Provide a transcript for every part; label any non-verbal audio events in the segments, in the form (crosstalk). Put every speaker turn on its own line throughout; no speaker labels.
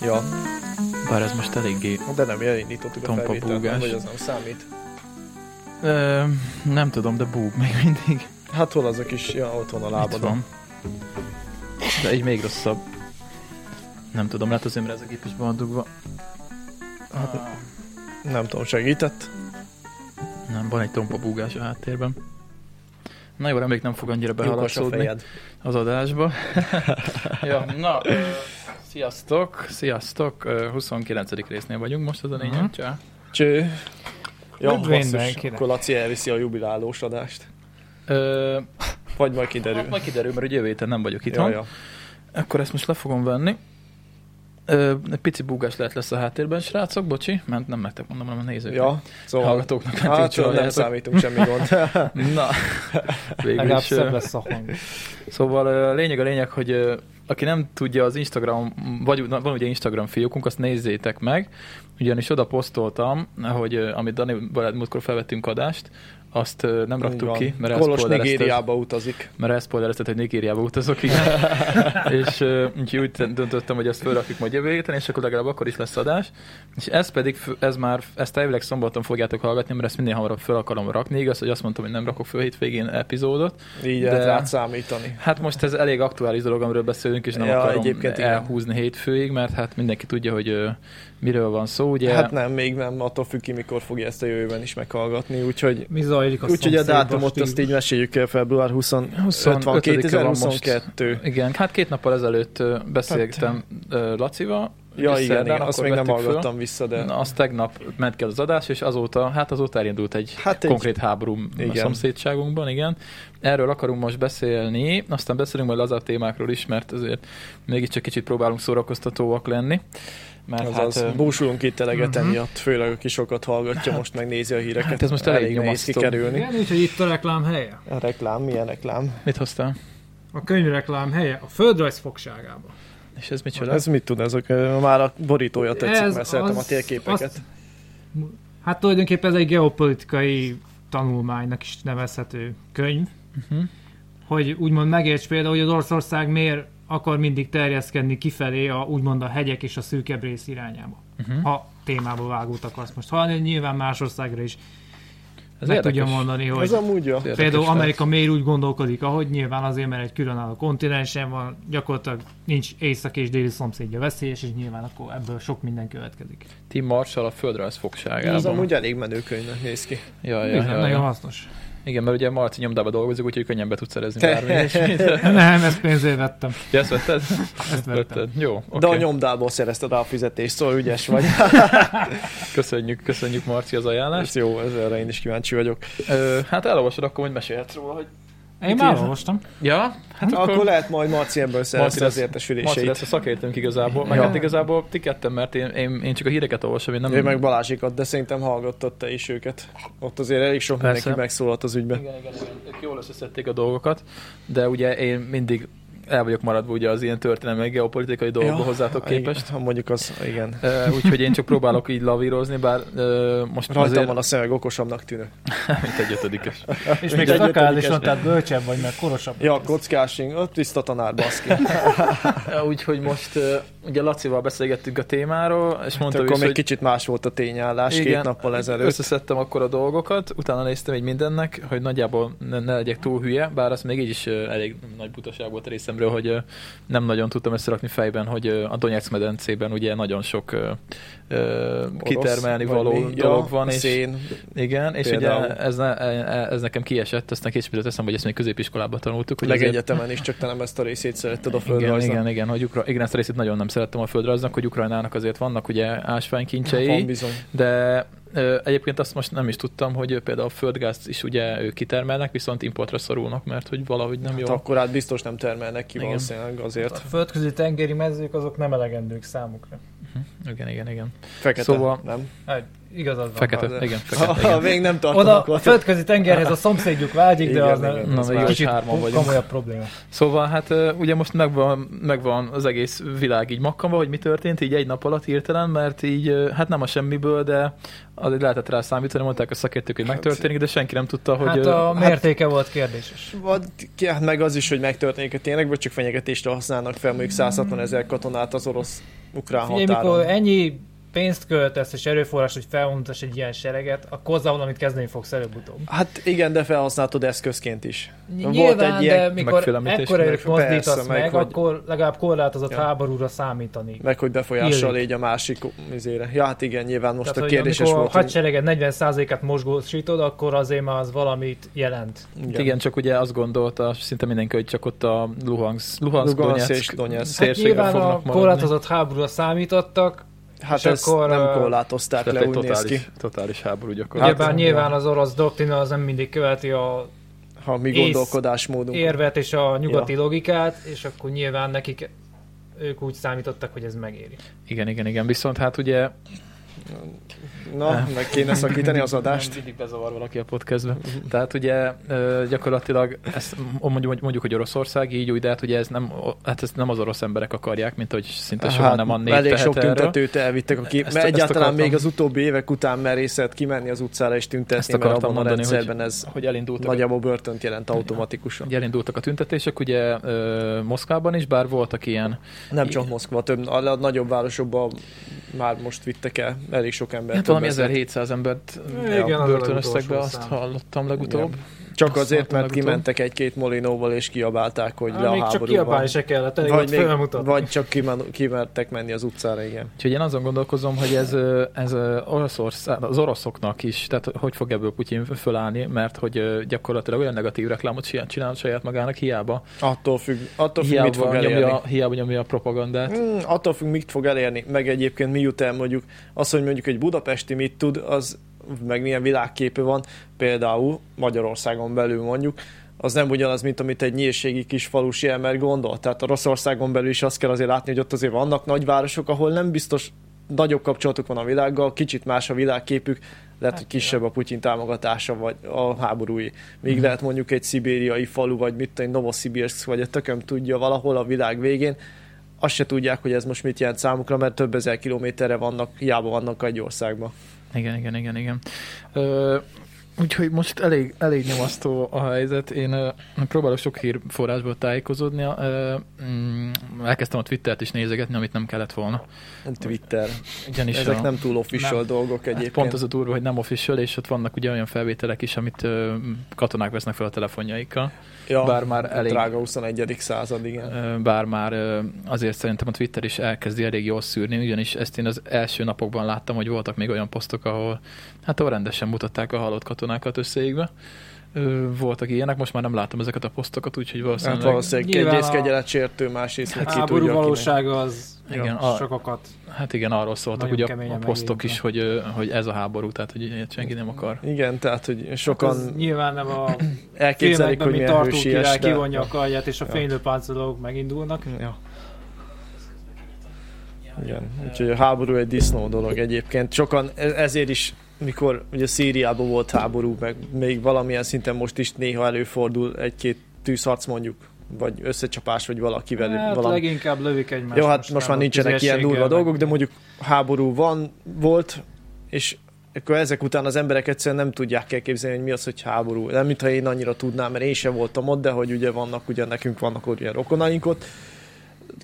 Ja,
Bár ez most eléggé...
de nem elindítottuk a
Tompa
felvételt, nem,
búgás.
vagy az nem számít.
Ö, nem tudom, de búg még mindig.
Hát hol az a kis, ja, ott van a
Itt
lábadon.
van. De így még rosszabb. Nem tudom, lehet azért, mert ez a gép is be van dugva. Ah,
Nem tudom, segített?
nem, van egy tompa búgás a háttérben. Na jó, reméljük nem fog annyira
Lyukas a
behaladszódni
fejed.
az (laughs) adásba. ja, na, ö, sziasztok, sziasztok. Ö, 29. résznél vagyunk most, az a lényeg,
Mhm.
uh-huh. csá.
Cső. Ja,
Üdv
basszus,
mindenkinek.
akkor Laci elviszi a jubilálós adást.
Ö,
Vagy majd
hát
kiderül.
majd kiderül, mert ugye jövő héten nem vagyok itthon.
Ja, ja.
Akkor ezt most le fogom venni. Ö, egy pici búgás lehet lesz a háttérben, srácok, bocsi, mert nem nektek mondom, hanem a nézők.
ja, szóval...
Hallgatóknak hát,
Hát nem
nem (laughs)
számítunk semmi gond.
Na, végül
Legalább
is.
szebb
ö,
lesz a hang.
Szóval ö, lényeg a lényeg, hogy ö, aki nem tudja az Instagram, vagy na, van ugye Instagram fiókunk, azt nézzétek meg, ugyanis oda posztoltam, hogy ö, amit Dani veled múltkor felvettünk adást, azt ö, nem
Így
(laughs) raktuk
van.
ki, mert
Kolos
elszpoilerezted-
Nigériába utazik.
mert elszpoilerezted, hogy Nigériába utazok,
(laughs)
igen. és ö, úgyhogy úgy döntöttem, hogy ezt felrakjuk majd jövő héten, és akkor legalább akkor is lesz adás. És ez pedig, fő- ez már, ezt elvileg szombaton fogjátok hallgatni, mert ezt minél hamarabb föl akarom rakni. Igaz, hogy azt mondtam, hogy nem rakok föl hétvégén epizódot.
Így
De-
lehet rá számítani.
Hát most ez elég aktuális dolog, amiről beszélünk, és nem
Ja,
akarom
egyébként igen.
elhúzni hétfőig, mert hát mindenki tudja, hogy ö, miről van szó, ugye?
Hát nem, még nem, attól függ ki, mikor fogja ezt a jövőben is meghallgatni, úgyhogy
Mi zajlik a
Úgyhogy a
szomszédban,
dátumot
Steve?
azt így meséljük el, február 20,
25
van,
-e van most.
2022.
Igen, hát két nappal ezelőtt ö, beszéltem ö, Lacival,
Ja,
ugye
igen,
szerdán,
igen, azt
akkor
még nem
vettük föl.
hallgattam vissza, de
Na, az tegnap ment ki az adás, és azóta, hát azóta elindult egy
hát egy,
konkrét háború igen.
Igen.
a szomszédságunkban, igen. Erről akarunk most beszélni, aztán beszélünk majd lazább témákról is, mert azért mégiscsak kicsit próbálunk szórakoztatóak lenni. Mert
azaz,
hát,
hát,
ö,
búsulunk itt eleget
Mhm.
uh-huh. emiatt, főleg aki sokat hallgatja, most megnézi a híreket.
Hát ez most elég
nehéz
nyomasztó.
kikerülni.
Igen, úgyhogy itt a reklám helye.
A reklám, milyen reklám?
mit hoztál?
A könyvreklám helye a földrajz fogságában.
És ez micsoda?
Ez mit tud ezek? Ö, Már a borítója tetszik,
Ez
mert szeretem a
az-
térképeket.
azt- Hát tulajdonképpen ez egy geopolitikai tanulmánynak is nevezhető könyv,
Mhm.
Uh-huh.
hogy úgymond megérts például, hogy az Oroszország miért akar mindig terjeszkedni kifelé a, úgymond a hegyek és a szűkebb rész irányába.
Mhm.
Uh-huh.
Ha témába vágót akarsz most hallani, nyilván más országra is
Ez
meg
érdekes.
tudja mondani, hogy...
Ez amúgy ja.
Ez érdekes
Például
lehet.
Amerika miért úgy gondolkodik, ahogy nyilván azért, mert egy különálló kontinensen van, gyakorlatilag nincs észak és déli szomszédja veszélyes, és nyilván akkor ebből sok minden következik.
Tim Marshall a földrajz fogságában.
Ez amúgy elég menő könyvnek néz ki.
Ja, ja,
Igen,
ja,
nagyon
ja.
hasznos. (laughs)
Igen, mert ugye Marci nyomdába dolgozik, úgyhogy könnyen be tudsz szerezni bármit. és (laughs) mit.
Nem, ezt pénzért vettem.
Ja, ezt
(laughs)
vetted?
Ezt vettem.
vetted. Jó,
De a
oké.
nyomdából szerezted rá a fizetést, szóval
(laughs)
ügyes vagy.
Köszönjük, köszönjük Marci az ajánlást.
Ez jó, ez erre én is kíváncsi vagyok.
Ö, hát elolvasod, akkor hogy mesélhetsz róla, hogy...
Én
Mit
már
írsz?
olvastam.
Ja, hát
Akkor, akkor lehet majd Marci ebből szerezni
lesz-
az értesüléseit.
Marci lesz a szakértőnk igazából, meg
Ja.
hát igazából ti ketten, mert én, én, én csak a híreket olvasom, én nem...
Ő meg Balázsikat, de szerintem hallgattad te is őket. Ott azért elég sok
Persze.
mindenki megszólalt az ügyben.
Igen, igen, igen, ők jól összeszedték a dolgokat, de ugye én mindig el vagyok maradva ugye az ilyen történelmi, meg geopolitikai dolgokba hozzátok képest.
Igen, ha mondjuk az, igen.
Ö, Úgyhogy én csak próbálok így lavírozni, bár ö, most
Rajtam
azért,
van a szemeg okosabbnak tűnő.
(laughs) mint egy ötödikes.
És
Mindegy,
még az akálison,
ötödikes.
tehát bölcsebb vagy, meg korosabb.
Ja, kockásing, ott tiszta tanár, baszki. Hát
Ö, Eh, Úgyhogy most ö, ugye Lacival beszélgettünk a témáról, és mondta
Akkor
is,
még
hogy
kicsit más volt a tényállás két
Igen,
nappal ezelőtt.
összeszedtem akkor a dolgokat, utána néztem egy mindennek, hogy nagyjából ne, ne legyek túl hülye, bár az még így is ö, elég nagy butaság volt a részemről, hogy ö, nem nagyon tudtam összerakni fejben, hogy ö, a Donetsz medencében ugye nagyon sok ö, ö,
Orosz,
kitermelni
vagy
való
mi?
dolog
Ja,
van,
a
és
Szén.
igen, és
például.
ugye ez, ne, ez nekem kiesett, ezt neki ismét eszembe, hogy ezt még középiskolában tanultuk. Hogy azért-
Legegyetemen is, csak te nem ezt a részét szeretted a
igen,
földrajznak.
igen, igen, hogy Ukra- igen, ezt a részét nagyon nem szerettem a földrajznak, hogy Ukrajnának azért vannak ugye
Hát, Van
ásványkincsei,
bizony.
de ö, egyébként azt most nem is tudtam, hogy ö, például a földgázt is ugye ők kitermelnek, viszont importra szorulnak, mert hogy valahogy nem
Hát
jó.
Akkor hát biztos nem termelnek ki
Igen.
valószínűleg azért.
földközi tengeri mezők azok nem elegendők számukra.
Igen, igen, igen.
Fekete,
Szóval- (laughs)
nem?
Hát, igazad van.
Fekete,
de-
igen, fekete,
Ha, ha (laughs)
igen.
még nem tartanak
Oda a
ott.
földközi tengerhez a szomszédjuk vágyik, de
Igen,
az
igen,
nem.
Na,
az
még jó,
más.
hogy
Kicsit
hárman vagyunk.
komolyabb probléma.
Szóval hát ö, ugye most megvan, megvan az egész világ így makkanva, hogy mi történt így egy nap alatt hirtelen, mert így ö, hát nem a semmiből, de azért lehetett rá számítani, mondták a szakértők, hogy megtörténik, de senki nem tudta, hogy...
Hát
ö,
a mértéke volt kérdéses.
Vagy ja, meg az is, hogy megtörténik a tényleg, vagy csak fenyegetésre használnak fel mondjuk 160 ezer katonát az orosz ukrán
Figyelj,
határon.
mikor e- ennyi pénzt költesz és erőforrás, hogy felvonultass egy ilyen sereget, akkor hozzá valamit kezdeni fogsz előbb-utóbb.
Hát igen, de felhasználtad eszközként is.
Ny-
Volt
Nyilván,
egy ilyen-
de mikor
megfélemlítés,
ekkora
meg-
erőt mozdítasz
persze, meg
meg,
hogy-
akkor legalább korlátozott
Ja.
háborúra számítani.
Meg hogy befolyással
Illik.
légy a másik mizére. Ja, hát igen, nyilván most
Tehát,
a
hogy
kérdéses
amikor
volt,
a
hogy...
hadsereget 40%-át mozgósítod, akkor azért már az valamit jelent.
Hát Igen. igen, csak ugye azt gondolta szinte mindenki, hogy csak ott a Luhansk, Luhansk,
Lugansk
Donetsk,
és Donetsk.
Hát
térségre
nyilván a
fognak maradni.
korlátozott háborúra számítottak,
Hát
és
ezt
akkor,
nem
ö,
korlátozták
Tehát
le,
egy
úgy néz ki.
totális, totális háború
Hát,
gyakorlatilag.
Ugyebár
igen.
nyilván az orosz doktrina az nem mindig követi a
Ha mi
ész-
gondolkodásmódunk.
érvet és a nyugati
Ja.
logikát, és akkor nyilván nekik ők úgy számítottak, hogy ez megéri.
Igen, igen, igen. Viszont hát ugye...
Na, meg kéne szakítani az adást.
Mindig bezavar valaki a podcastbe. Tehát ugye ö, gyakorlatilag ezt mondjuk, mondjuk, hogy Oroszország így úgy, de hát ugye ez nem, hát ezt nem az orosz emberek akarják, mint hogy szinte soha nem a nép
Hát, elég
tehet
sok
erről.
tüntetőt elvittek, aki
Ezt-
mert
ezt
egyáltalán
akartam.
még az utóbbi évek után merészett kimenni az utcára és
Ezt
tüntetni, mert
akartam
abban a
mondani,
rendszerben ez
Hogy elindultak a
nagyjából börtönt jelent automatikusan.
Ugye elindultak a tüntetések, ugye ö, Moszkvában is, bár voltak ilyen.
Nem csak Moszkva, több, a a nagyobb városokban már most vittek el elég sok embert.
Hát valami
több ezer.
1700 embert
Igen, az a
börtönöztek
legutolsó
be, azt
szám.
hallottam legutóbb.
Csak
Azt
azért,
hallottam
mert
legutóbb.
kimentek egy-két molinóval és kiabálták, hogy
Hogy
le a
még csak
háborúban.
kiabálni se kellett, elég volt
Vagy, még,
fölmutatni.
vagy csak kimen, kimertek menni az utcára, igen.
Úgyhogy én azon gondolkozom, hogy ez, ö, ez ö, Oroszország, az oroszoknak is, tehát hogy fog ebből Putyin fölállni, mert hogy ö, gyakorlatilag olyan negatív reklámot csinál, csinál saját magának, hiába,
Attól függ, attól függ mit fog
hiába,
elérni.
nyomja, hiába nyomja a propagandát.
Mm, attól függ, mit fog elérni, meg egyébként mi jut el mondjuk. Az, hogy mondjuk egy budapesti mit tud, az meg milyen világképe van, például Magyarországon belül mondjuk, az nem ugyanaz, mint amit egy nyírségi kis falusi ember gondol. Tehát a Rosszországon belül is azt kell azért látni, hogy ott azért vannak nagyvárosok, ahol nem biztos nagyobb kapcsolatuk van a világgal, kicsit más a világképük, lehet, hogy kisebb a Putyin támogatása, vagy a háborúi. Míg lehet mondjuk egy szibériai falu, vagy mit tudom, én, Novosibirsk, vagy a tököm tudja valahol a világ végén, azt se tudják, hogy ez most mit jelent számukra, mert több ezer kilométerre vannak, hiába vannak egy országban.
Igen, igen, igen, igen. Ö, úgyhogy most elég, elég nyomasztó a helyzet. Én ö, próbálok sok hírforrásból tájékozódni. Ö, mm, elkezdtem a Twittert is nézegetni, amit nem kellett volna.
Twitter.
Ugyanis
Ezek
a,
nem túl official
nem.
dolgok
Egyébként.
egyébként.
Hát Pont az a durva, hogy nem official, és ott vannak ugye olyan felvételek is, amit ö, katonák vesznek fel a telefonjaikkal.
ja,
bár már elég- Hát
Drága 21. század, igen.
Ö, Bár már ö, azért szerintem a Twitter is elkezdi elég jól szűrni, ugyanis ezt én az első napokban láttam, hogy voltak még olyan posztok, ahol hát ahol rendesen mutatták a halott katonákat összeégve. Ö, Voltak ilyenek, most már nem látom ezeket a posztokat, úgyhogy
Hát
valószínűleg...
valószínűleg
Nyilván
egyrészt
a-
kegyeret sértő, másrészt meg
A
ki
háború
tudja, akinek.
valósága az
Igen,
igen,
a-
sokakat.
Hát igen, arról szóltak
Nagyon
ugye a, a
keményen
posztok is,
megírta.
hogy, ö, hogy ez a háború, tehát hogy ilyet senki nem akar.
Igen, tehát, hogy
Hát Az
sokan
nyilván nem
(coughs)
a
elképzelik,
filmekben,
hogy
mint
milyen
tartó király
hősies, de...
kivonja a karját, és a
Ja.
fénylőpáncolók megindulnak.
Ja. Igen, úgyhogy a háború egy disznó dolog egyébként. Sokan e- ezért is, mikor ugye Szíriában volt háború, meg még valamilyen szinten most is néha előfordul egy-két tűzharc mondjuk, vagy összecsapás, vagy valakivel.
Hát
valami.
leginkább lövik egymást.
Jó, hát most már nincsenek ilyen durva dolgok, de mondjuk háború van, volt, és akkor ezek után az emberek egyszerűen nem tudják elképzelni, hogy mi az, hogy háború. Nem, mintha én annyira tudnám, mert én sem voltam ott, de hogy ugye vannak, ugye nekünk vannak ott ilyen rokonaink ott,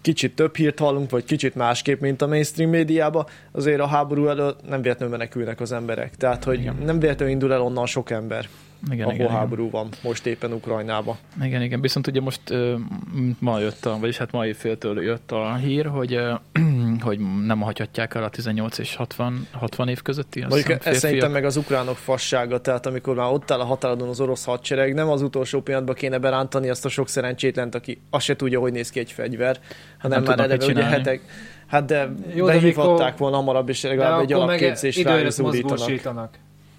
kicsit több hírt hallunk, vagy kicsit másképp, mint a mainstream médiában, azért a háború elől nem véletlenül menekülnek az emberek. Tehát, hogy
Igen.
nem véletlenül indul el onnan sok ember,
Igen,
ahol
igen, igen.
háború van, most éppen Ukrajnában.
Igen, igen. Viszont ugye most ö, m- ma jött, a, vagyis hát mai féltől jött a hír, hogy ö, (clears throat) hogy nem hagyhatják el a 18 és 60, 60 év közötti. azt hiszem,
Mondjuk ez
férfiak.
szerintem meg az ukránok fassága, tehát amikor már ott áll a határodon az orosz hadsereg, nem az utolsó pillanatban kéne berántani azt a sok szerencsétlent, aki azt se tudja, hogy néz ki egy fegyver, hanem
tudnak
már eleve
mit
ugye
csinálni.
hetek. Hát de
Jó,
Jó,
de
behívhatták
mikor-
volna hamarabb, és
De
legalább egy
akkor meg
alapképzést rájuk
időre
zúdítanak.
mozgósítanak.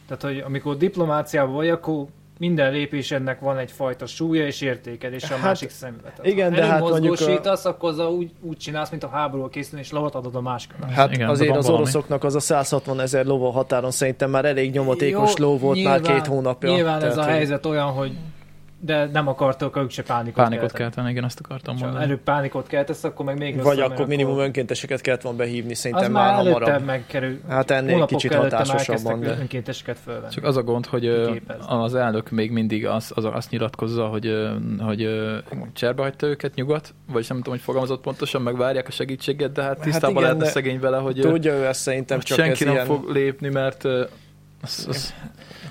Tehát, hogy amikor diplomáciában vagy, akkor minden lépés ennek van egyfajta súlya és értékelése a
Hát,
másik szemben. Tehát,
igen,
ha
de hát mondjuk a-
mozgósítasz, akkor azzal úgy, úgy csinálsz, mint a háború készül, és lovat adod a másiknak.
Hát
Igen,
Igen,
de
azért
van
az
valami.
oroszoknak az a 160 ezer lóval határon szerintem már elég nyomatékos
Jó,
ló volt
nyilván-
már két hónapja.
Nyilván ez
Tehát,
a
hogy-
helyzet olyan, hogy de nem akartok, ők se pánikot,
Pánikot
keltenek.
kelteni, igen, azt akartam
Ha
mondani.
előbb pánikot keltesz, akkor meg még
Vagy
rosszabb,
akkor
mert
minimum önkénteseket kellett volna behívni,
az
szerintem már
már előtte
hamarabb.
megkerül.
Hát ennél
Hónapok
kicsit
előtte már
hatásosabban,
elkezdtek
de...
önkénteseket fölvenni.
Csak az a gond, hogy ö,
Kiképezni.
az elnök még mindig az, az, azt nyilatkozza, hogy, ö, hogy ö, cserbe hagyta őket nyugat, vagy nem tudom, hogy fogalmazott pontosan, meg várják a segítséget, de hát
Hát
tisztában
igen,
lehetne
de
szegény vele, hogy, ö,
Tudja ő ezt szerintem,
hogy
csak
senki
ez
nem
ilyen...
fog lépni, mert ö, az, az,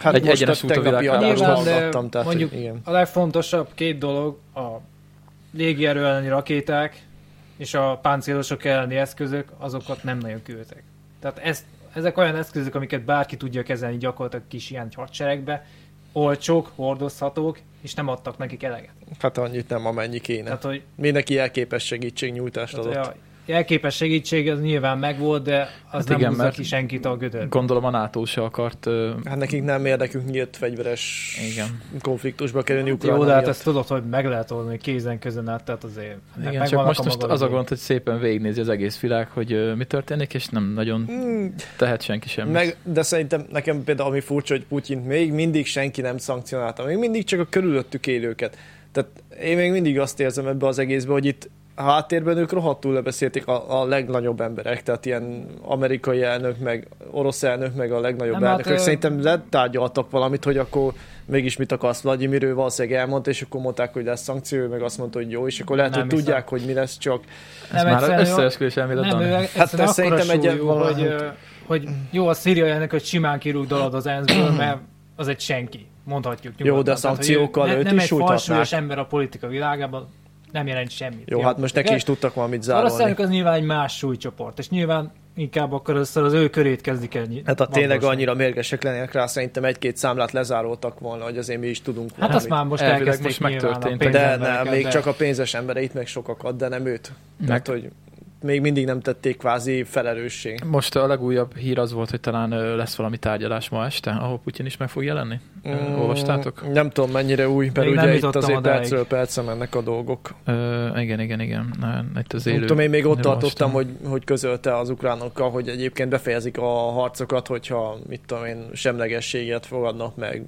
Hát
egy
most
egyenes
a
út a
tegnapi
világháború.
adást
Nyilván, de
hallgattam, tehát
mondjuk-
mondjuk... igen.
A legfontosabb két dolog a légierő elleni rakéták és a páncélosok elleni eszközök, azokat nem nagyon küldtek. Tehát ez, ezek olyan eszközök, amiket bárki tudja kezelni gyakorlatilag kis ilyen hadseregbe, olcsók, hordozhatók, és nem adtak nekik eleget.
Hát annyit nem, amennyi kéne.
Tehát, hogy,
Mindenki elképes segítségnyújtást
tehát,
adott.
hogy a jelképes segítség az nyilván megvolt, de az
Hát
nem
igen,
igen, húzza
mert-
ki senkit a gödörbe.
gondolom a NATO se akart ö,
Hát nekik nem érdekünk nyílt fegyveres
Igen.
konfliktusba kerülni Ukrajna
Jó, de hát
miatt.
ezt tudod, hogy meg lehet oldani kézen közön át, tehát azért. ennek
Hát
Igen, csak
megvannak
most,
a
most
maga
az a
dolgai.
gond, hogy szépen végignézi az egész világ, hogy ö, mi történik, és nem nagyon
Mm,
tehet senki semmit.
Meg, de szerintem nekem például ami furcsa, hogy Putyint még mindig senki nem szankcionálta, még mindig csak a körülöttük élőket. Tehát én még mindig azt érzem ebbe az egészbe, hogy itt háttérben ők rohadtul lebeszélték a, a legnagyobb emberek, tehát ilyen amerikai elnök, meg orosz elnök, meg a legnagyobb
Nem,
nem,
hát,
elnökök.
ö-
Hát, szerintem letárgyaltak valamit, hogy akkor mégis mit akarsz Vladimir, ő valószínűleg elmondta, és akkor mondták, hogy lesz szankció, ő meg azt mondta, hogy jó, és akkor lehet,
Nem
hogy
hiszem.
tudják, hogy mi lesz, csak
Ez
Nem,
már
egyszerűen jó-
összeesküvés elmélet,
Nem,
Dani.
ő hát
ez
szerintem
szerintem
egy
egy
súlyú,
valahogy-
hogy, ö, hogy jó a szíria ennek, hogy simán kirúg dalad az ENSZ-ből, mert az egy senki, mondhatjuk
Mhm. Jó, de
nyugodtan. Tehát, hogy ő
szankciókkal
ne-
őt
nem
is
egy
sújthatnák.
falsúlyos ember a politika világában, nem jelent semmit.
jó, hát most neki is tudtak valamit zárolni.
Oroszországnak az nyilván egy más súlycsoport, és nyilván inkább akkor először az ő körét kezdik el nyitni.
Hát ha tényleg
magosni.
annyira mérgesek lennének rá, szerintem egy-két számlát lezároltak volna, hogy azért mi is tudunk
Hát azt
valamit.
már most
Elvileg
elkezdték
most
nyilván a
megtörtént.
De
pénzembereket,
nem, még
de-
csak a pénzes embereit, meg sokakat, de nem őt.
Meg-
Tehát, hogy még mindig nem tették kvázi felelősség.
Most a legújabb hír az volt, hogy talán ö, lesz valami tárgyalás ma este, ahol Putyin is meg fog jelenni. Mm. Olvastátok?
Nem tudom mennyire új, mert
Még nem
ugye itt
jutottam
azért
odáig.
percről percre mennek a dolgok.
Ö, igen, igen, igen. Na, Itt az
Nem
élő.
tudom, én még ott
olvastam.
tartottam, hogy, hogy közölte az ukránokkal, hogy egyébként befejezik a harcokat, hogyha mit tudom én, semlegességet fogadnak meg.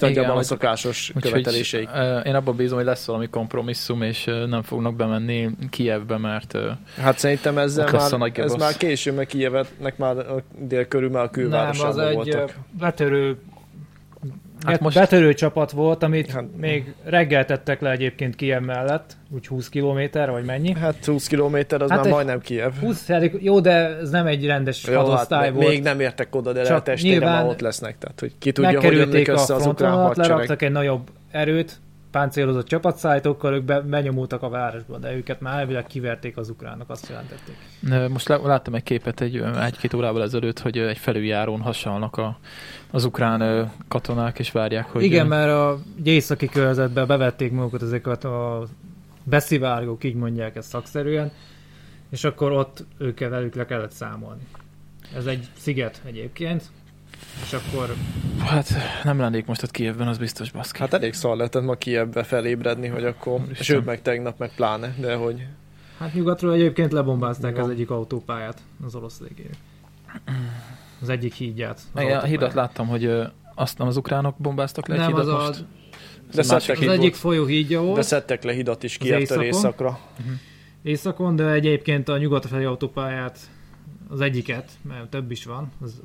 Nagyjából a
hogy-
szokásos követeléseik.
ö, én abban bízom, hogy lesz valami kompromisszum, és ö, nem fognak bemenni Kijevbe, mert ö,
Hát szerintem ezzel
Ott lesz a
már,
nagy
ez
gebasz.
már késő, meg Kijevetnek már a dél körül már a
Nem, az
külvárosában
egy ö,
voltak.
betörő
Hát
Hát
most-
most... Betörő csapat volt, amit
Hát-
hát... még reggel tettek le egyébként Kiev mellett, úgy 20 kilométer, vagy mennyi.
Hát 20 km az
Hát
már
egy-
majdnem Kijev.
20 pedig- jó, de ez nem egy rendes
Jó, hát
hadosztály
még
volt.
még nem értek oda, de
Csak
lehet estére
nyilván
már ott lesznek. Tehát, hogy ki tudja, hogy ömlik
Megkerülték a
össze az ukrán
frontonalat,
hadsereg.
leraktak egy nagyobb erőt, páncélozott csapatszállítókkal, ők be, benyomultak a városba, de őket már elvileg kiverték az ukránok, azt jelentették.
Ö, Most lá- láttam egy képet egy, ö, egy-két órával ezelőtt, hogy ö, egy felüljárón hasonlnak a, az ukrán ö, katonák, és várják, hogy...
Hogy Igen,
ö,
mert a egy északi körzetbe bevették magukat ezeket a beszivárgók, így mondják ezt szakszerűen, és akkor ott őket velük le kellett számolni. Ez egy sziget egyébként, és akkor
Hát nem lennék most ott Kievben, az biztos baszki.
Hát elég szar lehetett ma Kijevbe felébredni, hogy akkor,
Isten.
sőt meg tegnap, meg pláne, de hogy
hát nyugatról egyébként lebombázták
Jó.
az egyik autópályát, az orosz légérő. Az egyik hídját. az
Igen, a
autópályán.
hidat láttam, hogy ö, azt nem az ukránok bombáztak le egy
Nem,
hidat
az, a,
most?
az
de
Ez a másik
szedtek, híd
egyik
volt,
folyó hídja
de
volt
szedtek le hidat is Kijevtől
éjszakon.
északra.
északon, de egyébként a nyugatra felé autópályát, az egyiket, mert több is van, az,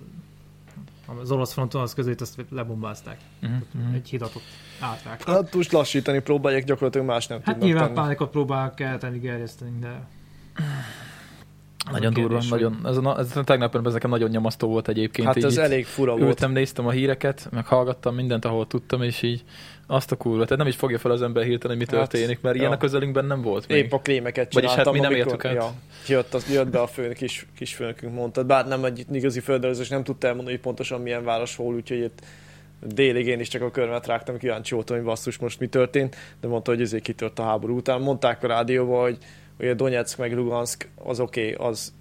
az orosz fronton az közét azt lebombázták.
Mhm, mhm.
egy hidat ott átvág.
Hát most lassítani próbálják, gyakorlatilag más nem
Hát
tudnak
nyilván
tenni.
pánikot próbálnak kelteni, gerjeszteni, de... Az
Nagyon
a
durva,
kérdés, hogy-
nagyon, ez a, na- ez a tegnap ez nekem nagyon nyomasztó volt egyébként.
Hát
így
ez
itt
elég fura volt.
Ültem, néztem a híreket, meg hallgattam mindent, ahol tudtam, és így azt a kurva, tehát nem is fogja fel az ember hirtelen, hogy mi
Hát,
történik, mert
ja.
ilyen a közelünkben nem volt még.
Épp a krémeket
Vagyis hát
csináltam,
mi nem
amikor,
éltük át.
Ja, jött, az, jött be a fő, kis, kis főnökünk, mondta, bár nem egy igazi földrajzos, nem tudta elmondani, hogy pontosan milyen város hol, úgyhogy itt délig én is csak a körmet rágtam, kíváncsi voltam, hogy basszus most mi történt, de mondta, hogy ezért kitört a háború után. Mondták a rádióban, hogy ugye Donetsk meg Lugansk az oké, okay, az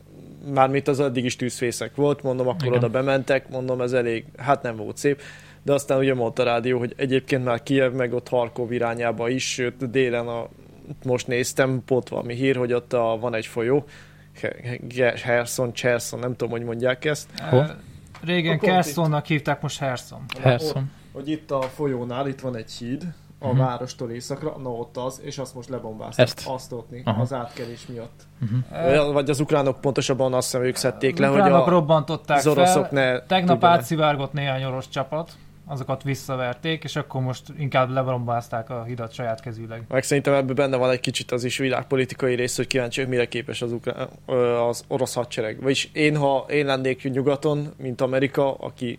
mármint az addig is tűzfészek volt, mondom, akkor
Igen.
Igen. oda bementek, mondom, ez elég, hát nem volt szép, de aztán ugye mondta a rádió, hogy egyébként már Kiev meg ott Harkov irányába is, sőt délen a, most néztem, pont valami hír, hogy ott a, van egy folyó, He- Ge- Herson, Cserson, nem tudom, hogy mondják ezt,
Hol?
Eh, Régen
A kontinent.
Kersonnak hívták, most Herson.
Herson.
hogy itt a folyónál itt van egy híd, a
Mhm.
várostól északra, na ott az, és azt most lebombázták.
Ezt.
Azt ottni,
Aha.
az átkelés miatt.
Ö,
Vagy- Vagy az ukránok pontosabban azt hiszem ők szedték le, hogy
Ukránok
a,
robbantották
az
fel,
oroszok ne
Tegnap
tudjanak.
átszivárgott néhány orosz csapat, azokat visszaverték, és akkor most inkább lebrombázták a hidat saját kezűleg.
Meg szerintem ebben benne van egy kicsit az is világpolitikai rész, hogy kíváncsi, hogy mire képes az, ukrán, ö, az orosz hadsereg. Vagyis én, ha én lennék nyugaton, mint Amerika, aki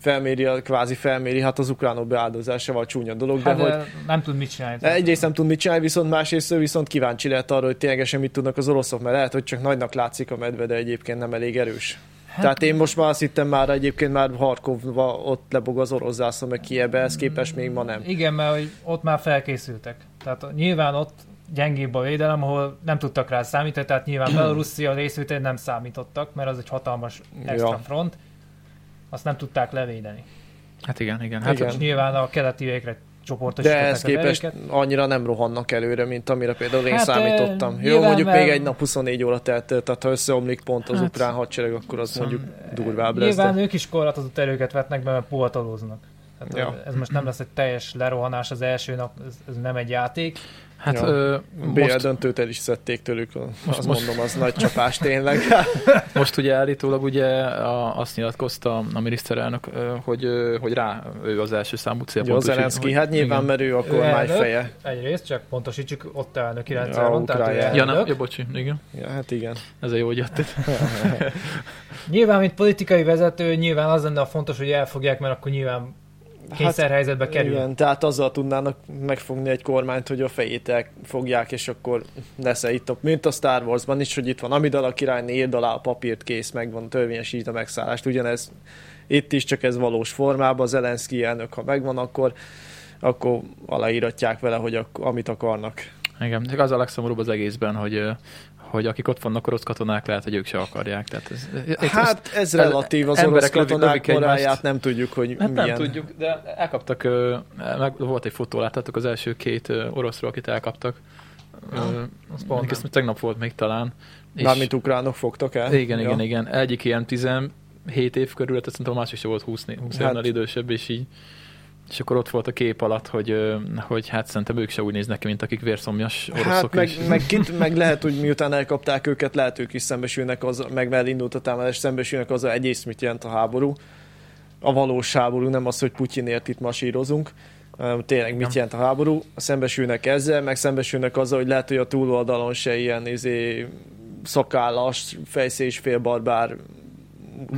felméri, a- kvázi felméri, hát az ukránok beáldozásával csúnya dolog,
Hát,
de hogy
de nem tud mit csinálni.
de egyrészt nem tud mit csinálni, viszont másrészt ő viszont kíváncsi lehet arra, hogy ténylegesen mit tudnak az oroszok, mert lehet, hogy csak nagynak látszik a medve, de egyébként nem elég erős. Tehát én most már azt hittem már egyébként már Harkovba ott lebog az orosz zászló, meg Kievbe, ez képest még ma nem.
Igen, mert hogy ott már felkészültek. Tehát nyilván ott gyengébb a védelem, ahol nem tudtak rá számítani, tehát
(clears throat)
nyilván Belarusszia részvétel nem számítottak, mert az egy hatalmas extra
Ja.
front. Azt nem tudták levédeni.
Hát igen, igen. Hát
Igen.
És nyilván a keleti végre csoportosították
De ehhez
a
képest
veréket.
annyira nem rohannak előre, mint amire például én
Hát,
hát,
ö,
számítottam. Jó,
nyilván,
mondjuk
mert-
még egy nap 24 óra telt, el, tehát ha összeomlik pont az
Hát,
hát, ukrán hadsereg, akkor az
szóval-
mondjuk durvább lesz.
e, Nyilván
De...
ők is korlátozott erőket vetnek be, mert pótolóznak. Tehát
Ja.
Ez most nem lesz egy teljes lerohanás az első nap, ez, ez nem egy játék.
Hát
Ja.
ö,
BL
most,
döntőt el is szedték tőlük, most, azt
most-
mondom, az nagy csapás tényleg. (laughs)
most ugye állítólag ugye a, azt nyilatkozta a miniszterelnök, ö, hogy, ö, hogy rá ő az első számú
Jó,
célpont. úgyhogy-
Zelenszky,
hogy-
hát nyilván,
igen.
mert ő a kormány
elnök.
feje.
Egyrészt csak pontosítsuk, ott elnöki
Ja,
rendszer van, tehát ő
Ukrajnában.
Ja, nem,
elnök.
ja, bocsi, igen.
Ja, hát igen.
Ez a jó, hogy jöttél.
Nyilván, mint politikai vezető, nyilván az lenne a fontos, hogy elfogják, mert akkor nyilván Hát, kényszerhelyzetbe kerül.
Igen, tehát azzal tudnának megfogni egy kormányt, hogy a fejét elfogják, és akkor lesz -e itt a, mint a Star Warsban is, hogy itt van Amidala királyné, írd alá a papírt, kész, megvan, törvényesít a megszállást. Ugyanez itt is, csak ez valós formában. Zelenszky elnök, ha megvan, akkor akkor aláíratják vele, hogy ak- amit akarnak.
Igen, csak az a legszomorúbb az egészben, hogy, ö, hogy akik ott vannak orosz katonák, lehet, hogy ők se akarják. Tehát ez, ez-
Hát ez relatív, az
emberek
orosz
lövik-
katonák
lövik egymást.
moráját nem tudjuk, hogy
Hát nem
milyen.
tudjuk, de elkaptak, ö, meg volt egy fotó, láttátok az első két ö, oroszról, akit elkaptak. Ö,
az pont
mondjuk ezt tegnap volt még talán. És-
Mármint ukránok fogtak el.
Igen, igen, igen. Egyik ilyen 17 év körül, tehát szerintem a másik se volt 20, né- 20
Hát.
évvel idősebb, és így és akkor ott volt a kép alatt, hogy, ö, hogy hát szerintem ők se úgy néznek ki, mint akik vérszomjas oroszok.
Hát meg,
és... (laughs)
(laughs) meg, kint, meg lehet, hogy miután elkapták őket, lehet ők is szembesülnek az, meg mert indult a támadás, szembesülnek az, egyrészt mit jelent a háború. A valós háború, nem az, hogy Putyinért itt masírozunk. hanem Tényleg
Nem.
mit jelent a háború? Szembesülnek ezzel, meg szembesülnek azzal, hogy lehet, hogy a túloldalon se ilyen izé, szakállas, fejszés félbarbár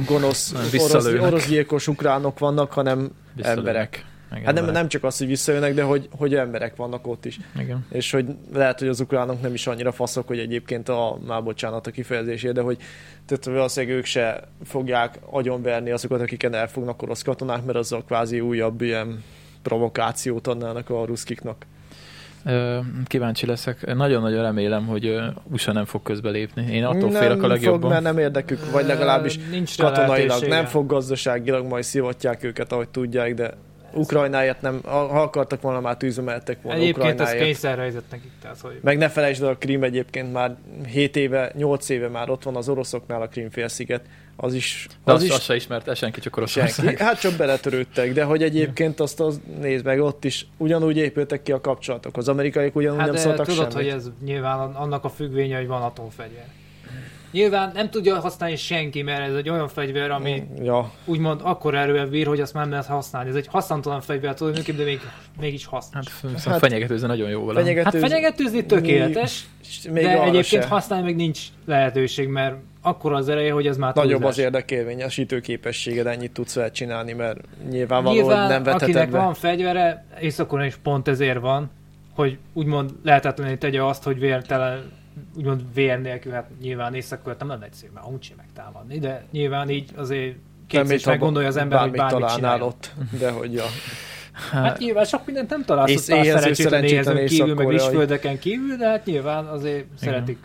gonosz,
Nem,
orosz,
visszalőnek.
orosz gyilkos ukránok vannak, hanem
Visszalőnek.
emberek.
Igen,
Hát nem,
emberek.
nem csak az, hogy visszajönnek, de hogy, hogy emberek vannak ott is
Igen.
és hogy lehet, hogy az ukránok nem is annyira faszok, hogy egyébként a, már bocsánat a kifejezésért, de hogy tehát valószínűleg ők se fogják agyonverni azokat, akiken elfognak orosz katonák, mert azzal kvázi újabb ilyen provokációt adnának a ruszkiknak.
Ö, Kíváncsi leszek. Nagyon-nagyon remélem, hogy ö, USA nem fog közbelépni. Én attól
nem
félek a legjobban.
fog, mert nem érdekük, vagy legalábbis
Ö, Nincs rá
katonailag
lehetősége.
nem fog gazdaságilag, majd szivatják őket, ahogy tudják, de Ukrajnáért nem, ha ha akartak volna, már tűzömeltek volna
Egyébként ez
Ukrajnáért.
kényszerhelyzet nekik, tehát hogy
Meg ne felejtsd el, a Krím egyébként már 7 éve, 8 éve már ott van az oroszoknál a Krím félsziget. Az is,
De
az
az,
is
az se ismert el senki, csak
senki.
Oroszország.
Hát csak beletörődtek, de hogy egyébként azt az, nézd meg, ott is ugyanúgy épültek ki a kapcsolatok. Az amerikaiak ugyanúgy
Hát
nem
de
szóltak
tudod,
semmit.
hogy ez nyilván an- annak a függvénye, hogy van atomfegyver. Nyilván nem tudja használni senki, mert ez egy olyan fegyver,
Mm.
ami
Ja,
úgymond akkor erővel bír, hogy azt már nem lehet használni. Ez egy haszontalan fegyver tulajdonképpen, de még, mégis hasznos.
Hát,
Hát,
hát fenyegetőző nagyon jó vele.
fenyegető,
hát fenyegetőzni tökéletes,
s- még
de
arra
egyébként
se.
használni meg nincs lehetőség, mert akkor az ereje, hogy ez már
Hát Nagyobb
túlzás.
az érdekérvényesítő képességed, ennyit tudsz vele csinálni, mert nyilvánvalóan
Nyilván,
nem vetheted
akinek
be.
van fegyvere, északon is pont ezért van, hogy úgymond lehetetlené tegye azt, hogy vértelen, úgymond vér nélkül, hát nyilván északon nem lenne egyszerű, mert amúgy sem megtámadni, de nyilván így azért kétszer is
ha
meggondolja az ember, hogy
bármit
bármit
találnál
csinál.
ott, de hogy ja.
Hát nyilván sok mindent nem találsz
Ész-
ott a
éhező
szerencsétlen
szerencsétlen
éhezőn kívül, meg
észak-koreai.
rizsföldeken kívül, de hát nyilván azért szeretik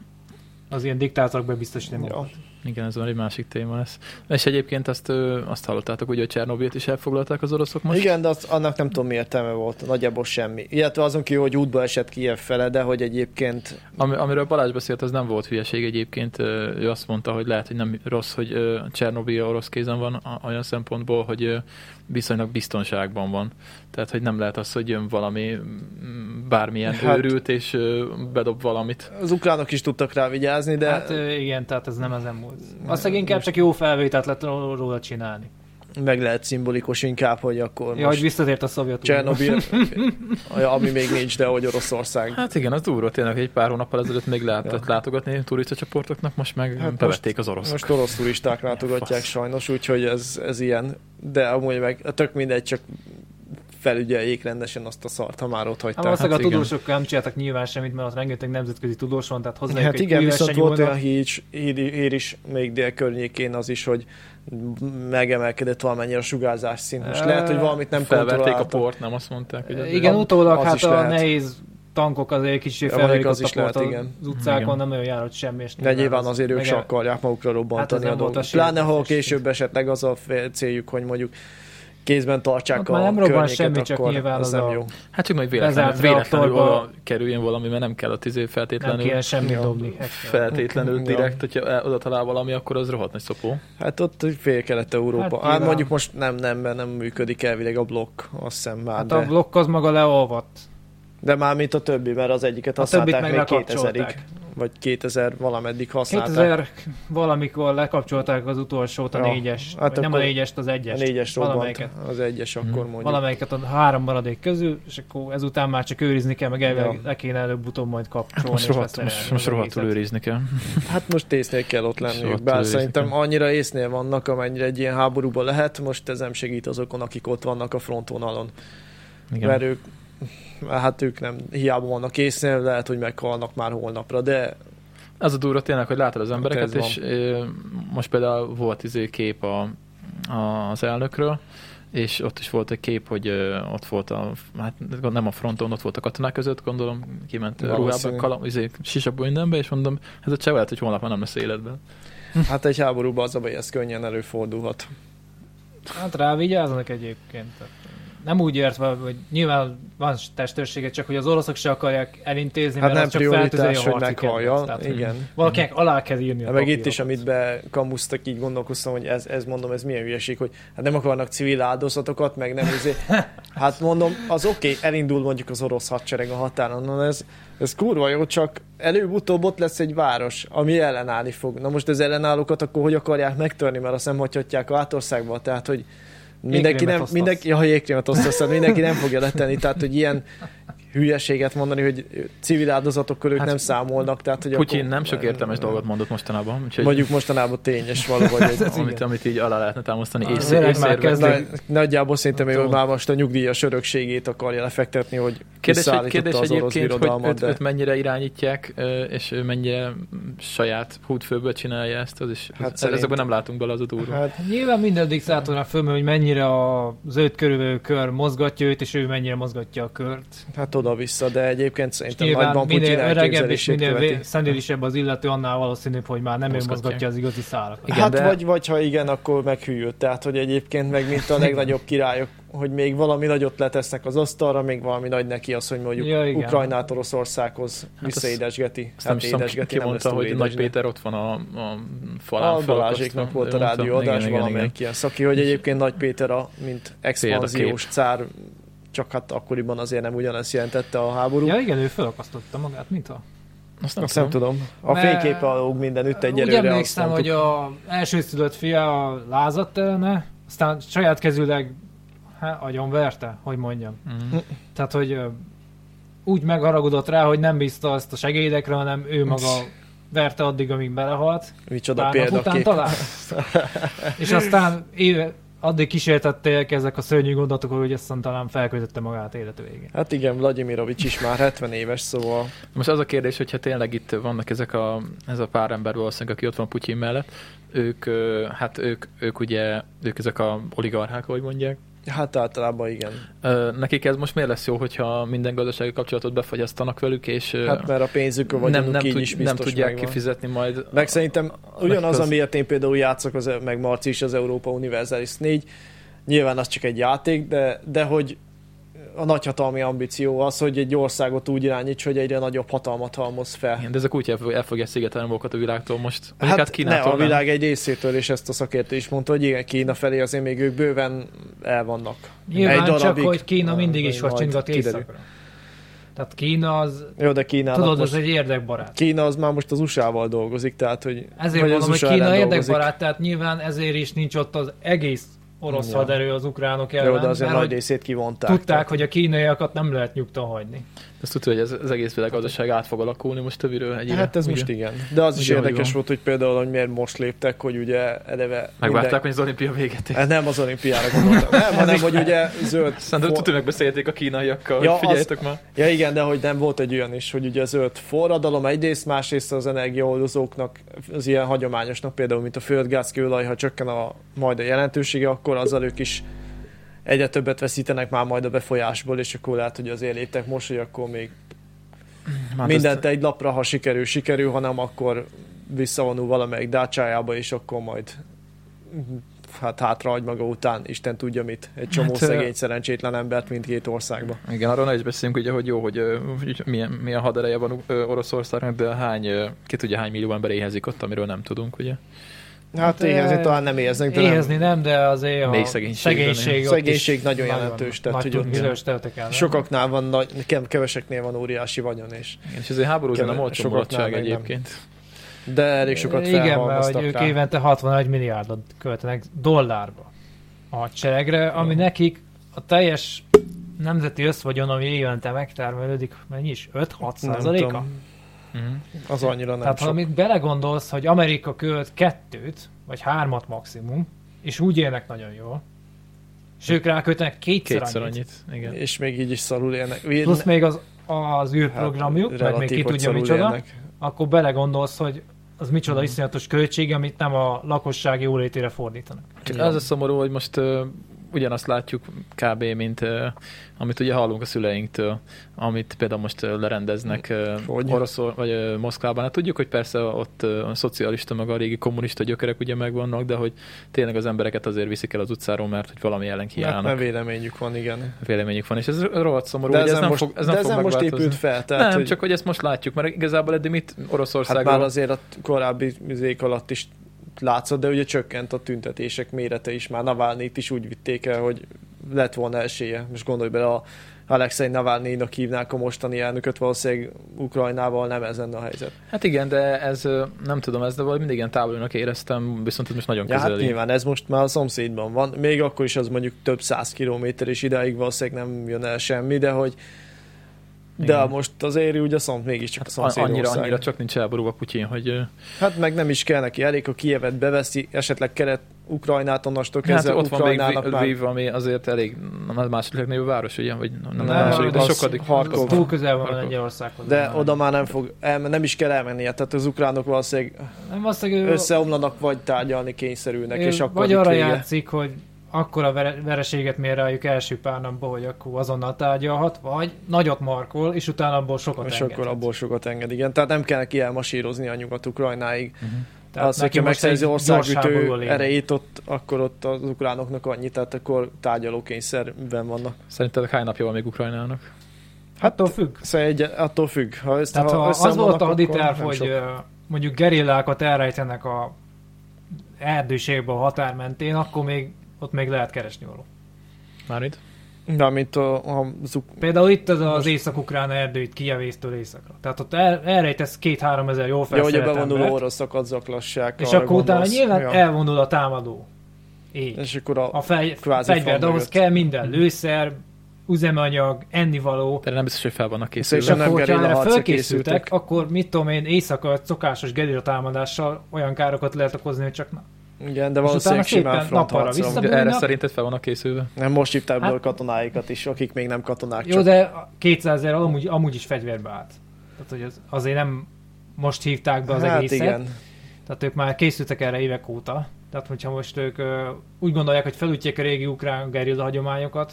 az ilyen diktátorok bebiztosítani
ja.
magukat.
Igen, ez van egy másik téma lesz. És egyébként azt, ö, azt hallottátok, ugye, hogy Csernobilt is elfoglalták az oroszok most?
Igen, de az, annak nem tudom mi értelme volt, nagyjából semmi. Illetve azon kívül, hogy útba esett Kiev fele, de hogy egyébként
Ami, amiről Balázs beszélt, az nem volt hülyeség egyébként. Ö, Ő azt mondta, hogy lehet, hogy nem rossz, hogy ö, Csernobil orosz kézen van a- olyan szempontból, hogy ö, viszonylag biztonságban van. Tehát, hogy nem lehet az, hogy jön valami mm, bármilyen
Hát-
hát, őrült, és ö, bedob valamit.
az ukránok is tudtak rá vigyázni, de
De... Hát ö, igen, tehát ez nem ezen múlt. Azt inkább csak jó felvételt lett ró- róla csinálni.
meg lehet szimbolikus inkább, hogy akkor
Ja, hogy
most
visszatért a Hát Szovjetunió.
Csernobil,
(laughs)
Ja, ami még nincs, de hogy Oroszország.
Hát igen, az durva tényleg, egy pár hónappal ezelőtt még lehetett látogatni turista csoportoknak, most meg
Hát
hát bevették az oroszok.
Most orosz turisták látogatják
Fasz.
sajnos, úgyhogy ez, ez ilyen. De amúgy meg tök mindegy, csak felügyeljék rendesen azt a szart, ha már ott
Hát
hagyták.
valószínűleg
Hát
a
igen.
tudósokkal nem csináltak nyilván semmit, mert ott rengeteg nemzetközi tudós van, tehát hozzájuk
Hát
egy
igen,
újra
viszont
se
volt olyan
nyúlnak.
hír, is- hír, hír is még dél környékén az is, hogy megemelkedett valamennyire a sugárzás szint. Most
Ö,
lehet, hogy valamit nem
Felverték a
kontrolláltak.
port, nem azt mondták, hogy ez-
Igen,
van.
utólag
Az is
hát a
lehet.
nehéz tankok azért kicsit
Ja, mondjuk
felvélik
az
az,
is lehet, igen.
az utcákon,
Igen.
nem olyan járott semmi. És
De nyilván azért ők
meg-
se akarják magukra
Hát
robbantani hát
ez
a
nem volt a
dolgot. Pláne, ha
sérülés.
később esetleg az a fél- céljuk, hogy mondjuk kézben tartsák
Ott
a
Hát már nem robban
környéket,
semmi,
akkor
csak nyilván
az,
az
nem
a-
jó.
Hát csak majd véletlenül,
Bezárt
véletlenül
reaktorba-
oda kerüljön valami, mert nem kell a tizé
Nem
feltétlenül.
kéne semmit
Ja.
dobni.
feltétlenül
Ja.
direkt, hogyha el- oda talál valami, akkor az rohadt nagy szopó.
Hát ott fél kelet-európa.
Hát
Hát,
nyilván.
mondjuk most nem, nem, mert nem működik elvileg a blokk, azt hiszem már,
Hát
de,
a blokk az maga leolvadt.
de már mint a többi, mert az egyiket
A többit
használták
meg
még 2000-ig,
lekapcsolták.
vagy 2000 valameddig használták.
2000 valamikor lekapcsolták az utolsót, a
Ja.
négyes.
Hát
Hát nem a
akkor
négyest, az
a
egyest.
négyes robbant,
valamelyiket.
az egyes akkor mondjuk.
Valamelyiket a három maradék közül, és akkor ezután már csak őrizni kell, meg elvileg
Ja.
le kéne előbb-utóbb majd kapcsolni.
Most
és
rohadt,
leszerelni
most,
az
most rohadtul
egészet.
őrizni kell.
Hát most észnél kell ott
Szóval
lenniük,
ott
bár
őrizni
szerintem
kell.
annyira észnél vannak, amennyire egy ilyen háborúban lehet, most ez nem segít azokon, akik ott vannak a frontvonalon,
Igen.
mert ők, hát ők nem, hiába vannak észnél, lehet, hogy meghalnak már holnapra, de
Az a durva tényleg, hogy látod az embereket,
ez van.
és ö, most például volt izé kép a, a, az elnökről, és ott is volt egy kép, hogy ö, ott volt a, hát nem a fronton, ott volt a katonák között, gondolom, kiment ö,
Valószínű.
ruhába, kalam, izé, sisabú mindenbe, és mondom, ez a cseh lehet, hogy holnap már nem lesz életben.
hát egy háborúban az a baj, ez könnyen előfordulhat.
Hát rá vigyázzanak egyébként. Tehát Nem úgy értve, hogy nyilván van testőrsége, csak hogy az oroszok se akarják elintézni,
Hát
mert
nem
az csak feltüzelje
prioritás,
a
hogy
harci kedvet.
meghallja,
Tehát, hogy
igen.
Valakinek alá kell írni a
Hát meg itt is,
papírokat.
amit bekamusztak, így gondolkoztam, hogy ez, ez mondom, ez milyen hülyeség, hogy hát nem akarnak civil áldozatokat, meg nem izé. Hát mondom, az oké, okay, elindul mondjuk az orosz hadsereg a határon, na ez, ez kurva jó, csak előbb-utóbb ott lesz egy város, ami ellenállni fog. Na most az ellenállókat akkor hogy akarják megtörni, mert azt nem hagyhatják átországba, tehát hogy mindenki
Jégkrémet
nem,
osztasz.
mindenki, ja, ha jégkrémet osztasz, tehát mindenki nem fogja letenni, tehát hogy ilyen hülyeséget mondani, hogy civil áldozatokkal ők hát,
Hát
nem számolnak, tehát hogy
Putyin nem sok értelmes dolgot mondott mostanában, úgyhogy
Mondjuk mostanában tényes
(laughs)
valóban. Egy,
amit, amit így alá lehetne támasztani,
Az
és,
öreg már
észérve.
kezd-
nagy, nagyjából szerintem ő
Tudom.
már most a nyugdíjas örökségét akarja lefektetni, hogy
Kérdés, hogy,
kiszállította
kérdés
az orosz
egyébként, hogy
birodalmat,
őt,
de
őt mennyire irányítják, ö, és ő mennyire mm, saját hútfőből csinálja ezt, az is,
Hát
hát
szerint-
ezekben nem látunk bele az a durva. Hát,
hát,
Nyilván minden diktátornak fölmű, hogy mennyire az őt körülbelül kör mozgatja őt, és ő mennyire mozgatja a kört.
hát oda-vissza, de egyébként
És
szerintem
nyilván
nagyban Putyin
minél öregebb és
elképzelését
minél
követi.
vé- szennyűlisebb az illető, annál valószínűbb, hogy már nem ő
Mozgatják.
mozgatja az igazi szálakat.
Igen,
hát
de-
vagy, vagy ha igen, akkor meghűlt. Tehát, hogy egyébként meg mint a
(laughs)
legnagyobb királyok, hogy még valami nagyot letesznek az asztalra, még valami nagy neki az, hogy mondjuk
Ja,
ja,
igen.
Ukrajnát Oroszországhoz
azt-
visszaédesgeti.
Hát
Hát
azt nem is tudom, ki- ki
nem lesz
mondta,
túl
hogy Nagy
édesnek.
Péter ott van a, a falán.
A
fölakasztva.
Balázséknak volt a
Ő mondta,
rádióadás
igen, igen, igen.
valamelyik ilyen szaki, hogy egyébként Nagy Péter a, mint expanziós cár, csak hát akkoriban azért nem ugyanezt jelentette a háború.
Ja igen, ő felakasztotta magát, mint a...
Azt nem
Azt nem
tudom.
tudom. A
Mert-
fényképe alóg mindenütt egyelőre.
Úgy
azt
emlékszem,
mondtuk.
hogy a elsőszülött fia a lázadt ellene, aztán saját kezűleg hát, agyon verte, hogy mondjam.
Mhm.
Tehát, hogy ö, úgy megharagudott rá, hogy nem bízta azt a segédekre, hanem ő maga verte addig, amíg belehalt.
Micsoda
Pár nap után
példakép. (laughs)
talán. És aztán éve, addig kísértették ezek a szörnyű gondolatok, hogy aztán talán felkötötte magát élet végén.
Hát igen, Vladimirovics is már 70 éves, szóval
Most az a kérdés, hogyha tényleg itt vannak ezek a, ez a pár ember valószínűleg, aki ott van Putyin mellett, ők, ö, hát ők, ők ugye, ők ezek a oligarchák, ahogy mondják,
Hát általában igen.
Ö, Nekik ez most miért lesz jó, hogyha minden gazdasági kapcsolatot befagyasztanak velük, és ö,
Hát mert a pénzükön vagyunk,
nem, nem,
így
tud,
is
nem
biztos
tudják
megvan.
kifizetni majd.
Meg szerintem ugyanaz,
az-
amiért én például játszok, az, e- meg Marci is az Európa Universalis 4, nyilván az csak egy játék, de, de hogy a nagyhatalmi ambíció az, hogy egy országot úgy irányíts, hogy egyre nagyobb hatalmat halmoz fel.
Igen, de ezek úgy el, el fogják szigetelni magukat a világtól most. Vagy
Hát ne,
Kínától
a
nem.
világ egy részétől, és ezt a szakértő is mondta, hogy igen, Kína felé azért még ők bőven el vannak.
Nyilván
Egy
csak,
darabig.
hogy Kína mindig is
Majd
vacsingat
kiderül.
éjszakra. Tehát Kína az,
Jó, de Kínának
tudod,
most,
az egy érdekbarát.
Kína az már most az USA-val dolgozik, tehát hogy...
Ezért
vagy az
mondom, hogy
USA
Kína
ellen dolgozik.
érdekbarát, tehát nyilván ezért is nincs ott az egész orosz
Ja.
haderő az ukránok ellen,
Jó, de azért
mert
nagy
hogy
részét kivonták.
tudták, hogy a kínaiakat nem lehet nyugton hagyni.
Ezt tudja, hogy ez, az egész világgazdaság át fog alakulni most többiről egyre.
Hát ez
Ugye?
most igen. De az is
Ugye, hogy
érdekes
van.
volt, hogy például, hogy miért most léptek, hogy ugye eleve...
Megvárták, hogy az olimpia véget ér.
minden... Nem az olimpiára gondoltam. Nem, hanem, hogy ugye zöld...
Szerintem
for-
tudod, megbeszélték a kínaiakkal,
Ja,
ja,
az-
figyeljetek már.
Ja igen, de hogy nem volt egy olyan is, hogy ugye az öt forradalom egyrészt, másrészt az energiaoldozóknak, az ilyen hagyományosnak például, mint a földgáz, kőolaj, ha csökken a, majd a jelentősége, akkor azzal ők is egyre többet veszítenek már majd a befolyásból, és akkor lehet, hogy azért léptek most, hogy akkor még
Már
Hát
mindent
ezt-
egy lapra, ha sikerül, sikerül, hanem akkor visszavonul valamelyik dácsájába, és akkor majd hát hátrahagy maga után, Isten tudja mit, egy csomó
Hát,
hát,
ö-
szegény, szerencsétlen embert mindkét országba.
Igen, arról ne is beszélünk, ugye, hogy jó, hogy ö, hogy milyen, milyen hadereje van ö, Oroszországnak, de hány, ö, ki tudja, hány millió ember éhezik ott, amiről nem tudunk, ugye?
Hát
De-
éhezni talán nem éheznek, de nem,
Éhezni nem, de azért a
Mély szegénységben
szegénység, ott
Szegénység
is
nagyon jelentős, tehát,
nagy
hogy ott
tud- bizonyos területeken. nem?
Sokaknál van nagy, nekem keveseknél van óriási vagyon, és
Igen, és ezért háborúzni
Keve-
nem olcsó
sokaknál
mulatság
meg nem.
egyébként.
de elég sokat
Igen, mert hogy
felhalmoztak
ők
rá.
évente 61 milliárdot költenek dollárba a hadseregre, ami nekik a teljes nemzeti összvagyon, ami évente megtermelődik, mennyi is? 5-6
Nem
százaléka?
tudom,
Mhm.
Az annyira nem
Tehát ha
sok.
amit belegondolsz, hogy Amerika költ kettőt, vagy hármat maximum, és úgy élnek nagyon jól, és ők ráköltenek kétszer,
Kétszer
annyit.
annyit. Igen.
És még így is szarul élnek. Én-
Plusz még az, az
hát,
űrprogramjuk, hát, meg még
relatív,
ki
hogy
tudja
szarul
micsoda,
élnek.
akkor belegondolsz, hogy az
Mhm.
micsoda iszonyatos költség, amit nem a lakosság jólétére fordítanak.
Csak
Ja.
az a szomorú, hogy most ö, ugyanazt látjuk kb. mint ö, amit ugye hallunk a szüleinktől, amit például most ö, lerendeznek ö,
Hogy?
Oroszor, vagy ö, Moszkvában. Hát tudjuk, hogy persze ott ö, a szocialista, meg a régi kommunista gyökerek ugye megvannak, de hogy tényleg az embereket azért viszik el az utcáról, mert hogy valami ellen
Hát mert
kiállnak.
véleményük van, igen.
Véleményük van, és ez rohadt szomorú,
De
hogy ez
ezen
nem
most,
fog, ez nem
de
fog
ezen most
megváltozni.
épült fel, tehát
nem,
hogy...
csak hogy ezt most látjuk, mert igazából eddig mit
Hát
Oroszországról...
már azért a korábbi műzék alatt is látszott, de ugye csökkent a tüntetések mérete is. Már Navalnyit is úgy vitték el, hogy lett volna esélye. Most gondolj bele, a Alexei Navalnyinak hívnák a mostani elnököt, valószínűleg Ukrajnával nem ezen a helyzet.
Hát igen, de ez ö, nem tudom, ez de valahogy mindig ilyen távolinak éreztem, viszont ez most nagyon
Ja, hát
közeli.
nyilván ez most már a szomszédban van. Még akkor is az mondjuk több száz kilométer, és idáig valószínűleg nem jön el semmi, de hogy de
Igen.
most azért úgy a szomszéd, mégiscsak a
Hát
szomszédország.
annyira, annyira csak nincs elború a Putyin, hogy ö,
Hát meg nem is kell neki, elég, ha Kievet beveszi, esetleg kelet Ukrajnát onnastól
hát
kezdve
ott van még
Ukrajnának
Lviv-
már...
Lviv, ami azért elég, nem az második legnagyobb város, ugye? Vagy nem, nem,
Nem,
második, de
az
sokadik.
Harkov.
Az túl közel van
Harkov.
Lengyelországhoz.
De oda már nem fog, elme, nem is kell elmennie, tehát az ukránok valószínűleg
nem azt, hogy ő,
összeomlanak, vagy tárgyalni kényszerülnek,
ő
és akkor
vagy
itt
arra
vége.
játszik, hogy akkor a vereséget mér rájuk első pár napban, hogy akkor azonnal tárgyalhat, vagy nagyot markol, és utána abból sokat
és
engedhet.
akkor abból sokat enged, igen. Tehát nem kell neki elmasírozni a nyugat-ukrajnáig.
Tehát
az,
neki
hogyha
most egy
megszerzi
gyors háború a
országütő
lényeg.
erejét ott, akkor ott az ukránoknak annyi, tehát akkor tárgyalókényszerben vannak.
Szerinted hány napja van még Ukrajnának?
Hát attól függ.
Szóval egy, attól függ. Ha, össze,
Tehát ha az
összeomlanak,
volt a
akkor
haditerv,
nem
hogy
sok.
ö, mondjuk gerillákat elrejtenek a erdőségbe a határ mentén, akkor még ott még lehet keresni való.
Mármint?
De amit a, a, az uk-
Például itt az, az észak-ukrán erdőit kijavésztől északra. Tehát ott el, elrejtesz két-három ezer jó
Ja, hogy a
felszerelt
bevonuló
embert,
oroszokat zaklassák.
és
arra
akkor utána
gondolsz.
nyilván
Ja.
elvonul a támadó. Ég.
És akkor a...
A fej,
kvázi
fegyver, de
fal
ahhoz
mögött.
kell minden lőszer, üzemanyag, ennivaló,
De nem biztos, hogy fel vannak
És
és
készülve.
Szerintem
akkor,
nem
hogyha
gerilla
erre
harcra
fölkészültek,
készültek.
akkor mit tudom én, éjszaka szokásos gerilla támadással olyan károkat lehet okozni, hogy csak na.
Igen, de
És
valószínűleg
utána
simán
szépen nappalra
frontharcra.
vissza-
megy.
Ugye Erre
Szabadulnak.
szerinted fel vannak készülve?
Nem, most hívták hát...
Hát-
a katonáikat is, akik még nem katonák,
Jó,
csak
de a 200 ezer amúgy, amúgy is fegyverbe állt. Tehát, hogy az, azért nem most hívták be az
hát
egészet.
igen.
Tehát ők már készültek erre évek óta. Tehát, hogyha most ők ö, úgy gondolják, hogy felütjék a régi ukrán gerilla hagyományokat,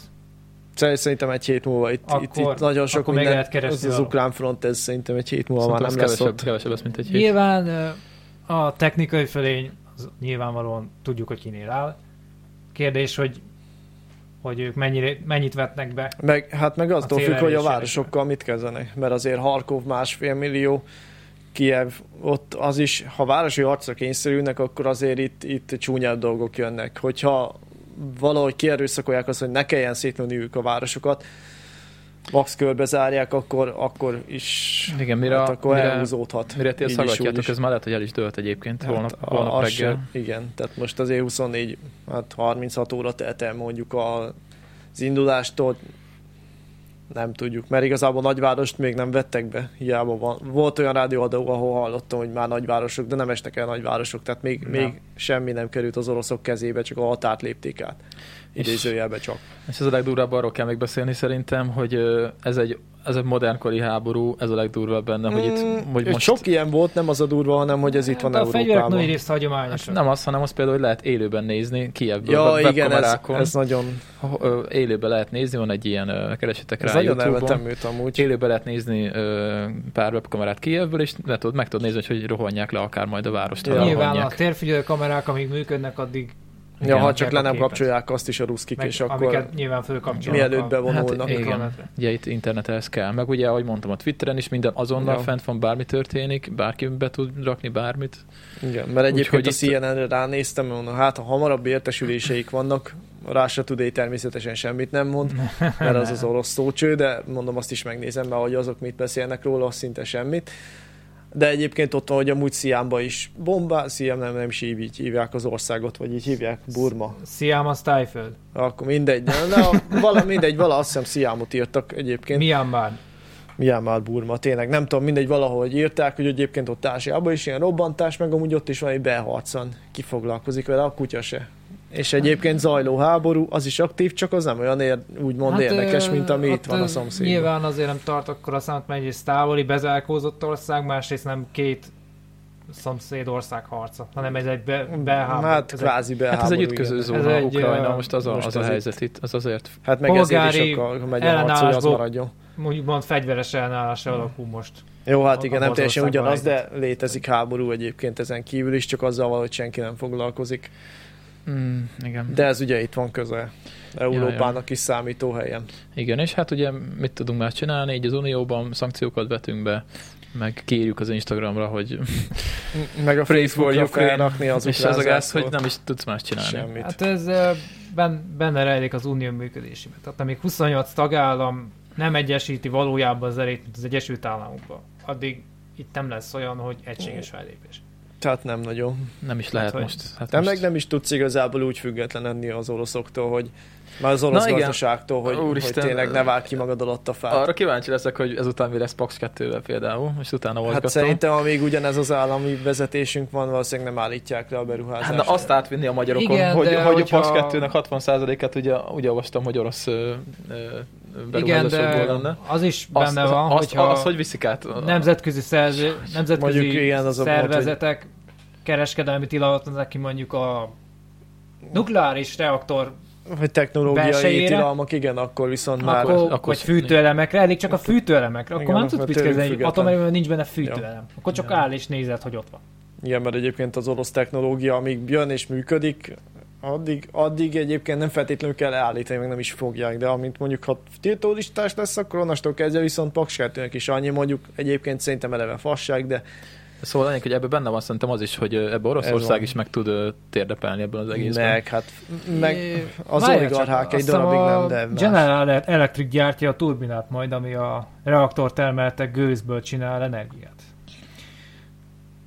Szer- Szerintem egy hét múlva itt, itt,
Akkor-
itt nagyon sok
akkor még
minden,
lehet
az,
keresztül
az
való.
ukrán front, ez szerintem egy hét múlva
Szóval
már
az
nem lesz
kevesebb,
ott.
kevesebb lesz, mint egy hét.
Nyilván ö, a technikai fölény, az nyilvánvalóan tudjuk, hogy kinél áll. Kérdés, hogy, hogy ők mennyire, mennyit vetnek be.
Meg, hát meg attól függ, hogy a
célerőségekre.
városokkal mit kezdenek, mert azért Harkov másfél millió, Kiev, ott az is, ha városi harcra kényszerülnek, akkor azért itt, itt csúnyább dolgok jönnek. Hogyha valahogy kierőszakolják azt, hogy ne kelljen szétlőniük a városokat, max körbe zárják, akkor, akkor is
Igen, mire,
hát
hát
akkor
mire,
elhúzódhat.
mire ti ezt
Így is,
hallgatjátok,
úgy
ez már lehet, hogy el is dőlt egyébként
Hát
holnap,
a-
holnap
az
reggel.
se- igen, tehát most azért 24, hát 36 óra telt el mondjuk a, az indulástól, nem tudjuk, mert igazából nagyvárost még nem vettek be, hiába van. Volt olyan rádióadó, ahol hallottam, hogy már nagyvárosok, de nem estek el nagyvárosok, tehát még,
Nem.
még semmi nem került az oroszok kezébe, csak a határt lépték át.
És-
Idézőjelbe csak.
És ez a legdurvább arról kell még beszélni szerintem, hogy ö, ez egy, ez egy modernkori háború, ez a legdurvább benne, hogy itt
Mm,
hogy most...
Sok ilyen volt, nem az a durva, hanem hogy ez itt van
Hát a fegyverek nagy
Európában. Hát
része hagyományos.
Hát Nem az, hanem az például, hogy lehet élőben nézni, Kievből,
Ja,
web-
igen, ez,
webkamerákon.
ez nagyon,
Ö, Élőben lehet nézni, van egy ilyen, ö, keresetek
ez
rá
nagyon
YouTube-on.
elvetem őt amúgy.
Élőben lehet nézni ö, pár webkamerát Kievből, és le tud, meg tudod nézni, hogy, hogy rohanják le akár majd a várost. ha
Ja. Hát
Nyilván a
rohanják.
tér kamerák, amíg működnek, addig
Ja, ha
adják
csak
a
le nem
képet.
kapcsolják azt is a ruszkik,
meg,
és akkor
amiket nyilván fölkapcsolnak.
mielőtt
a-
bevonulnak.
Hát, igen.
mikrometre.
Ugye itt internethez kell. Meg ugye, ahogy mondtam, a Twitteren is minden azonnal
Ja.
fent van, bármi történik, bárki be tud rakni bármit.
Igen, mert egyébként
Úgyhogy
a
itt-
CNN-re ránéztem, mondom, hát ha hamarabb értesüléseik vannak, rá se tudé természetesen semmit nem mond, mert az az orosz szócső, de mondom azt is megnézem, mert hogy azok mit beszélnek róla, az szinte semmit. De egyébként ott van, hogy amúgy Sziámba is bombá, Sziám nem, nem is így, így hívják az országot, vagy így hívják, Burma.
Siam az Tájföld.
Akkor mindegy, de, de vala, mindegy, vala, azt hiszem Sziámot írtak egyébként.
Myanmar.
Milyen már Burma, tényleg nem tudom, mindegy, valahogy írták, hogy egyébként ott Ázsiában is ilyen robbantás, meg amúgy ott is valami belharcan kifoglalkozik vele, a kutya se. És egyébként zajló háború, az is aktív, csak az nem olyan ér, úgymond hát, érdekes,
ö,
mint ami
ott,
itt van
ö,
a szomszédban.
Nyilván azért nem tart akkor a számot, mert egyrészt távoli, bezárkózott ország, másrészt nem két szomszéd ország harca, hanem ez egy be, belháború.
hát
ez egy
kvázi belháború.
Hát ez egy
igen.
ütköző
Ez
zóna,
egy,
egy, Ukrajna,
ö,
most az a,
most
most az a
ez
helyzet itt, az azért
Hát meg ezért
polgári
is akar, megy a harc, hogy az
ellenállásból-
maradjon.
úgymond fegyveres ellenállás alakul most.
Jó, hát
a-
igen,
abban
nem
az
teljesen
országban
ugyanaz,
a
de létezik háború egyébként ezen kívül is, csak azzal valahogy senki nem foglalkozik.
Mm, igen.
De ez ugye itt van közel. Európának is számító helyen.
igen, és hát ugye mit tudunk már csinálni, így az Unióban szankciókat vetünk be, meg kérjük az Instagramra, hogy (laughs)
Meg a
Praise for
Facebookra
Ukraine.
felrakni az
és
ukrán
az a gáz, hogy
zászlót.
nem is tudsz más csinálni.
Semmit.
Hát ez ö, ben, benne rejlik az unió működésében. Tehát amíg 28 tagállam nem egyesíti valójában az erejét, mint az Egyesült Államokban, addig itt nem lesz olyan, hogy egységes fellépés.
Tehát nem nagyon.
Nem is lehet
hogy-
most. Hát
De
most...
meg nem is tudsz igazából úgy független lenni az oroszoktól, hogy már az orosz
Na igen.
gazdaságtól, hogy, hogy
Úristen.
tényleg ne vág ki magad alatt a fát. Hát
Arra kíváncsi leszek, hogy ezután mi lesz Pax 2-vel például, és utána
hát
mozgatom.
szerintem, amíg ugyanez az állami vezetésünk van, valószínűleg nem állítják le a beruházást.
Hát na azt átvinni a magyarokon,
Igen,
Igen, hogy,
de
hogy a
hogyha-
PAX 2-nek 60%-át ugye, ugye olvastam, hogy orosz ö, ö,
Igen,
beruházásokból
de
lenne.
az is
Azt,
benne van,
azt,
hogyha...
azt, hogy viszik át?
nemzetközi, szerző, nemzetközi
Mondjuk ilyen az a volt,
szervezetek kereskedelmi tilalmat adnak ki mondjuk a nukleáris reaktor,
Hogy technológiai
Belsejére?
tilalmak, igen, akkor viszont már...
akkor, akkor,
akkor
vagy
sz-
fűtőelemekre, elég csak a fűtőelemekre, akkor
Igen,
már nem tudsz
mert
mit
tőlük
kezdeni,
független.
atomerőműben nincs benne fűtőelem. Akkor csak
Ja.
áll és nézed, hogy ott van.
Igen, mert egyébként az orosz technológia, amíg jön és működik, addig, addig egyébként nem feltétlenül kell állítani, meg nem is fogják, de amint mondjuk, ha tiltólistás lesz, akkor onnastól kezdve viszont paksártőnek is annyi, mondjuk egyébként szerintem eleve fasság, de
Szóval lényeg, hogy ebben benne van szerintem az is, hogy ö, ebbe Oroszország
van.
is meg tud ö, térdepelni ebben az egészben.
meg, hát, meg
É,
az
várjál
oligarchák
csak,
egy
azt hiszem
darabig
a
nem, de más.
General Electric gyártja a turbinát majd, ami a reaktor termeltek gőzből csinál energiát.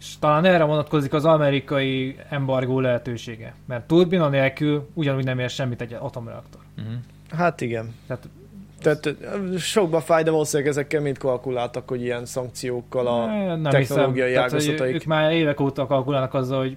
És talán erre vonatkozik az amerikai embargó lehetősége, mert turbina nélkül ugyanúgy nem ér semmit egy atomreaktor.
Mhm.
Hát igen.
Tehát-
Tehát sokba fáj, de valószínűleg ezekkel mind kalkuláltak, hogy ilyen szankciókkal a...
Eh, nem
technológiai
hiszem. Tehát, hogy
ágazataik.
Ők már évek óta kalkulálnak azzal, hogy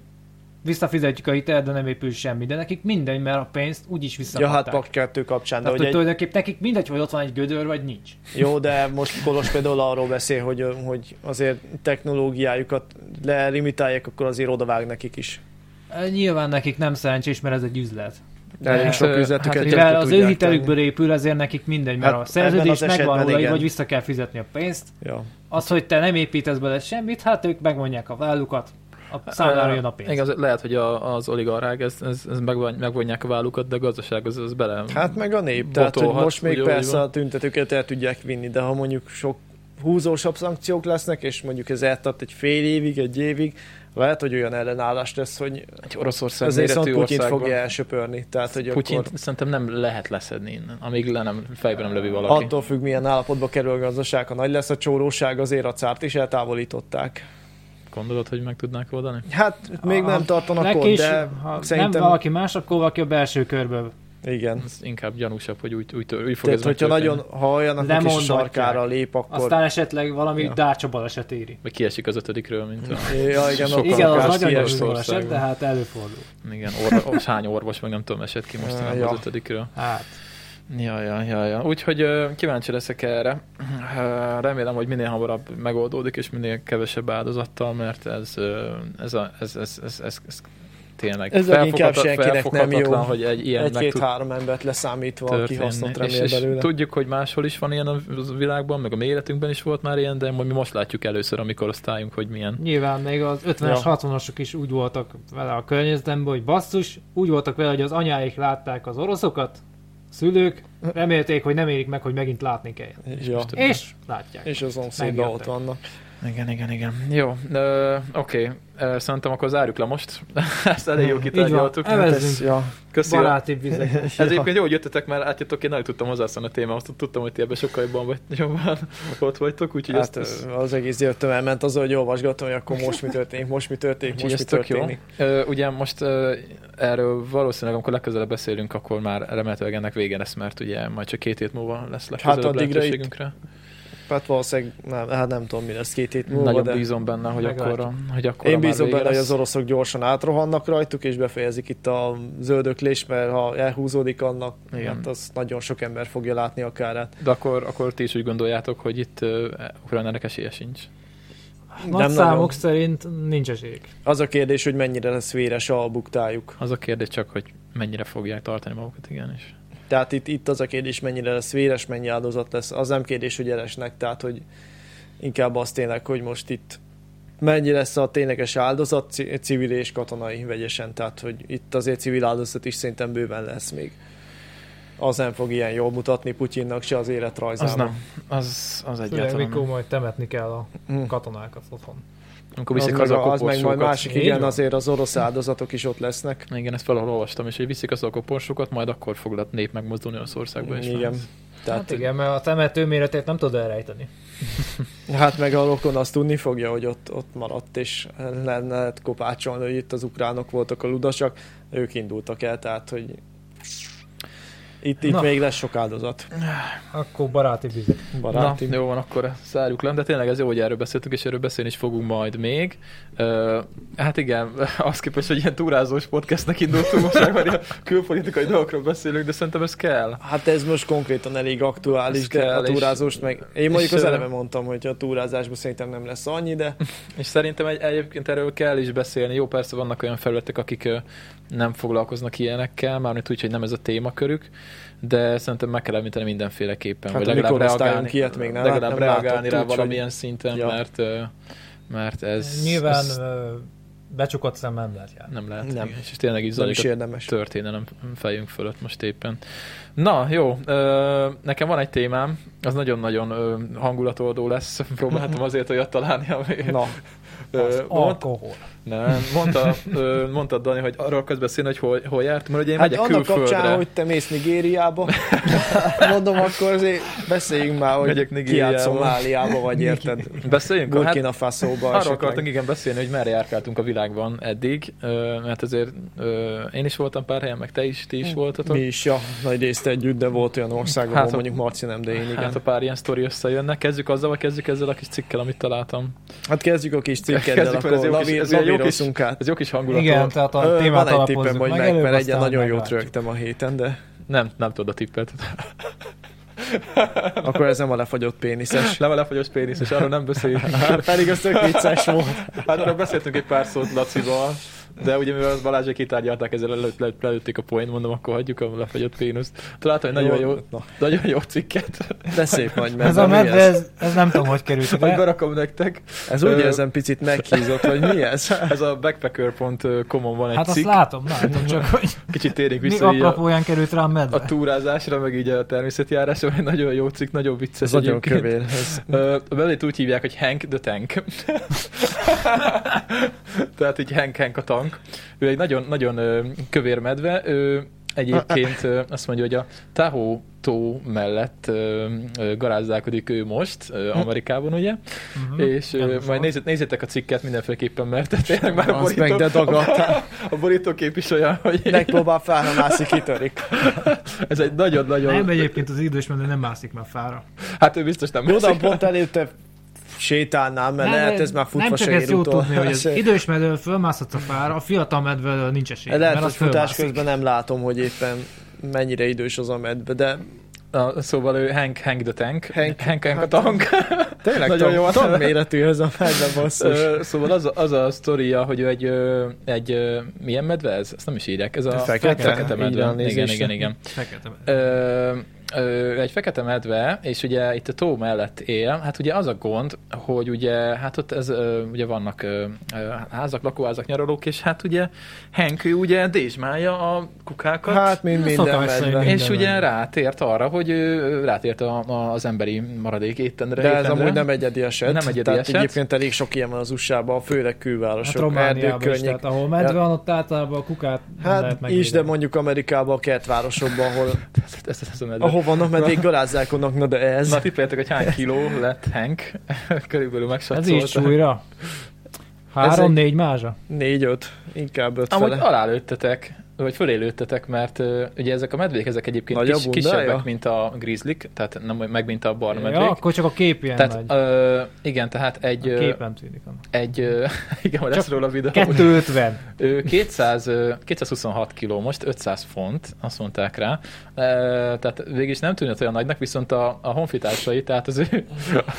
visszafizetjük a hitelt, de nem épül semmi. De nekik mindegy, mert a pénzt úgyis
Ja,
visszakapták.
hát Paks 2 kapcsán, de
Tehát,
hogy
hogy
egy
tulajdonképpen nekik mindegy, hogy ott van egy gödör, vagy nincs.
Jó, de most Kolos például arról beszél, hogy, hogy azért technológiájukat lelimitálják, akkor azért odavág nekik is.
Eh, Nyilván nekik nem szerencsés, mert ez egy üzlet.
De elég
Hát,
sok
ö,
üzletüket
hát
hát,
Mivel az ő
tudják
hitelükből épül, ezért nekik mindegy,
Hát
mert a
ebben
szerződés
az esetben
megvan róla,
igen.
hogy vissza kell fizetni a pénzt.
tenni. Ja.
Az, hogy te nem építesz bele semmit, hát ők megmondják a vállukat, a számlára jön a pénz.
Igen, az- lehet, hogy a, az oligarchák ez, ez, ez megvon- megvonják a vállukat, de a gazdaság az, az bele...
Hát meg a nép, tehát hogy
Botolhat,
most még
ugye, úgy
persze
van.
a tüntetőket el tudják vinni, de ha mondjuk sok húzósabb szankciók lesznek, és mondjuk ez eltart egy fél évig, egy évig, lehet, hogy olyan ellenállás lesz, hogy
egy Oroszország
azért viszont
méretű
Putyint
országban.
fogja elsöpörni. Tehát, hogy
Putyint
akkor
szerintem nem lehet leszedni innen, amíg le nem, fejbe nem lövi valaki.
attól függ, milyen állapotba kerül a gazdaság. Ha nagy lesz a csóróság, azért a cárt is eltávolították.
Gondolod, hogy meg tudnák oldani?
Hát még nem
Ah,
A-
tartanak ott,
Legkés,
de
ha
szerintem-
nem valaki más, akkor valaki a belső körből.
igen.
Ez inkább gyanúsabb, hogy úgy, úgy, tör, úgy fog
Tehát,
ez
hogyha
megtörténni.
nagyon, ha olyan, akkor kis a
Lemondhatják.
sarkára lép, akkor...
Aztán esetleg valami
Ja.
ja. dárcsa baleset éri.
Vagy kiesik az ötödikről, mint a...
Ja, igen,
Sokan
akkor
akár
Igen, az
akár
nagyon
ilyes
gyors baleset,
országban.
de hát előfordul.
Igen,
(laughs)
orva, os, hány orvos, meg nem tudom, esett ki most
Ja.
ja. az ötödikről.
Hát,
Ja, ja, ja, ja. Úgyhogy ö, kíváncsi leszek erre. Ö, Remélem, hogy minél hamarabb megoldódik, és minél kevesebb áldozattal, mert ez, ö, ez, a, ez, ez, ez, ez, ez tényleg
Ez leginkább
felfoghatat-
senkinek nem
felfoghatatlan,
jó.
hogy egy ilyen meg tud
Egy-két-három embert leszámítva, aki hasznot
történni. És,
remél
és
belőle.
tudjuk, hogy máshol is van ilyen a világban, meg a mi életünkben is volt már ilyen, de mi most látjuk először, amikor osztályunk, hogy milyen.
nyilván még az 50-es,
Ja.
60-asok is úgy voltak vele a környezetemben, hogy basszus, úgy voltak vele, hogy az anyáik látták az oroszokat, szülők, remélték, hogy nem érik meg, hogy megint látni kell.
Ja.
Most-
És látják.
És a szomszédban ott
Megjöttek.
vannak.
Igen, igen, igen. Jó, ö, oké. Ö, Szerintem akkor zárjuk le most. (laughs) Ezt elég jó kitárgyaltuk.
Így van. Evezzünk.
Ez, ja.
Köszönöm.
Baráti
(laughs)
vizek.
Ez egyébként jó, hogy jöttetek, mert átjöttök, én nem tudtam hozzászólni a témához, tudtam, hogy ti ebben sokkal jobban, vagy, jobban (laughs) ott vagytok, úgyhogy
hát,
hát, ezt,
ö, az egész jöttem elment az, hogy olvasgatom, hogy akkor most mi történik, most mi történik,
úgyhogy
most mi
ez tök jó.
történik.
Ö, ugye most ö, erről valószínűleg, amikor legközelebb beszélünk, akkor már remélhetőleg ennek vége lesz, mert ugye majd csak két hét múlva lesz legközelebb hát
addigra itt
lehetőségünkre.
Hát valószínűleg, nem, hát nem tudom, mi lesz két hét múlva,
Nagyon
de
bízom benne, hogy
Meglátjuk.
akkor, hogy akkor
én bízom benne,
lesz.
hogy az oroszok gyorsan átrohannak rajtuk, és befejezik itt a zöldöklés, mert ha elhúzódik annak,
Igen.
hát az nagyon sok ember fogja látni a kárát.
De akkor, akkor ti is úgy gondoljátok, hogy itt ö, Ukrajnának esélye sincs.
Nagy
Nem
számok
nagyon.
szerint nincs esélyük.
Az a kérdés, hogy mennyire lesz véres a buktájuk.
Az a kérdés csak, hogy mennyire fogják tartani magukat, igen. És
Tehát itt, itt az a kérdés, mennyire lesz véres, mennyi áldozat lesz. Az nem kérdés, hogy elesnek, tehát hogy inkább az tényleg, hogy most itt mennyi lesz a tényleges áldozat, ci- civil és katonai vegyesen. Tehát, hogy itt azért civil áldozat is szerintem bőven lesz még. Az nem fog ilyen jól mutatni Putyinnak se az életrajzában.
az nem, az, az
Főleg,
egyáltalán
mikor
nem.
majd temetni kell a
Mm.
katonákat otthon.
Amikor
Az,
viszik
meg,
haza a
a- az meg majd
koporsókat.
másik,
Így
igen,
van.
azért az orosz áldozatok is ott lesznek.
Igen, ezt valahol olvastam, és hogy viszik haza a koporsókat, majd akkor fog a nép megmozdulni az országba. És
Igen.
Tehát hát igen, mert a temető méretét nem tudod elrejteni.
Hát meg a rokon azt tudni fogja, hogy ott, ott maradt, és le lehet kopácsolni, hogy itt az ukránok voltak a ludasak, ők indultak el, tehát hogy itt, itt
Na.
még lesz sok áldozat,
Akkor baráti vizek.
baráti.
Na, jó van, akkor szárjuk le. De tényleg ez jó, hogy erről beszéltünk, és erről beszélni is fogunk majd még. Ö, hát igen, (laughs) az képest, hogy ilyen túrázós podcastnek indultunk, most már ilyen külpolitikai dolgokról beszélünk, de szerintem ez kell.
Hát ez most konkrétan elég aktuális,
Ez
de a
kell, és-
túrázost meg... Én mondjuk
és,
az
ö,
eleve mondtam, hogy a túrázásban szerintem nem lesz annyi, de
És szerintem egy, egyébként erről kell is beszélni. Jó, persze vannak olyan felületek, akik ö, nem foglalkoznak ilyenekkel, mármint úgy, hogy nem ez a témakörük, de szerintem meg kell említeni mindenféleképpen.
Hát
Hát, vagy
a
legalább
mikorosztályunk
reagálni,
ilyet hát még nem-
legalább
nem
reagálni
látott,
rá
úgyhogy-
valamilyen szinten,
Ja.
mert, ö, mert ez...
Nyilván
ez
ö, becsukott szem nem lehet járni.
nem lehet.
Nem.
Nem. És tényleg így
nem
zajlik
is
a
érdemes.
történelem fejünk fölött most éppen. Na, jó, ö, nekem van egy témám, az nagyon-nagyon ö, hangulatoldó lesz, (laughs) próbáltam azért olyat találni, ami
Na,
ö, mond-
Alkohol.
nem, mondta, ö, mondta Dani, hogy arról akarsz beszélni, hogy hol, hol járt, mert ugye én hát
hát
megyek
annak
külföldre.
kapcsán, hogy te mész Nigériába, (laughs) mondom, akkor azért beszéljünk már, hogy
Megyek
ki
Nigériába.
át Szomáliába,
(laughs)
vagy érted?
Beszéljünk? Hát,
Burkina Faso-ba
arról
esetleg.
akartunk igen beszélni, hogy merre járkáltunk a világban eddig, ö, mert azért ö, én is voltam pár helyen, meg te is, ti is voltatok.
Hm. Mi is, ja, nagy részt együtt, de volt olyan ország, ahol
Hát
hát,
a-
mondjuk Marci nem, de én igen.
Hát
Hát,
a pár ilyen sztori összejönnek. Kezdjük azzal, vagy kezdjük ezzel a kis cikkel, amit találtam.
hát kezdjük a kis cikkeddel,
Kezdjük fel, ez
akkor
jó kis-
lavír,
ez ilyen jó kis-
lavírozzunk át.
Ez jó kis hangulatú.
Igen, tehát a
Ö,
témát
Van egy tippem,
alapozzuk
hogy
meg,
meg,
előbb,
mert egyen
aztán
nagyon jót
meglátjuk.
rögtem a héten, de
Nem, nem tudod a tippet.
akkor ez nem a lefagyott péniszes.
Nem a lefagyos pénisz, (laughs) és arról nem beszélünk.
Pedig az tök vicces volt.
Hát arra beszéltünk egy pár szót Lacival, De ugye mivel az Balázsék kitárgyalták, ezzel előtt le, lelőtték a point, mondom, akkor hagyjuk a lefagyott pénuszt. Találtam egy nagyon jó,
Na,
nagyon jó cikket,
de szép nagy medve.
Ez a
mi
medve, ez, ez nem tudom, hogy került
majd
ide.
berakom nektek.
Ez úgy
Ö,
érzem picit meghízott, hogy mi ez?
Ez a backpacker.com-on van egy
Hát azt
cikk.
látom, látom csak,
(laughs)
hogy
Kicsit térjünk
mi
vissza így a,
apropóján került rá a medve.
a túrázásra, meg így a természetjárásra, mert nagyon jó cikk, nagyon vicces.
Ez nagyon
egyébként.
kövér. Ez
Ö, A belét úgy hívják, hogy Hank the Tank. (laughs) Tehát így Hank Hank a tank. Ő egy nagyon, nagyon ö, kövér medve. Ő egyébként ö, azt mondja, hogy a Tahoe tó mellett ö, ö, garázdálkodik ő most, ö, Amerikában ugye,
Mhm.
és ö,
Gyanús
majd
volt.
nézzét, nézzétek a cikket mindenféleképpen, mert tényleg már a
az meg,
borító,
de dagadtál.
a borítókép is olyan, hogy
Megpróbál felhamászni,
(laughs)
kitörik.
ez egy nagyon-nagyon,
Nem, egyébként az idős medve nem mászik már fára.
hát ő biztos nem (laughs)
Oda pont előtte sétálnál, mert
Nem,
Hát lehet ez már
Nem
futva
csak
se
ezt
ér
jó
utol.
tudni, hogy
(laughs)
az
Se-
idős medőről fölmászhatsz a fára, a fiatal medvől nincs esély.
Lehet, hogy
mert az
futás
fölmászik.
közben nem látom, hogy éppen mennyire idős az a medve, de
Na, szóval ő Hank, Hank the Tank.
Hank-
Hank, Hank, Hank a tank.
tényleg
Nagyon
nagyon
jó a
jó
neve.
méretű ez a medve basszus.
Ö, szóval az a, az a sztoria, hogy ő egy, ö, egy ö, milyen medve ez? Ezt nem is írják. Ez a
Fekete.
fekete
Így van,
medve. Igen,
nézésre.
igen, igen.
Fekete medve.
Ö, ö, egy fekete medve, és ugye itt a tó mellett él, hát ugye az a gond, hogy ugye, hát ott ez, ö, ugye vannak ö, ö, házak, lakóházak, nyaralók, és hát ugye Henk, ő ugye dézsmálja a kukákat.
Hát, mint minden
Szokás szerint.
medve.
és
minden
ugye
van.
rátért arra, hogy ő rátért a, a, az emberi maradék étendre.
De ez
étrendre.
amúgy nem egyedi eset.
Nem egyedi
Tehát
eset.
egyébként elég sok ilyen van az USA-ban, főleg
Hát
külvárosok, erdők,
Romániában is,
környék.
tehát ahol medve van, ott általában a kukát nem lehet
Hát is, de
megvédeni.
mondjuk Amerikában, a kertvárosokban,
(laughs)
ahol,
Ez, ez, ez, ez a medve.
ahol vannak meddig garázzálkodnak, na de ez.
Na tippeljetek, hogy hány kiló lett Hank. (laughs) Körülbelül
Ez
megsatszolta.
így súlyra. Három-négy mázsa.
Négy-öt, inkább öt
Amúgy
fele.
alálőttetek, vagy fölélőttetek, mert ö, ugye ezek a medvék, ezek egyébként
Nagyobb
kis,
bundája?
kisebbek, mint a grizzlik, tehát nem meg, mint a barna medvék.
Ja, akkor csak a kép ilyen
tehát,
nagy.
ö, igen, tehát egy,
A
ö,
kép nem tűnik annak.
egy ö, (laughs) igen, majd lesz róla videó.
250.
Ö, 200, ö, 226 kiló most, 500 font, azt mondták rá. Ö, Tehát végig is nem tűnhet olyan nagynak, viszont a, a honfitársai, tehát az ő,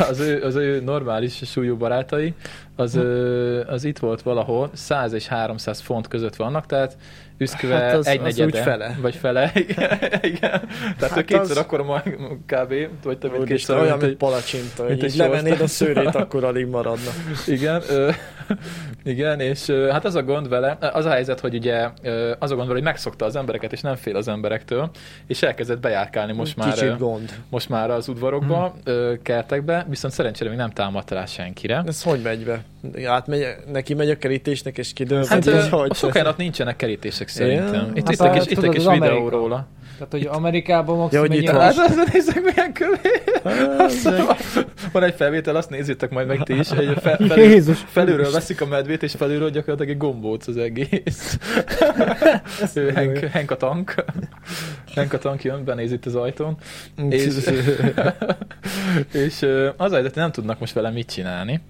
az, ő, az ő normális súlyú barátai, az, ö, az itt volt valahol, 100 és 300 font között vannak, tehát üszköve
Hát
hát
az-
egy
az
negyede,
úgy fele.
Vagy fele, (laughs) igen. igen. Tehát
Hát
hát ő kétszer
az-
az... akkor ma kb. Vagy több mint
Úristen,
kétszer.
olyan, mint
mint
palacsinta,
mint
hogy
egy
így levennéd a
sors.
szőrét, akkor alig maradna.
Igen, ö, igen, és ö, hát az a gond vele, az a helyzet, hogy ugye ö, az a gond vele, hogy megszokta az embereket, és nem fél az emberektől, és elkezdett bejárkálni (laughs) most már,
Kicsit
ö,
gond.
most már az udvarokba,
Mhm.
hmm. kertekbe, viszont szerencsére még nem támadt rá senkire.
Ez hogy megy be? Átmegy, neki megy a kerítésnek, és kidől,
Hát
vagy
ö,
így, hogy
sokan
(laughs)
ott nincsenek kerítések szerintem.
Ja.
Itt
Hát
itt egy
a-
kis, itt egy
tudod,
kis
az
videó
Amerika.
róla.
Tehát, hogy Amerikában maximum
Ja, hogy
egy
itt
ilyen-
van.
Hát azt nézzük, milyen kövér! Van egy felvétel, azt nézzétek majd meg ti is. Egy fe, felül,
Jézus.
felülről veszik a medvét, és felülről gyakorlatilag egy gombóc az egész. Ő Henk, Henk a tank. Henk a tank jön, benéz itt az ajtón. És, és ö, az a helyzet, hogy nem tudnak most vele mit csinálni.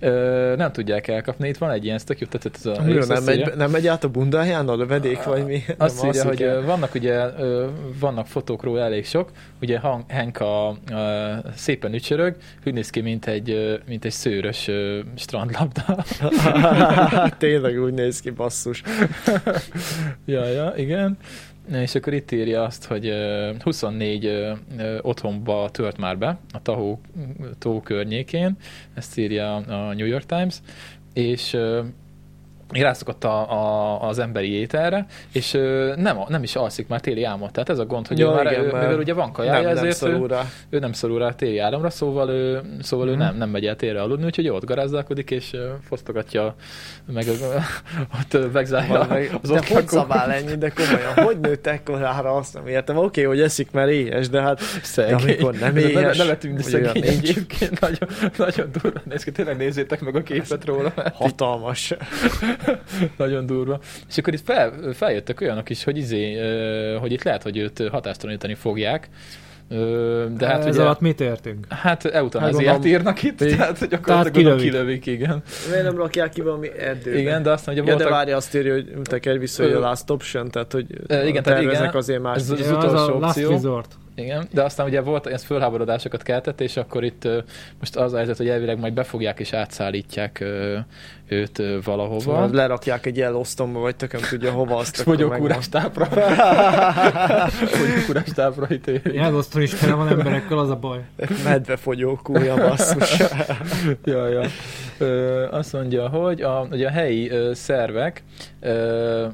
Ö, Nem tudják elkapni. Itt van egy ilyen, ez tök jó tetszett ez a
Miről
rész,
nem
azt
megy,
írja.
nem megy át a bundáján a lövedék, vagy mi? Nem
Azt írja,
alszik
hogy
el?
ö, vannak ugye, ö, vannak fotók róla elég sok, ugye Han- Hank a, ö, szépen ücsörög, úgy néz ki, mint egy, ö, mint egy szőrös ö, strandlabda.
(laughs) Tényleg úgy néz ki, basszus.
ja, ja, igen. És akkor itt írja azt, hogy ö, 24 ö, ö, otthonba tört már be a Tahó tó környékén, ezt írja a New York Times, és ö, rászokott a, a, az emberi ételre, és ö, nem, nem is alszik már téli álmot. Tehát ez a gond, hogy
Ja,
ja, ő már,
igen,
igen, ő,
már
mivel ugye van
nem,
kajája,
nem
ezért ő,
szorul rá.
ő nem szorul rá téli áramra, szóval ő, szóval
Mhm.
ő nem, nem megy el térre aludni, úgyhogy ott garázdálkodik, és ö, fosztogatja, meg ö, ott ö,
Van
vegzálja
meg-
az
de hogy
otthankó
szabál ennyi, de komolyan, hogy nőtt ekkorára, azt nem értem. Oké, hogy eszik, mert éhes, de hát
(laughs) szegény.
De amikor nem
Ne- ne-
éhes,
Ne vetünk, de
hogy
szegény
olyan nincs.
egyébként nagyon, nagyon durva néz ki. Tényleg nézzétek meg a képet róla, mert
hatalmas.
nagyon durva. És akkor itt fel, feljöttek olyanok is, hogy izé, ö, hogy itt lehet, hogy őt hatástalanítani fogják. Ö, De hát
Ez
ugye...
alatt mit értünk?
Hát
Hát
eutanáziát
gondolom,
írnak itt,
még-
tehát gyakorlatilag kilövik.
kilövik.
kilövik, igen.
Miért nem rakják ki valami erdőbe?
Igen, de aztán ugye
Ja, de
voltak...
várja, azt írja, hogy te kell vissza, hogy a last option, tehát hogy
Ö, igen, tehát
terveznek
igen.
azért más.
Ez-
Ez
az
Ja, az a
utolsó
last
opció.
resort.
Igen, de aztán ugye volt, ez fölháborodásokat keltett, és akkor itt ö, most az a helyzet, hogy elvileg majd befogják és átszállítják ö, őt ö, valahova.
Szóval lerakják egy elosztomba, vagy tököm tudja hova azt.
És
akkor megvan.
fogyókúrás
(laughs)
tápra. fogyókúrás tápra ítélik.
Elosztó is tele van emberekkel, az a baj.
Medvefogyókúja, basszus.
ja, ja. Ö, azt mondja, hogy a, ugye a helyi ö, szervek ö,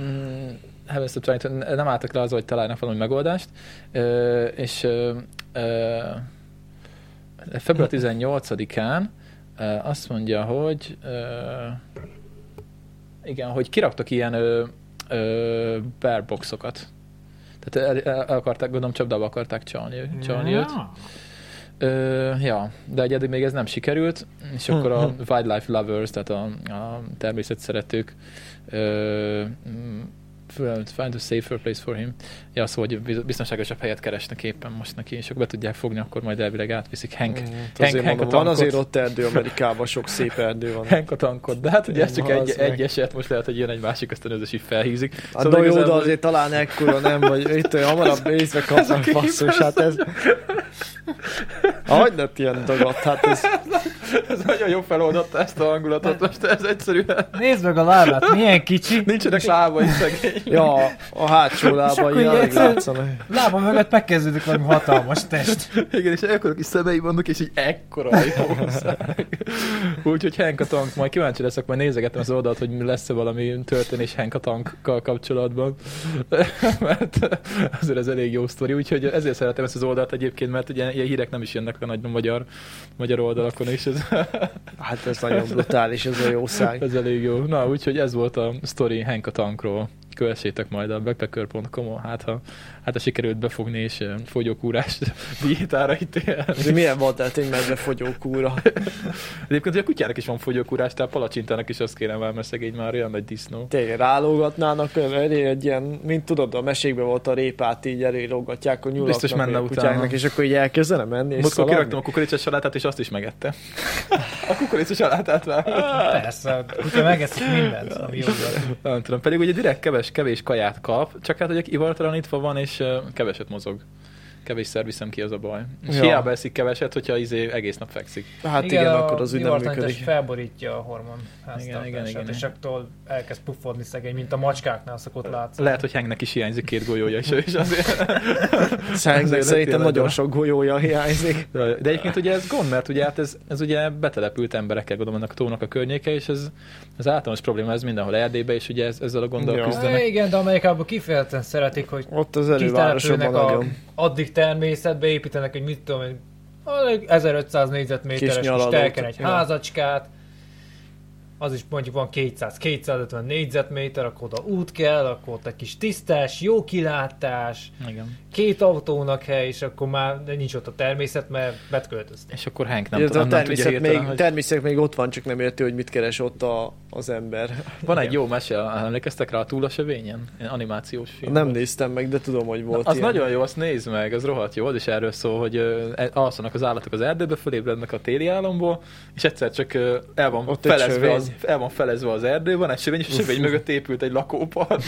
mm, haven't stopped trying to- nem álltak le az, hogy találnak valami megoldást, ö, és ö, ö, február 18-án ö, azt mondja, hogy ö, igen, hogy kiraktak ilyen ö, ö, bearboxokat. Tehát el, el, el akarták, gondolom csapdába akarták csalni, csalni őt. Ö, ja, de egyedül még ez nem sikerült, és
Hm,
akkor a wildlife lovers, tehát a, a természet szeretők ö, mm, find a safer place for him. Ja, szóval hogy biz- biztonságosabb helyet keresnek éppen most neki, és akkor be tudják fogni, akkor majd elvileg átviszik Hank,
Mm,
Henk-
azért
Henk
mondom,
a
van
tankot.
azért ott erdő Amerikában, sok szép erdő van.
Hank a tankot. De hát ugye ez csak egy,
Az meg.
egy eset, most lehet, hogy jön egy másik ösztönözés, így felhízik.
Hát szóval jó, de
igazából-
azért talán ekkora nem, vagy itt olyan hamarabb (laughs) észbe kapnak basszus, hát ez... Hogy lett ilyen dagadt? Hát ez
Ez nagyon jó feloldotta ezt a
Hát-
hangulatot, most ez egyszerűen
Nézd meg a lábát, milyen kicsi.
nincsenek lábai szegény.
Ja, a hátsó lábai
így
jelenleg
egyszer-
látszanak.
Lába mögött megkezdődik valami hatalmas test.
Igen, és ekkora kis szemei vannak, és így ekkora a jószág. (laughs) Úgyhogy Henk a tank, majd kíváncsi leszek, majd nézegetem az oldalt, hogy mi lesz-e valami történés Henk a tankkal kapcsolatban. (laughs) mert azért ez elég jó sztori, úgyhogy ezért szeretem ezt az oldalt egyébként, mert ugye ilyen hírek nem is jönnek le nagy magyar, magyar oldalakon, és ez,
Hát ez nagyon brutális, ez a jószág.
ez elég jó. Na, úgyhogy ez volt a sztori Henk a tankról. Kövessétek majd a backpacker.com-on, hát ha, hát ha sikerült befogni és eh, fogyókúrás (laughs) diétára ítélni.
Ez milyen volt tehát egy medvefogyó kúra?
Egyébként ugye a kutyának is van fogyókúrás, tehát a palacsintának is azt kéne már, mert szegény már olyan nagy disznó.
Tényleg rálógatnának elé egy ilyen, mint tudod, a mesékben volt a répát, így elélógatják a nyulaknak,
Biztos
meg
menne
a
utána.
kutyáknak, és akkor így elkezdene menni, és
Múltkor
szaladni.
kiraktam a kukoricás salátát, és azt is megette. A kukoricás salátát már.
Persze, hogyha megeszik mindent, ami jó volt.
Nem tudom, pedig ugye direkt keves, kevés kaját kap, csak hát ugye ivartalanítva van, és ö, keveset mozog. Kevés szer viszem ki, az a baj. És
Ja.
hiába eszik keveset, hogyha izé egész nap fekszik.
Hát igen, igen
a
akkor az úgy nem
ivartanítás
működik.
felborítja a hormon
Igen, igen, igen,
háztartását, és
igen.
attól elkezd puffodni szegény, mint a macskáknál szokott látszani.
Lehet, hogy Hengnek is hiányzik két golyója, és ő is azért.
Szerintem,
Azért
szerintem
tényleg,
nagyon
de-
sok golyója hiányzik.
De de egyébként ugye ez gond, mert ugye hát ez, ez ugye betelepült emberekkel, gondolom ennek a tónak a környéke, és ez az általános probléma, ez mindenhol Erdélyben, és ugye ez, ezzel a gonddal
Ja.
Na,
küzdenek.
igen, de Amerikában kifejezetten szeretik, hogy
Ott az
kitelepülnek
elővárosokban
a,
nagyon.
addig természetbe építenek egy mit tudom én, valami 1500
Kis
négyzetméteres
nyaralót,
stelken egy
ja.
házacskát, az is mondjuk van 200-250 négyzetméter, akkor oda út kell, akkor ott egy kis tisztás, jó kilátás,
Igen.
két autónak hely, és akkor már nincs ott a természet, mert betköltöztek.
És akkor Hank nem,
Nem,
tudom,
a
nem tudja
természet,
hirtelen,
még,
hogy...
természet még ott van, csak nem érti, hogy mit keres ott a, az ember.
Van egy jó mese, emlékeztek rá a túl a sövényen? Ilyen animációs film.
Nem
volt.
néztem meg, de tudom, hogy
Na,
volt
az
ilyen.
nagyon jó, azt nézd meg, az rohadt jó, az is erről szól, hogy ö, e- alszanak az állatok az erdőbe, fölébrednek a téli álomból, és egyszer csak ö, el van,
Ott egy
felezve
sövény.
az, el van felezve az erdő, van egy sövény, és a sövény mögött épült egy
(laughs)
lakópark,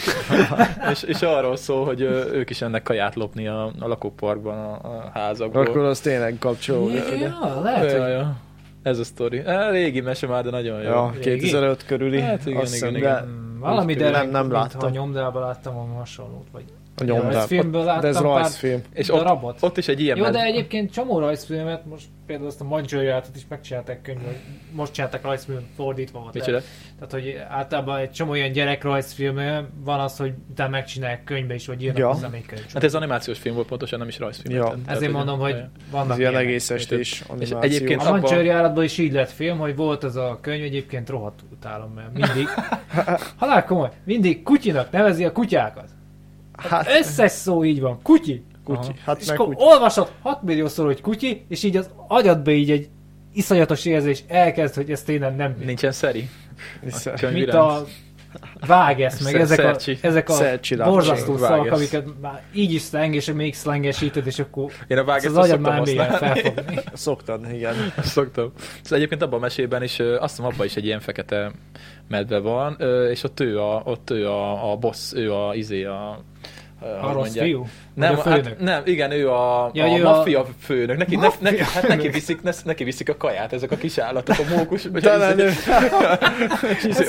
és, és arról szól, hogy ö, ők is ennek kaját lopni a, a lakóparkban, a, a házakból.
Akkor az tényleg kapcsolódik. ugye?
lehet,
ja, ja. Ez a sztori. E, régi mese már, de nagyon jó.
Ja,
Ja.
2005 körüli.
Hát igen,
azt hiszem,
igen,
de
igen.
Mm, Valami
Úgy
de
nem- nem
A
láttam.
nyomdában láttam valami hasonlót, vagy
A nyomdám.
Ja, ez filmből
Ott- De ez
láttam pár-
rajzfilm.
És ott,
darabot.
ott is egy ilyen
Jó,
medve-
de egyébként csomó rajzfilmet, most például azt a Mancsójátot is megcsinálták könyvből, most csinálták rajzfilm fordítva volt.
Micsoda?
Tehát, hogy általában egy csomó ilyen gyerek rajzfilm van az, hogy utána megcsinálják könyvbe is, vagy írnak
Ja.
ja. hozzá még könyv.
Hát ez animációs film volt pontosan, nem is rajzfilm.
Ja.
Ezért mondom, hogy
Az
vannak
ilyen
ilyenek.
egész estés animáció.
egyébként
A
abban-
Mancsőri járatban is így lett film, hogy volt az a könyv, egyébként rohadt utálom, mert mindig, halál komoly, mindig kutyinak nevezi a kutyákat.
Hát,
Összes szó így van, kutyi.
kutyi.
Aha.
Hát
és
meg
akkor
kutyi.
olvasod 6 millió szor, hogy kutyi, és így az agyadba így egy iszonyatos érzés elkezd, hogy ez tényleg nem
Nincsen szeri.
hiszen-
könyv-
mint
Virág.
a vágesz, meg
Szer-
ezek a,
szercsi.
ezek a
Szercsi lábcség.
borzasztó szavak,
Vágesz.
amiket már így is szleng, és még szlengesíted, és akkor
Én a
ezt
vágást
az
azt
agyad
szoktam
már mélyen
használni. (laughs)
felfogni.
Szoktad, igen.
Azt szoktam. Szóval egyébként abban a mesében is, ö, azt hiszem abban is egy ilyen fekete medve van, ö, és ott ő a, ott ő a, a boss, ő a izé a, a eh,
A
hogy
rossz
mondják.
fiú?
Nem,
Vagy a főnök?
hát, nem, igen, ő a,
Ja,
ja, a
ő a-
maffia a... főnök. Neki, ne, neki, hát neki, viszik, ne, neki viszik a kaját, ezek a kis állatok, a mókus. Vagy
Talán ő.
Ezt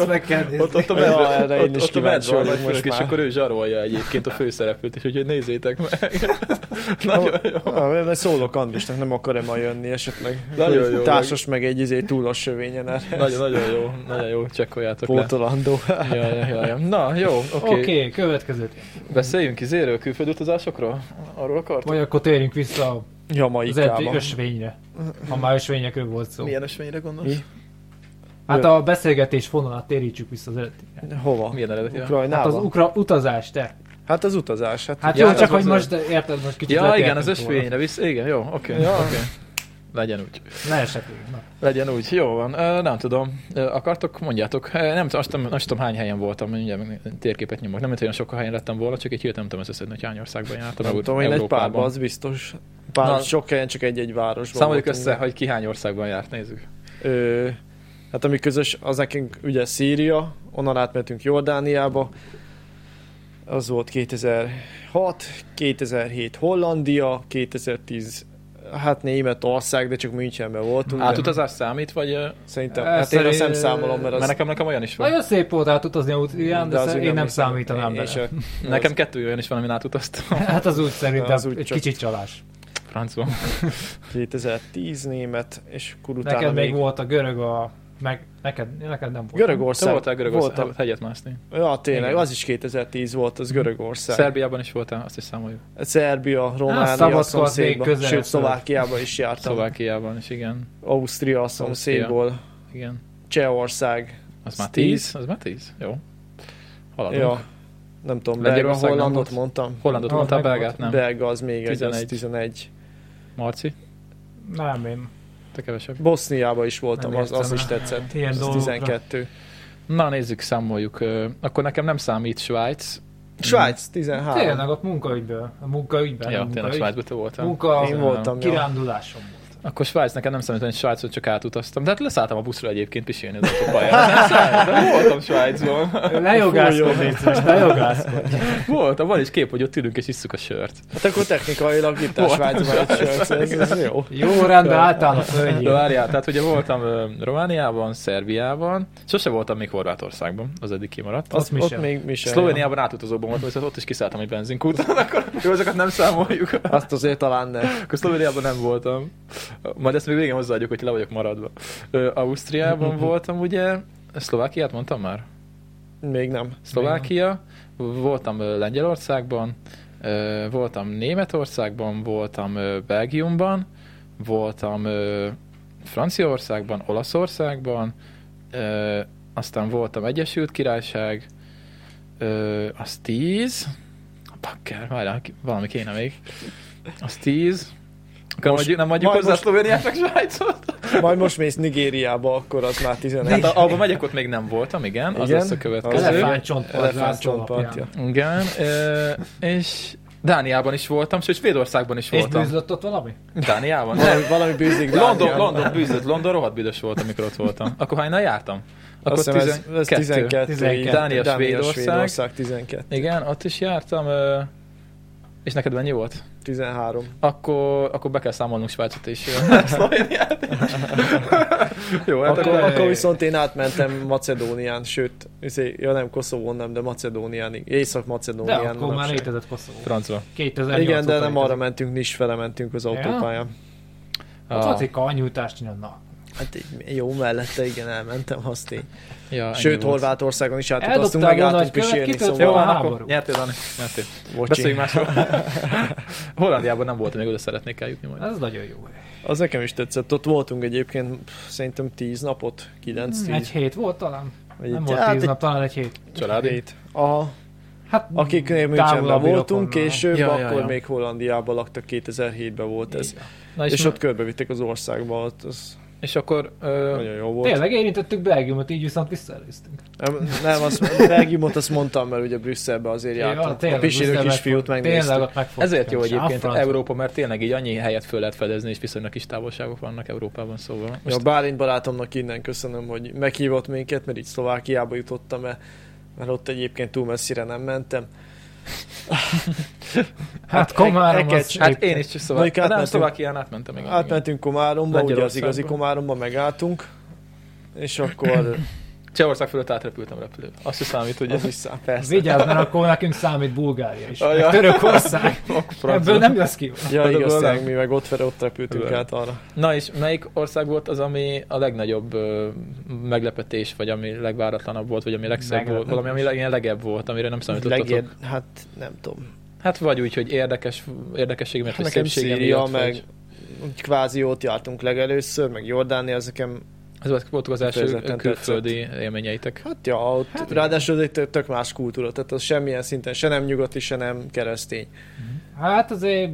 meg kell nézni.
Izé, Ott, ott a
Ja,
medve,
erre én
ott,
is
ott a
kíváncsi
medve a
vagyok
nagyfőnök,
most
és
már.
akkor ő zsarolja egyébként a főszereplőt, és úgyhogy nézzétek meg. (laughs) Nagyon jó.
Ah, mert szólok Andrisnak, nem akar-e ma jönni esetleg.
Nagyon jó.
Társas meg egy izé túlos sövényen erre.
Nagyon, nagyon jó, nagyon jó, csekkoljátok le.
Pótolandó.
Ja, ja, ja, ja. Na, jó, oké. Okay.
Oké,
Okay.
okay, következő.
Beszéljünk izéről, külföldi utazásokról? Arról akartok?
Vagy akkor térjünk vissza az eddig
Jamaikába.
ösvényre. Ha már ösvényekről volt szó.
Milyen ösvényre gondolsz?
Mi?
Hát a beszélgetés fonalát térítsük vissza az eredetére.
Hova?
Milyen eredeti?
Hát az
Ukrajnába?
ukra utazás, te.
Hát az utazás. Hát
Hát
Ja,
jó,
az
csak hogy
az-
most érted, most kicsit
Ja, igen,
letértünk
az
volna.
ösvényre vissza. Igen, jó, oké. Okay,
Ja.
ja. okay. Legyen úgy.
Ne esek így, na.
Legyen úgy. Jó van. Ö, nem tudom. Ö, akartok? Mondjátok. Ö, nem, tudom, azt nem, nem is tudom, hány helyen voltam. Mindjárt meg térképet nyomok. Nem, mint olyan sok helyen lettem volna, csak egy hirtelen nem tudom összeszedni, hogy hány országban jártam.
nem
Euró-
tudom, én egy
Európában.
párba, az biztos. Pár,
Na.
sok helyen csak egy-egy városban.
Számoljuk
voltunk.
össze, hogy ki hány országban járt, nézzük.
Ö, hát ami közös, az nekünk ugye Szíria, onnan átmentünk Jordániába, az volt 2006, 2007 Hollandia, 2010 hát Németország, de csak Münchenben voltunk. de
Átutazás számít, vagy... ö,
Szerintem,
Ez
hát én azt nem
szerint-
számolom, mert
Mert
az...
nekem, nekem olyan is van.
Nagyon szép volt átutazni a útján, de,
az
de
úgy
én nem
hiszem.
számítanám
Én
bele.
se.
Nekem kettő olyan is van, amin átutaztam. (laughs)
(laughs) Hát az úgy szerintem
Az
az
úgy
úgy egy
csak-
kicsit csalás.
Francban.
2010 német, és akkor utána
Neked még
még...
volt a görög a... Meg, neked, neked nem volt.
Te
Görögország.
voltál Görögországban,
Voltam.
hegyet mászni.
Ja, tényleg,
Igen.
az is 2010 volt, az Görögország.
Szerbiában is voltál, azt is számoljuk.
Szerbia, Románia,
Szabadka
a
az még
szomszédban,
közel
sőt
szól.
Szlovákiába is jártam.
Szlovákiában is, igen.
Ausztria a szomszédból,
Igen.
Csehország,
Az
Az
már
tíz.
tíz? Az már tíz? Jó. Haladunk.
ja, nem tudom, belga,
Lengyelország nem
hollandot
volt?
mondtam.
Hollandot
Az
mondtál,
meg volt.
belgát nem. De...
Belga az még egy,
11.
az 11.
Marci,
Nem, én
te kevesebb.
Boszniába is voltam,
Nem
az, az
értem.
is tetszett.
Ilyen
az
dolgokra. Hmm.
12.
Na nézzük, számoljuk. Ö, Akkor nekem nem számít Svájc.
Svájc 13.
Tényleg ott munkaügyből, a munkaügyben.
ja,
nem
tényleg
munkaügy.
Svájcban te voltál.
Munka
Én voltam, ja.
kirándulásom volt.
Akkor Svájc nekem nem számít, hogy Svájcon csak átutaztam. De hát leszálltam a buszra egyébként pisilni az
(laughs)
autópályán. hát Számít, de Voltam Svájcban. (laughs)
Lejogászkodj, légy szíves, lejogászkodj.
Voltam, van is kép, hogy ott ülünk és isszuk a sört.
Hát akkor technikailag itt a
Volt.
Svájcban egy sörc, ez, ez jó.
Jó rendben álltál a földjén.
De
hát-
várjál, tehát ugye voltam ö, Romániában, Szerbiában, sose voltam még Horvátországban, az eddig kimaradt.
Azt mi
ott
sem.
még mi sem.
Szlovéniában átutazóban voltam, viszont ott is kiszálltam egy benzinkúton, akkor jó, azokat (laughs) nem számoljuk.
Azt azért talán nem.
Akkor Szlovéniában nem voltam. Majd ezt még végén hozzáadjuk, hogy le vagyok maradva. Ö, Ausztriában voltam ugye, Szlovákiát mondtam már?
Még nem.
Szlovákia, voltam ö, Lengyelországban, ö, voltam Németországban, voltam ö, Belgiumban, voltam ö, Franciaországban, Olaszországban, ö, aztán voltam Egyesült Királyság, ö, az 10, bakker, várjál, ki- valami kéne még, az 10, akkor
Most-
most, nem adjuk
majd
hozzá
most-
Szlovéniát, meg Svájcot.
(laughs) Majd most mész Nigériába, akkor az már 11.
(laughs) Hát a- abban megyek, ott még nem voltam, igen, igen? az
Igen?
lesz a következő.
Elefántcsontpart zászló
Elefántcsontpartja.
alapján.
Igen, ö, és Dániában is voltam, sőt Svédországban is
És
voltam.
bűzlött ott valami?
Dániában? Nem.
Valami, valami bűzik
London,
Dániában.
London bűzött, London rohadt büdös volt, amikor ott voltam. Akkor hányan jártam? Akkor
Azt hiszem ez, ez 12.
12.
így.
Dánia, Svédország.
Svédország 12.
Igen, ott is jártam, ö, és neked mennyi volt? (laughs)
13.
Akkor, akkor be kell számolnunk Svájcot és
(laughs)
ö, Szlovéniát. Jó, hát
Akkor,
akkor...
akkor viszont én átmentem Macedónián, sőt, izé, ja nem Koszovón nem, de Macedóniánig,
De
Észak-Macedónián.
akkor már
manapság.
létezett Koszovó.
Francba.
2008
Igen, de
óta
nem
létezik.
arra mentünk, nincs fele mentünk az autópályán.
A Cacika anyújtást csinál, na.
Hát így jó, mellette igen, elmentem azt én.
Ja, ennyi
Sőt,
volt.
Horvátországon is átutaztunk,
Eldobtál
meg
volna
álltunk
egy követ,
pisélni,
kitört
Jó,
szóval.
volna.
van, akkor
háború.
nyertél, Dani. Nyertél.
Bocsi.
Beszéljünk
(laughs)
másról. Hollandiában nem voltam, még oda szeretnék eljutni
Hát,
majd.
Ez nagyon jó.
Az nekem is tetszett, ott voltunk egyébként pff, szerintem 10 napot, 9-10.
Hmm, Egy hét volt talán?
vagy
Nem
egy-
volt
hát
tíz
egy
nap, talán egy hét.
Családi.
hét. Aha.
Hát
Akiknél Münchenben
távolabb
voltunk
birokonnal.
később,
Ja,
ja,
ja,
akkor
ja.
még Hollandiában laktak, 2007-ben volt ez.
Na
És,
és,
és
na-
ott körbevitték az országba, ott az
és akkor ö,
nagyon jó volt.
Tényleg érintettük Belgiumot, így viszont visszaelőztünk.
Nem, nem azt, Belgiumot azt mondtam, mert ugye Brüsszelbe azért
Ja,
jártam.
tényleg,
a pisilő
Brüsszel
kisfiút
megfog-
megnéztük.
Tényleg ott megfogtuk.
ezért jó
És
egyébként
a francba.
Európa, mert tényleg így annyi helyet föl lehet fedezni, és viszonylag kis távolságok vannak Európában, szóval.
Ja,
Most
Bálint barátomnak innen köszönöm, hogy meghívott minket, mert így Szlovákiába jutottam el, mert ott egyébként túl messzire nem mentem.
Hát komárom
Eke-
az...
Eke-
Hát én is csak szóval.
Mondjuk
Hát nem,
átmentünk.
Szlovákián átmentem még.
Átmentünk Komáromba, ugye az
Lengyelországba.
igazi Komáromba megálltunk, és akkor
Csehország fölött átrepültem repülőt. Azt is számít, hogy
az
ez
is szám, persze.
Vigyázz, mert akkor nekünk számít Bulgária is.
Ajaj.
Meg
(laughs)
Törökország. Ebből nem jössz ki.
Ja,
Oda
igaz,
volna.
tényleg, mi meg ott fel, ott repültünk
Igen.
át arra.
Na és melyik ország volt az, ami a legnagyobb ö, meglepetés, vagy ami legváratlanabb volt, vagy ami legszebb volt,
Meglepetés.
valami, ami leg- ilyen legebb volt, amire nem számítottatok?
Legér, hát nem tudom.
Hát vagy úgy, hogy érdekes, érdekesség miatt,
Hát
vagy
nekem
szépsége
Szíria,
miatt,
meg
vagy...
úgy kvázi ott jártunk legelőször, meg Jordánia, ez nekem,
Ez volt- voltak az első
Kifejezetten
külföldi élményeitek.
hát ja, ott, hát, ráadásul ez egy tök- tök más kultúra, tehát az semmilyen szinten se nem nyugati, se nem keresztény.
Hát azért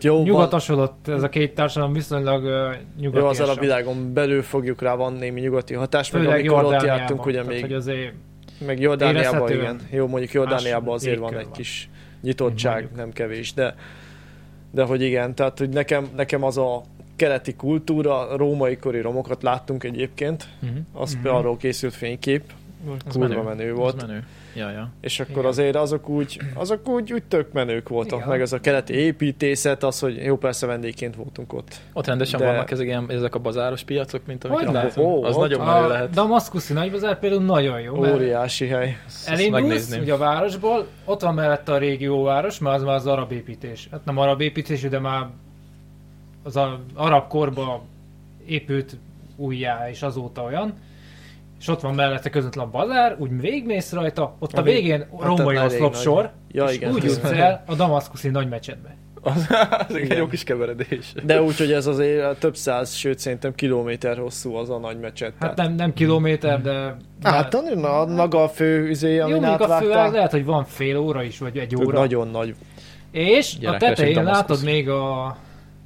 Jó, van,
nyugatosodott ez a két társadalom viszonylag uh,
jó az
nyugatiasabb.
alapvilágon belül fogjuk rá, van némi nyugati hatás, meg
Főleg
amikor ott
Jordániában.
jártunk, ugye
Tehát,
még
Hogy azért
Meg Jordániában,
Érezhetően
igen. Jó, mondjuk Jordániában
más
azért van
légkör
egy
van.
kis nyitottság, nem kevés, de, de hogy igen, tehát hogy nekem, nekem az a keleti kultúra, a római kori romokat láttunk egyébként,
Mhm.
az mm-hmm. arról készült fénykép,
Az
kurva menő volt,
Az menő. Ja, ja.
és akkor
Igen.
azért azok úgy, azok úgy, úgy tök menők voltak,
Igen.
meg az a keleti építészet, az, hogy jó, persze vendégként voltunk ott.
Ott rendesen
De-
de... vannak ezek, ilyen, ezek a bazáros piacok, mint amiket
Hogy ne?
látunk. Az
Ó,
nagyon
ott-
menő
a
lehet.
damaszkuszi nagybazár például nagyon jó, mert
Óriási hely.
Ezt- ezt
elindulsz
megnézném.
ugye a városból, ott van mellette a régióváros, mert az már az arab építés. Hát nem arab építés, de már az a arab korba épült újjá, és azóta olyan. És ott van mellette közvetlen bazár, úgy végmész rajta, ott a
Ami-
végén
hát
római
elég
oszlop
nagy.
sor,
Ja,
és
igen. (laughs)
úgy jutsz el a damaszkuszi nagymecsetbe.
Az, az egy jó kis keveredés. Hát
De úgy, hogy ez azért több száz, sőt szerintem kilométer hosszú az a nagy mecset. tehát-
Hát nem, nem kilométer, de...
Hát a, a, maga a fő üzéje,
jó,
amin
mondjuk a főleg
átvágtál.
lehet, hogy van fél óra is, vagy egy
Tök
óra.
Nagyon nagy.
És a
Gyerekes,
tetején
mint Damaszkusz.
látod még a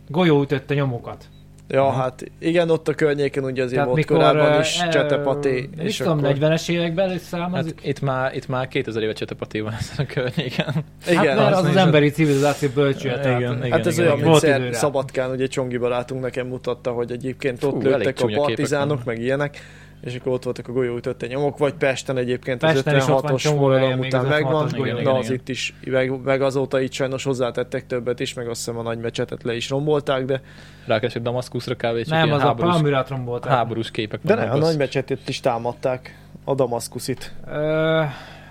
golyó ütötte nyomokat.
Ja, hát igen, ott a környéken ugye azért volt
mikor,
korábban
eh,
is
eh,
csetepaté,
nem is
és
tudom,
akkor...
40-es években is
Hát
számozik.
itt már, itt már 2000 éve csetepaté van ezen a környéken.
Hát,
Igen,
igen, mert
azt
az az
nézed.
emberi civilizáció bölcsője.
Igen,
tehát-
igen.
Hát ez
igen, igen.
olyan, mint
Volt
szer,
idő rá.
Szabadkán, ugye Csongi barátunk nekem mutatta, hogy egyébként ott
Fú, elég
lőttek a
csúnya képek
partizánok,
vannak.
meg ilyenek, és akkor ott voltak a golyóütötte nyomok, vagy Pesten egyébként
Pesten is
az
ott van
56-os
csomó helyen
forradalom
még
után
az
megvan,
56-os
golyó.
na
Igen,
az
igen.
itt is, meg, meg, azóta itt sajnos hozzátettek többet is, meg azt hiszem a nagy mecsetet le is rombolták, de,
Rákeresek Damaszkuszra kb. csak
Nem,
ilyen
az a hát.
háborús,
Palmyrát rombolt. el.
háborús képek
de ne, a
az.
nagy mecsetet is támadták, a Damaszkuszit.
Ö,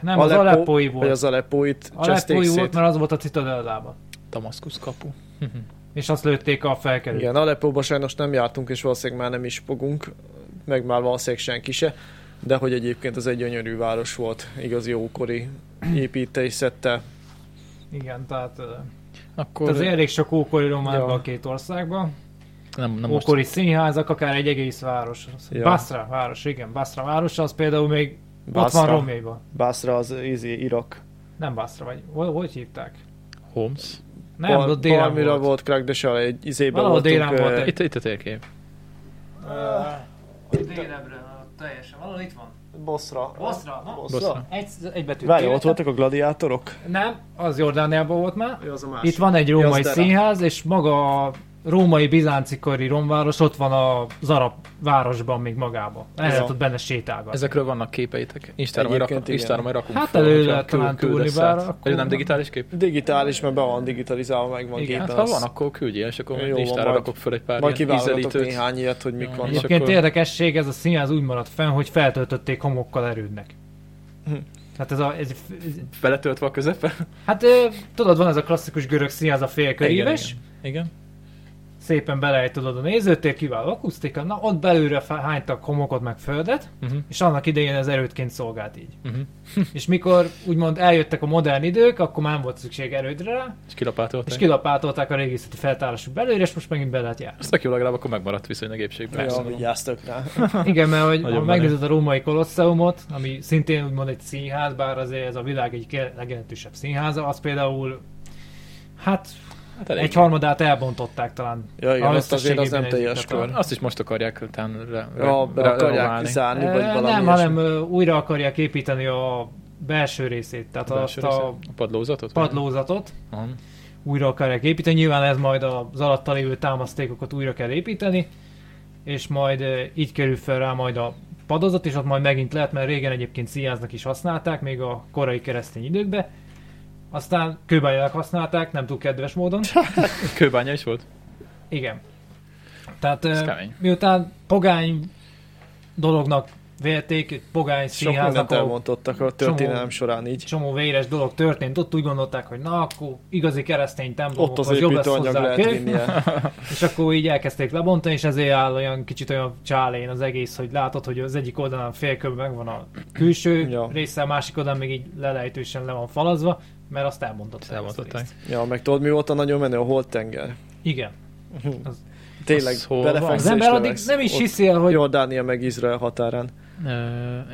Nem, az Aleppói
Vagy
volt.
az Aleppóit cseszték
Aleppói volt,
szét.
mert az volt a citadellában.
Damaszkusz kapu.
És azt lőtték a felkerülőt.
Igen, Aleppóba sajnos nem jártunk, és valószínűleg már nem is fogunk, meg már valószínűleg senki se, de hogy egyébként az egy gyönyörű város volt, igazi ókori építészettel.
Igen, tehát ö,
Akkor
tehát az elég sok ókori románban
Ja.
a két országban.
nem, nem most
Ókori színházak, akár egy egész város.
Ja.
Basra város, igen, Basra város, az például még ott van
Basra,
Róméban.
Basra az ízi Irak.
Nem Basra, vagy hol, hogy hívták?
Holmes.
Nem,
Pal-
ott délen
Palmyra
volt.
volt, Krak, de se egy izében
Valahol
voltunk.
délen volt
ö,
egy-
Itt, itt a térkép.
Ott délebre, teljesen. Valahol itt van.
Boszra.
Boszra, na?
Boszra.
Egy, egy betű.
Várj, ott voltak a gladiátorok?
Nem, az Jordániában volt már.
az a
Itt van egy római
Jazdera.
színház, és maga a római bizánci kori romváros ott van az arab városban még magában. El
Ja.
lehetett benne sétálgatni.
Ezekről vannak képeitek. Instára majd,
Egyébként
rak,
igen.
Instára majd rakunk
Hát
fel,
elő
hogyha
lehet
küld-
talán
küldesz
túrni, bár
át.
akkor
Ez nem
nem.
digitális kép?
Digitális, mert be van digitalizálva, meg van
Igen,
gépen.
Hát ha
az-
van, akkor küldjél, és akkor
Jó,
majd
van,
Instára
majd-
rakok föl egy pár
Majd
ilyen
kiválogatok
ízelítőt.
néhány ilyet, hogy mik
Ja,
vannak.
és
Egyébként
akkor-
érdekesség, ez a színház úgy maradt fenn, hogy feltöltötték homokkal erődnek.
Hm.
Hát ez a, ez, ez,
Feletöltve a közepe?
hát ö, tudod, van ez a klasszikus görög színház a félköríves,
Igen, Igen.
szépen belejtudod a nézőtér, kiváló akusztika, na ott belőle fe- hánytak homokot meg földet,
Mhm.
és annak idején ez erődként szolgált így.
Mhm.
(laughs) és mikor úgymond eljöttek a modern idők, akkor már nem volt szükség erődre, rá,
És
és
kilapátolták.
kilapátolták a régészeti feltárásuk belőle, és most megint be lehet járni.
Azt tök jó, legalább akkor megmaradt viszonylag épségben.
Ja,
Szerintem.
vigyáztak rá.
Igen, mert hogy, ha
Nagyon
megnézed a római kolosseumot, ami szintén úgymond egy színház, bár azért ez a világ egyik legjelentősebb színháza, az például hát
Hát elég.
egy harmadát elbontották talán.
Ja, igen,
Ha
azt azért az nem
összességében
teljes
nézzük, tehát
kör.
Azt is most akarják utána re- re-
Ja, be akarják
renoválni.
kizárni, vagy
Eh,
valami
Nem,
ilyesmi.
hanem ö, újra akarják építeni a belső részét, tehát
A
azt
belső
a
része? A padlózatot? vagy?
padlózatot
Aha.
újra akarják építeni, nyilván ez majd az alatta lévő támasztékokat újra kell építeni, és majd ö, így kerül fel rá majd a padozat, és ott majd megint lehet, mert régen egyébként szíjáznak is használták, még a korai keresztény időkben, Aztán kőbányának használták, nem túl kedves módon.
Kőbánya is volt?
Igen. Tehát
Ez
ö,
kemény.
miután pogány dolognak vélték, egy pogány
Sok mindent
színháznak, ahol
elmondottak a történelem során így.
csomó véres dolog történt, ott úgy gondolták, hogy na, akkor igazi keresztény
Ott az
templomokhoz jobb lesz
építőanyag
hozzá a
lehet
kő,
vinni el.
és akkor így elkezdték lebontani, és ezért áll olyan kicsit olyan csálén az egész, hogy látod, hogy az egyik oldalán félkörben megvan a külső
Ja.
része, a másik oldalán még így lelejtősen le van falazva, mert azt elmondották.
Elmondották.
Azt a részt.
Ja, meg tudod, mi volt a nagyon menő? A holtenger.
Igen.
Tényleg,
Az hol van?
belefeksz
Az
és
ember addig
levegsz.
nem is
Ott
hiszi el, hogy
Jordánia meg Izrael
(laughs)
határán.
Uh,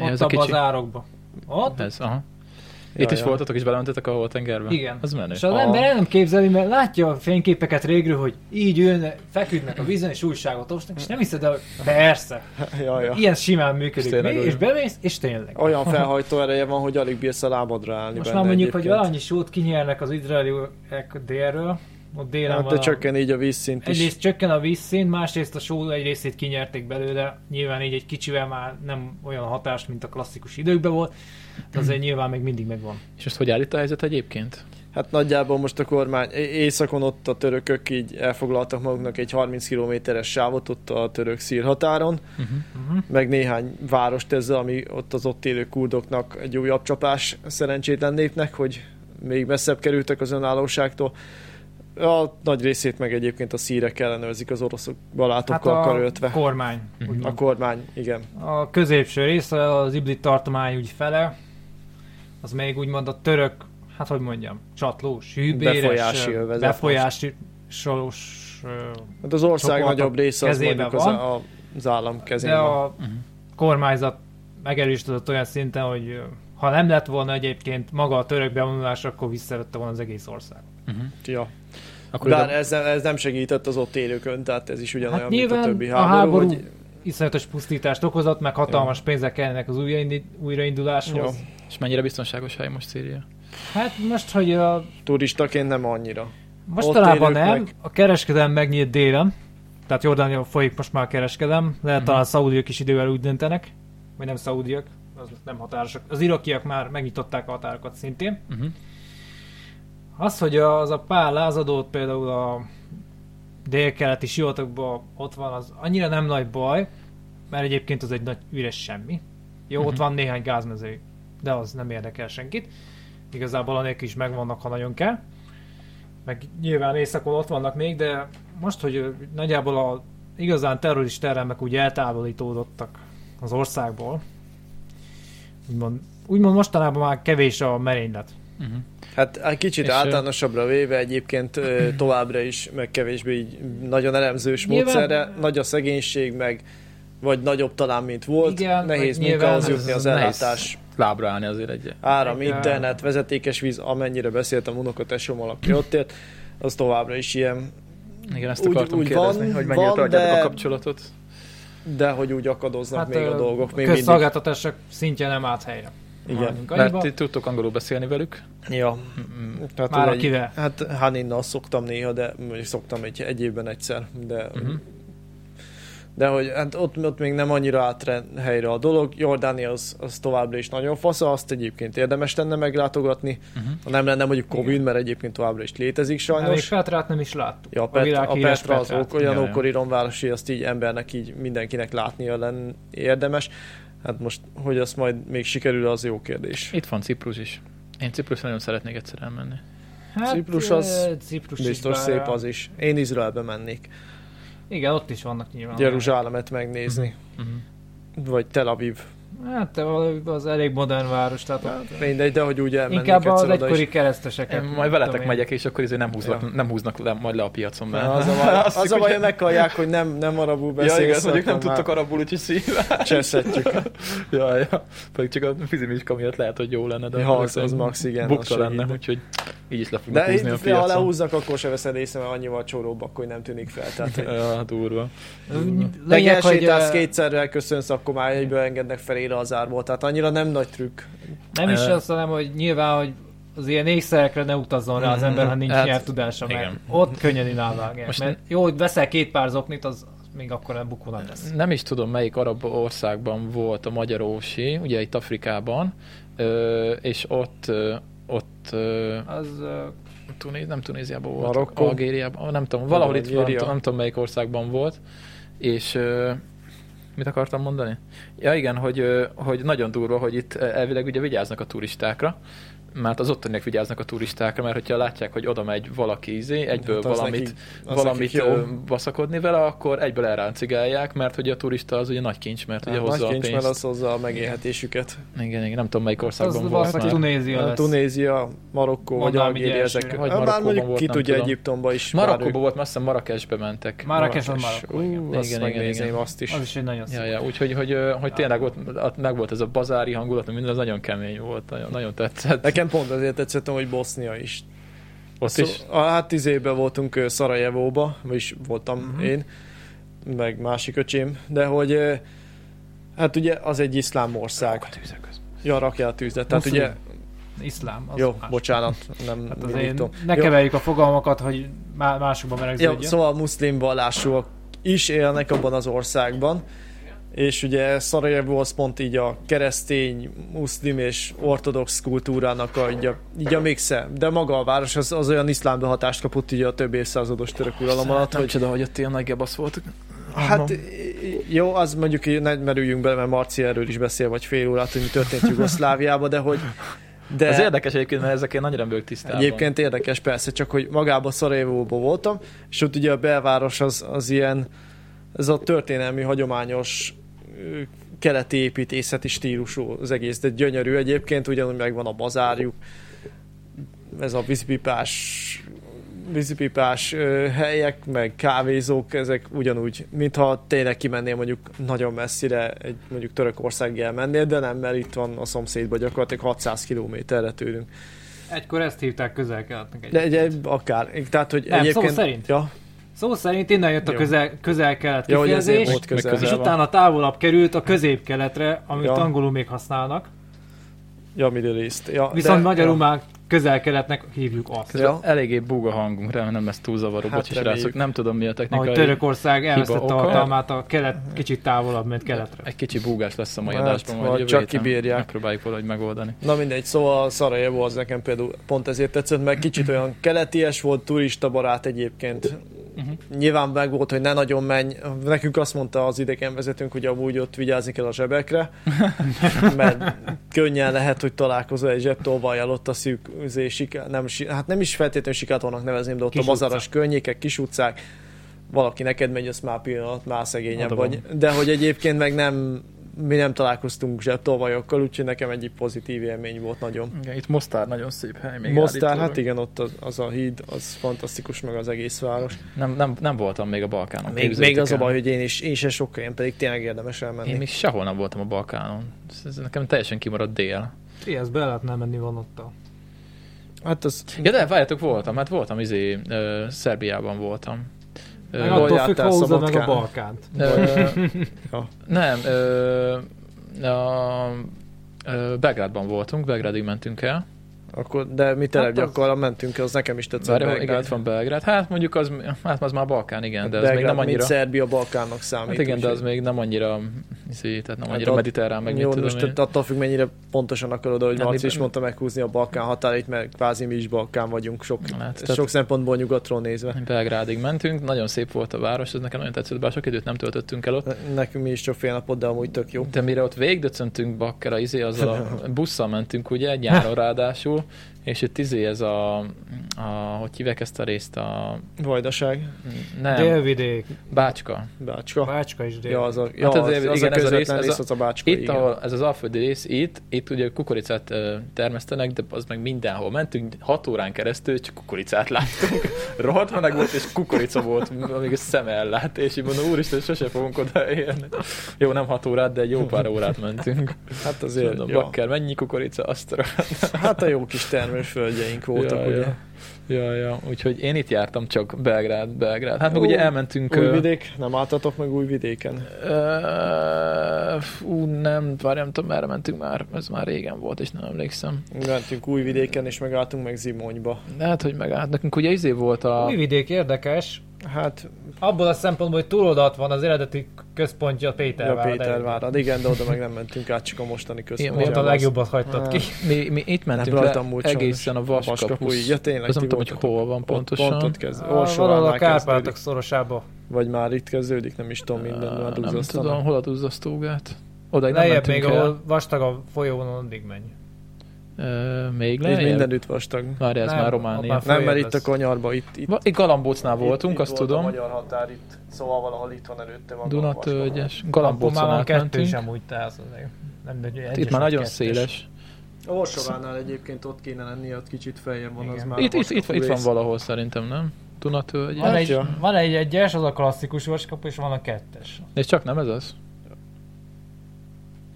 ott
ez a
abban
kicsi.
az árokba. Ott?
Ez, aha. Itt
Ja,
is
ja.
voltatok, és belementetek a holtengerbe?
Igen.
Az menő.
És az
A-
ember el nem képzeli, mert látja a fényképeket régről, hogy így ülnek, feküdnek a vízen, és újságot olvasnak, és nem hiszed el, hogy persze,
Ja, ja.
ilyen simán
És
működik.
tényleg
Mi,
olyan.
és bemész, és tényleg.
Olyan felhajtó ereje van, hogy alig bírsz a lábadra állni
Most
benne
már mondjuk,
egyébként.
hogy valannyi sót kinyernek az izraeliek délről, ott délen
Hát,
van
de
a...
csökken így a vízszint is.
Egyrészt csökken a vízszint, másrészt a só egy részét kinyerték belőle, nyilván így egy kicsivel már nem olyan hatás, mint a klasszikus időkben volt,
(clears throat)
de azért nyilván még mindig megvan.
És most hogy áll itt a helyzet egyébként?
Hát nagyjából most a kormány é- éjszakon ott a törökök így elfoglaltak maguknak egy 30 kilométeres sávot ott a török szír határon,
Mhm.
meg néhány várost ezzel, ami ott az ott élő kurdoknak egy újabb csapás szerencsétlen népnek, hogy még messzebb kerültek az önállóságtól. A nagy részét meg egyébként a szírek ellenőrzik az oroszok balátokkal
Hát a
karöltve.
kormány.
Mhm.
úgymond.
a kormány, igen.
A középső rész, az Ibli tartomány úgy fele, az még úgymond a török, hát hogy mondjam, csatlós, hűbéres,
Befolyási övezet
befolyási soros, ö,
Hát az ország
Csoportok
nagyobb része az
kezében
mondjuk az,
van.
a, az állam
de
kezében. A...
a kormányzat megerősödött olyan szinten, hogy ö, ha nem lett volna egyébként maga a török bevonulás, akkor visszavette volna az egész ország.
Ja.
Akkor
Bár e-
ide...
ez, nem- ez nem segített az ott élőkön, tehát ez is ugyanolyan,
Hát
mint a
nyilván
többi
a
háború.
háború
hogy
iszonyatos pusztítást okozott, meg hatalmas pénzek kellnek az újraindi- újrainduláshoz.
És mennyire biztonságos hely most Szíria?
Hát most, hogy a
turistaként nem annyira.
Mostanában
élőknek.
nem, a kereskedelem megnyílt délen, tehát Jordánia folyik most már a kereskedelem, lehet talán a szaudiak is idővel úgy döntenek, vagy nem szaudiak, az nem határosak. Az irakiak már megnyitották a határokat szintén.
Uh-huh.
Az, hogy az a pár lázadót például a délkeleti sivatagban ott van, az annyira nem nagy baj, mert egyébként az egy nagy üres semmi. Jó, ott
Mhm.
van néhány gázmező, de az nem érdekel senkit. Igazából anélkül is megvannak, ha nagyon kell. Meg nyilván éjszakon ott vannak még, de most, hogy ö, nagyjából a igazán terrorista elemek úgy eltávolítódottak az országból, úgymond, úgymond mostanában már kevés a merénylet.
Uh-huh.
Hát egy kicsit
És, ö,
általánosabbra véve egyébként ö, továbbra is, meg kevésbé így nagyon elemzős
Nyilván-
módszerre, nagy a szegénység, meg vagy nagyobb talán, mint volt,
Igen,
nehéz
meg nyilván-
munkához
Hát
jutni
ez
az
nehéz.
ellátás,
Lábra állni azért egy.
áram,
Igen.
internet, vezetékes víz, amennyire beszéltem unokatesommal, aki ott élt, az továbbra is ilyen,
Igen, ezt
Úgy-
akartam
úgy
kérdezni,
van,
hogy mennyire
van,
tartjátok
de-
a kapcsolatot.
de hogy úgy akadoznak még a
Hát, ö,
dolgok, még mindig.
közszolgáltatások szintje nem állt helyre.
Igen.
Maradjunk
Mert
annyiba.
ti tudtok angolul beszélni velük.
Ja. Tehát
Már
az
akivel?
Hát Haninnal szoktam néha, de mondjuk szoktam egy, egy évben egyszer, de...
Mhm.
Uh-huh. De hogy hát ott, ott még nem annyira átrend helyre a dolog. Jordánia az, az továbbra is nagyon fasza, azt egyébként érdemes lenne meglátogatni.
Mhm.
Ha nem lenne mondjuk Covid, mert egyébként továbbra is létezik
Sajnos. Elég
sajnos.
Hát, Petrát nem is láttuk.
Ja, a,
a
Pet,
világ
a
híres
Petra az
Petrát.
ok, olyan
Ja, ja.
ókori romváros, hogy azt így embernek így mindenkinek látnia len érdemes. Hát most, hogy azt majd még sikerül, az jó kérdés.
Itt van Ciprus is. Én Ciprus nagyon szeretnék egyszer elmenni.
Hát,
Ciprus
ö,
az
Ciprus is
Biztos
bár-
szép az is. Én Izraelbe mennék.
Igen, ott is vannak nyilván.
Jeruzsálemet megnézni.
Uh-huh.
Mhm.
Vagy Tel Aviv.
Hát te valami- az elég modern város, tehát
Hát,
ott
Mindegy, de hogy úgy elmennék
inkább az
egyszer oda
(laughs) egykori
is.
kereszteseket.
Én majd veletek megyek, és akkor izé nem húznak, nem húznak le, majd le a piacon. Mert...
Az a baj, az
(laughs) Azt
a
mondjuk,
baj hogy
hogy-
meghallják, hogy nem, nem arabul beszélsz.
Ja, igaz,
akkor
mondjuk nem
már
tudtok arabul, úgyhogy szívem.
Cseszetjük.
(laughs) Ja, ja. Pedig csak a fizimiska miatt lehet, hogy jó lenne, de
Ja, az, az max, igen. az
bukta lenne,
segít.
úgyhogy így is le fognak
De
húzni a
itt, ha
piacon.
lehúznak, akkor se veszed észre, mert annyival csoróbbak, hogy nem tűnik fel. Tehát, hogy
Ja, durva.
meg
(laughs) Lényeg, hogy
elsétálsz
ö,
kétszerrel, köszönsz, akkor már egyből engednek felére az árból. Tehát annyira nem nagy trükk.
nem is
Ö,
azt, hanem hogy nyilván, hogy az ilyen ékszerekre ne utazzon rá az
Mhm.
ember, ha nincs
Hát,
nyelvtudása, mert
igen.
ott könnyen ilávág.
Most-
Mert jó, hogy veszel két pár zoknit, az az még akkor nem bukónak
Mm.
lesz.
Nem is tudom, melyik arab országban volt a magyar ósi, ugye itt Afrikában, ö, és ott ö, ott ö,
Az ö,
Tunéz, nem Tunéziában volt,
Marokkó?
Algériában, ah, nem tudom, valahol itt van,
Algéria?
nem tudom melyik országban volt, és ö, mit akartam mondani? Ja igen, hogy, ö, hogy nagyon durva, hogy itt elvileg ugye vigyáznak a turistákra, mert az ottaniak vigyáznak a turistákra, mert hogyha látják, hogy oda megy valaki izé, egyből
Hát az
valamit,
nekik- az
valamit
nekik jó.
ö, baszakodni vele, akkor egyből elráncigálják, mert hogy a turista az ugye nagy kincs, mert ugye
Á,
hozza
Hát Nagy
a
kincs, mert
pénzt.
az hozza a megélhetésüket.
Igen, igen, nem tudom melyik
az
országban volt
valószínűleg
már.
Tunézia
A
lesz.
Tunézia, Marokkó vagy
Mondanám így
Algéria,
elsőre.
ezek.
Vagy
Há, Bár
Marokkóban
mondjuk
volt,
ki
nem
tudja
tudom.
Egyiptomba is.
Marokkóba volt, azt hiszem Marrakesbe mentek.
Marrakes az
már.
Marokko.
ők- Ú,
igen.
azt
Igen, igen,
megnézném
igen.
azt is.
Az is egy nagyon szép.
Ja, ja, úgyhogy hogy, ö, hogy tényleg ott, ott meg volt ez a bazári hangulat, minden az nagyon kemény volt, nagyon, nagyon tetszett.
Nekem pont azért tetszett, hogy Bosznia is.
ott
Szó,
is.
a, hát tíz évben voltunk ö, Szarajevóba, vagyis voltam uh-huh. én, meg másik öcsém, de hogy ö, hát ugye az egy iszlám ország. Ja, rakjál tűzet. Tehát
Muszlim.
ugye,
Iszlám. Az
jó,
más.
bocsánat, nem
Hát
hát
az én, ne
jó,
keverjük a fogalmakat, hogy má- másokba
jó,
melegződjön.
szóval muszlim vallásúak is élnek abban az országban, és ugye Szarajevó az pont így a keresztény, muszlim és ortodox kultúrának a, így a, így a mixe. De maga a város az, az olyan iszlámba hatást kapott így a több évszázados török uralom alatt,
nem
hogy
csoda, hogy ott ilyen nagy gebasz voltak.
Hát i- jó, az mondjuk, hogy ne merüljünk bele, mert Marci erről is beszél, vagy fél órát, hogy mi történt Jugoszláviában, de hogy... De
De... Ez érdekes egyébként, mert ezek én nagyon nem vagyok tisztában.
egyébként érdekes persze, csak hogy magában Szarajevóban voltam, és ott ugye a belváros az, az ilyen, ez a történelmi, hagyományos ö, keleti építészeti stílusú az egész, de gyönyörű egyébként, ugyanúgy megvan a bazárjuk, ez a vízipipás vízipipás ö, helyek, meg kávézók, ezek ugyanúgy, mintha tényleg kimennél mondjuk nagyon messzire, egy, mondjuk Törökországig elmennél, de nem, mert itt van a szomszédban gyakorlatilag 600 kilométerre tőlünk.
Egykor ezt hívták közel-keletnek egy.
De egy, egy, akár. Tehát, hogy
Nem,
egyébként...
szó szerint.
Ja,
Szó szerint innen jött a
Jó.
közel, közel-kelet
ja hogy ezért
kifejezés,
volt közel.
közel
és
van.
utána távolabb került a közép-keletre, amit
Ja.
angolul még használnak.
Ja, Middle East. Ja,
Viszont magyarul
ja.
már közel-keletnek hívjuk azt.
Közben
Ja.
Eléggé búg a hangunk, remélem nem lesz túl zavaró,
Hát
hát bocsis
reméljük.
rászok. Nem tudom mi a technikai...
Ahogy Törökország elvesztette
oka.
a hatalmát, a kelet kicsit távolabb ment keletre.
Egy kicsi búgás lesz a mai
Hát,
adásban, majd
vagy
jövő
csak
héten
kibírják.
Megpróbáljuk valahogy megoldani.
Na mindegy, szóval Szarajevo az nekem például pont ezért tetszett, mert kicsit olyan keleties volt, turista barát egyébként.
Mhm.
Uh-huh. Nyilván meg volt, hogy ne nagyon menj. Nekünk azt mondta az idegenvezetőnk, hogy amúgy ott vigyázni kell a
(laughs)
zsebekre, mert könnyen lehet, hogy találkozol egy zsebtolvajjal ott a szűk, üzé, siká, nem, si- hát nem is feltétlenül sikátornak nevezném, de ott
Kis
kis a bazaras környékek, kis utcák, valaki neked megy, az már pillanat, már szegényebb
Oda van.
vagy. De hogy egyébként meg nem, mi nem találkoztunk zsebtolvajokkal, úgyhogy nekem egy pozitív élmény volt nagyon.
Igen, itt Mostár nagyon szép hely. Még
Mostár,
állítólag.
hát igen, ott az, az a híd, az fantasztikus, meg az egész város.
Nem, nem, nem voltam még a Balkánon.
Még,
képzeljétek
még az a
el.
baj, hogy én is, én se sok helyen, pedig tényleg érdemes elmenni.
Én még sehol nem voltam a Balkánon. Ez, ez nekem teljesen kimaradt dél.
Trieste be lehetne menni van ott a...
Hát az...
Ja, de várjátok, voltam. Hát voltam, izé, ö, Szerbiában voltam. Ö,
Meg
hol
attól függ,
jártál
ha húzod meg a
Szabadkán?
Balkánt.
ö,
(laughs) Ja.
nem, ö, a, ö, Belgrádban voltunk, Belgrádig mentünk el.
Akkor, de mi telep
az-
hát az... mentünk, az nekem is tetszett.
Várjál, igen,
Belgrád.
itt van Belgrád. Hát mondjuk az, hát az már Balkán, igen, de az
Belgrád,
még nem
Mint
annyira...
Szerbia Balkánnak számít.
Hát igen, de az
úgyhogy-
még nem annyira, izé, tehát nem
Hát
annyira
ott-
mediterrán, meg mit
Jó,
tudom
most
én.
tehát attól függ, mennyire pontosan akarod, ahogy
Nem,
Marci is
mi-
mondta, meghúzni a Balkán határait, mert kvázi mi is Balkán vagyunk sok,
Hát,
tehát... sok szempontból nyugatról nézve.
Belgrádig mentünk, nagyon szép volt a város, ez nekem nagyon tetszett, bár sok időt nem töltöttünk el ott.
Ne- Nekünk mi is csak fél napot, de amúgy tök jó.
De mire ott végigdöcöntünk bakkera, izé, azzal
(laughs)
a busszal mentünk ugye, egy nyáron ráadásul, és itt izé ez a, a hogy hívják ezt a részt, a
Vajdaság,
nem,
Délvidék,
Bácska.
Bácska.
Bácska is dél.
Ja, az a, ja,
Hát ez-
az,
igen,
az, a
ez a
közvetlen
rész, ez a-
rész, az a Bácska,
Itt,
igen.
ahol ez az alföldi rész, itt, itt ugye kukoricát ö, termesztenek, de az meg mindenhol mentünk, hat órán keresztül csak kukoricát láttunk. (laughs) Rohadt meleg volt, és kukorica volt, amíg a szem ellát, és így mondom, úristen, sose fogunk oda élni. Jó, nem hat órát, de egy jó pár órát mentünk. Azért,
Hát azért,
mondom,
ja.
bakker, mennyi kukorica, azt a
hát a jó kis termősföldjeink voltak,
ja,
ugye.
Ja. Ja, ja, úgyhogy én itt jártam csak Belgrád, Belgrád. Hát meg
Ó,
ugye elmentünk... ö,
Újvidék, nem álltatok meg Újvidéken?
ö, Fú, nem, várj, nem tudom, merre mentünk már, ez már régen volt, és nem emlékszem.
Mi Mentünk Újvidéken, és megálltunk meg Zimonyba.
De hát, hogy megállt. Nekünk ugye hát izé volt a...
Újvidék érdekes,
Hát,
Abból a szempontból, hogy túloldalt van az eredeti központja
Péter
Pétervár.
a Pétervárad. Igen, de oda meg nem mentünk át, csak a mostani
Igen,
központjába.
Miért a
az-
legjobbat hagytad
Ah.
ki?
Mi, mi itt
Nem
mentünk le
rajtam múlt
egészen a
sajnos.
vaskapusz.
Ja, tényleg,
Azt nem
ti
tudom, hogy
voltatok.
hol van pontosan.
Ott, pont ott kezd,
Valahol
Orsóvánál
a Kárpátok
kezdődik.
szorosába.
Vagy már itt kezdődik, nem is tudom, minden
Á,
már
nem
duzzasztanak.
tudom, hol a duzzasztógát. Oda nem
Lejjebb
mentünk
még,
el.
ahol vastag a folyón, addig menj.
Ö, még
És
lejjebb?
mindenütt vastag.
Várj, ez
Nem,
már
ott
Románia.
már-
Nem, mert
Följebb
itt a
lesz.
konyarba, itt, itt,
Va- Egy Galambócnál voltunk,
itt,
azt
itt
tudom.
Volt a magyar határ itt, szóval valahol itt van előtte van.
Dunatölgyes,
Abból már
Galambócon
van kettő
átmentünk.
is amúgy, tehát az azért nem, de egyes
Itt
vagy
már nagyon
kettes.
széles.
Orsovánál egyébként ott kéne lenni, ott kicsit feljebb van, az
Igen.
már
Itt,
a
itt, itt, itt van
vaskapú
valahol szerintem, nem? Dunatölgyes.
Van
Hát
egy,
ja.
van egy egyes, az a klasszikus vaskapu, és van a kettes.
És csak nem ez az?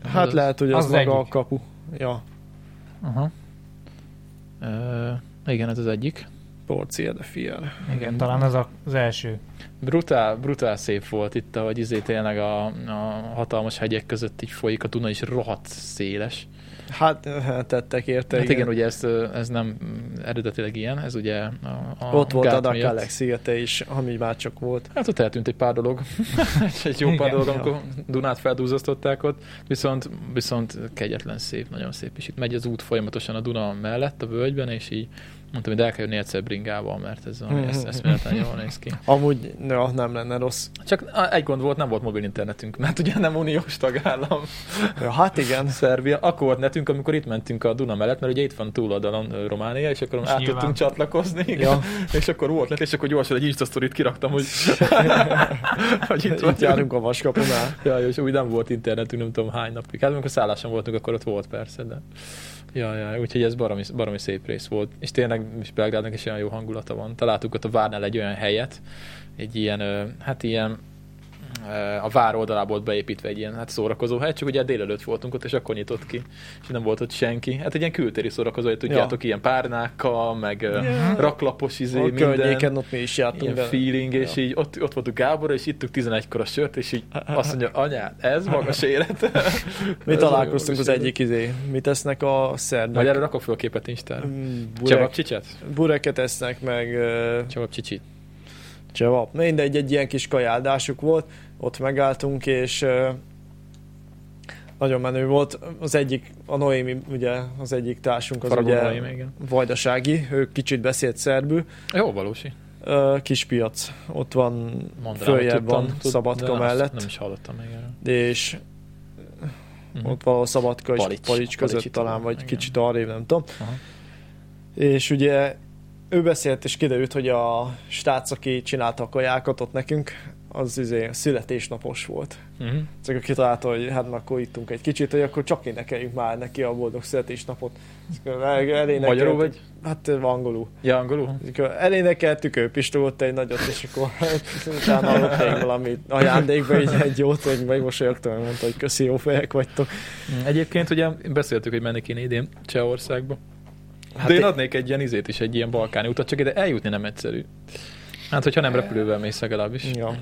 rész. Hát lehet, hogy az,
Az
maga
egyik.
a kapu. Ja,
Aha. Ö, igen, ez az egyik.
porcia de fiel.
Igen, talán ez a, az első.
Brutál, brutál szép volt itt, ahogy izé tényleg a, a hatalmas hegyek között így folyik a Duna, és rohadt széles.
Hát eh, tettek érte,
Hát igen, igen ugye ez, ö, ez nem mm, eredetileg ilyen, ez ugye a, a
Ott volt
gát
a
miatt.
Dakalek szigete is, ami már csak volt.
Hát ott eltűnt egy pár dolog, egy jó pár
Igen.
dolog, amikor Dunát feldúzasztották ott, viszont, viszont kegyetlen szép, nagyon szép, és itt megy az út folyamatosan a Duna mellett, a völgyben, és így mondtam, hogy el kell jönni egyszer bringával, mert ez, valami- ez, ez véletlenül jól néz ki.
Amúgy, ja, nem lenne rossz.
Csak á, egy gond volt, nem volt mobil internetünk, mert ugye nem uniós tagállam, (laughs)
Ja, hát igen.
Szerbia. Akkor volt netünk, amikor itt mentünk a Duna mellett, mert ugye itt van túloldalon ö, Románia, és akkor
És
át
nyilván.
tudtunk csatlakozni,
Ja,
ja. (laughs) és akkor volt lett, és akkor gyorsan egy Insta sztorit kiraktam, hogy, (laughs) hogy itt,
itt járunk a vaskapunál.
Ja, jó, és úgy nem volt internetünk, nem tudom hány napig. Hát amikor szálláson voltunk, akkor ott volt persze, de... Ja, ja, úgyhogy ez baromi, baromi szép rész volt. És tényleg is Belgrádnak is olyan jó hangulata van. Találtuk ott a várnál egy olyan helyet, egy ilyen, ö, hát ilyen ö, a vár oldalából volt beépítve egy ilyen hát szórakozó hely, csak ugye délelőtt voltunk ott, és akkor nyitott ki, és nem volt ott senki. Hát egy ilyen kültéri szórakozó, hely, tudjátok, ilyen párnákkal, meg yeah. raklapos izé,
A
minden.
környéken ott mi is jártunk
Ilyen
vele.
feeling, és így ott, ott voltunk Gábor, és ittuk 11-kor a sört, és
(laughs)
így azt mondja, anyád, ez magas élet.
Mi
Ez
találkoztunk
magas
az
élet.
egyik izé. Mit esznek a
Majd
szerdák?
erre rakok föl a képet Instára.
Mm,
Csavap
Burek,
csicset?
bureket esznek, meg ö,
Csavap csicsit.
csevap. Mindegy, egy ilyen kis kajáldásuk volt, ott megálltunk, és ö, nagyon menő volt. Az egyik, a Noémi, ugye, az egyik társunk, az
Faragó
ugye
Noémi, igen.
vajdasági, ő kicsit beszélt szerbű,
Jó, valósi.
Ö, kispiac, ott van,
Mondd rá, hogy
följebb
tudtam,
van,
tud-
Szabadka
de nem, azt
mellett.
Nem is hallottam még erről.
és
Mhm.
ott valahol Szabadka és
Palics.
Palics, Palics között
Palicsi
talán,
talán,
vagy
igen.
kicsit arrébb, nem tudom.
Aha.
És ugye ő beszélt, és kiderült, hogy a stác, aki csinálta a kajákat ott nekünk, az izé születésnapos volt.
Mhm.
Csak ő kitalálta, hogy hát na, akkor ittunk egy kicsit, hogy akkor csak énekeljünk már neki a boldog születésnapot. És akkor el- elénekeltük-
Magyarul vagy?
Hát ö, angolul.
Ja, angolul?
És akkor elénekeltük, ő pistolott egy nagyot, és akkor utána adott még valami ajándékba, így egy jót, hogy megmosolyogtam, hogy mondta, hogy köszi, jó fejek vagytok.
Mm, Egyébként ugye beszéltük, hogy mennék én idén Csehországba. Hát
Hát
de én
én-
adnék egy ilyen izét is, egy ilyen balkáni utat, csak ide eljutni nem egyszerű. Hát, hogyha nem repülővel mész legalábbis.
Ja.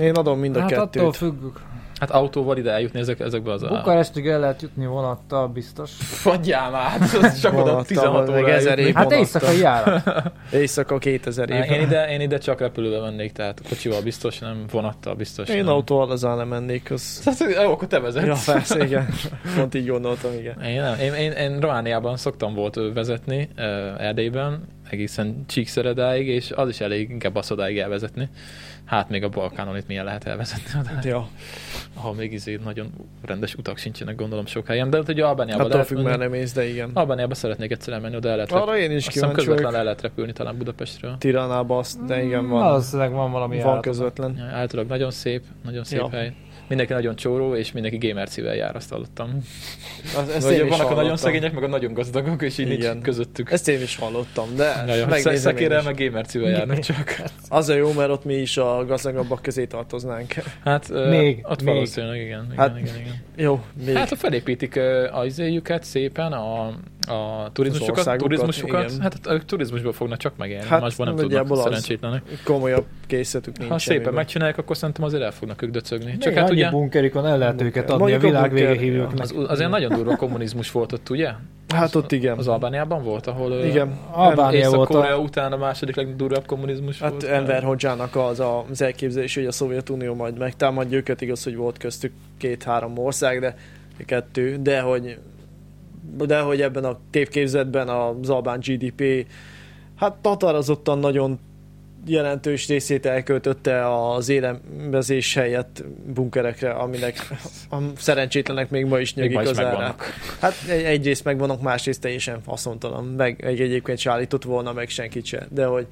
Én adom mind a
Hát
kettőt.
attól függök.
Hát autóval ide eljutni ezek, ezekbe az
Bukarestig el lehet jutni vonattal, biztos.
Fagyjám át, hát az csak oda
Vonattal,
16
meg
óra
ezer
ezer
év.
Hát
vonattal.
éjszakai járat.
Éjszaka 2000 év.
én ide, én ide csak repülővel mennék, tehát kocsival biztos nem, vonattal biztos
Én
nem. (laughs)
autóval az nem mennék, az...
Tehát, jó, akkor te vezetsz.
Ja, persze, igen. Pont így gondoltam, igen.
Én, nem. Én, én, én Romániában szoktam volt ö, vezetni, ö, Erdélyben, egészen Csíkszeredáig, és az is elég inkább baszodáig elvezetni. Hát még a Balkánon itt milyen lehet elvezetni oda,
Ja,
ahol még izé nagyon rendes utak sincsenek, gondolom sok helyen, de hát, hogy Albániában
attól
lehet
függ,
menni.
mert nem ész, de igen.
Albániába szeretnék egyszer elmenni, oda el lehet repülni.
Arra én is
Azt hiszem
kíváncsi
közvetlen
vagyok.
el lehet repülni talán Budapestről.
Tiranába azt, de igen, van,
Valószínűleg van valami
van
járat.
közvetlen.
Ja, Általában nagyon szép, nagyon szép
Ja.
ja. hely. Mindenki nagyon csóró, és mindenki gamercivel jár, azt hallottam.
Az, ezt
Ugye
én is
vannak a nagyon
hallottam.
szegények, meg a nagyon gazdagok, és így
Igen.
nincs közöttük.
Ezt én is hallottam, de
Ja, ja,
megnézem
sze-
én
Szekérrel
is.
meg gamercivel járnak csak.
Az a jó, mert ott mi is a gazdagabbak közé tartoznánk.
Hát ö,
Még,
ott
még.
valószínűleg igen, igen,
Hát,
hát, igen, igen.
Jó, még
Hát ha felépítik ö, az izéjüket szépen, a, a turizmusokat,
országukat,
turizmusukat,
igen.
hát ők turizmusból fognak csak megélni,
Hát,
hát, másban nem
nagyjából
tudnak
az.
szerencsétlenek.
komolyabb készletük nincs.
Ha szépen
semmiben.
megcsinálják, akkor szerintem azért el fognak ők döcögni.
Csak
Csak hát ugye
bunkerikon el lehet
Bunker.
őket adni a
Mondjuk a
világ
bunker,
vége
ja.
hívőknek.
az, azért nagyon durva kommunizmus volt ott, ugye?
Hát ott igen.
Az Albániában volt, ahol ö,
Igen.
Albánia volt a-
Észak-Korea után a második legdurvább kommunizmus
Hát
volt.
Enver Hodzsának az a- az elképzelés, hogy a Szovjetunió majd megtámadja őket, igaz, hogy volt köztük két-három ország, de kettő, de hogy, de hogy ebben a tévképzetben az albán GDP hát határozottan nagyon jelentős részét elköltötte az élelmezés helyett bunkerekre,
(laughs)
aminek a szerencsétlenek még ma is
Még
nyögik
ma is
az árát.
megvannak.
Hát egy, egyrészt megvannak, másrészt teljesen haszontalan. Meg egy, egyébként se állított volna meg senkit se. De hogy,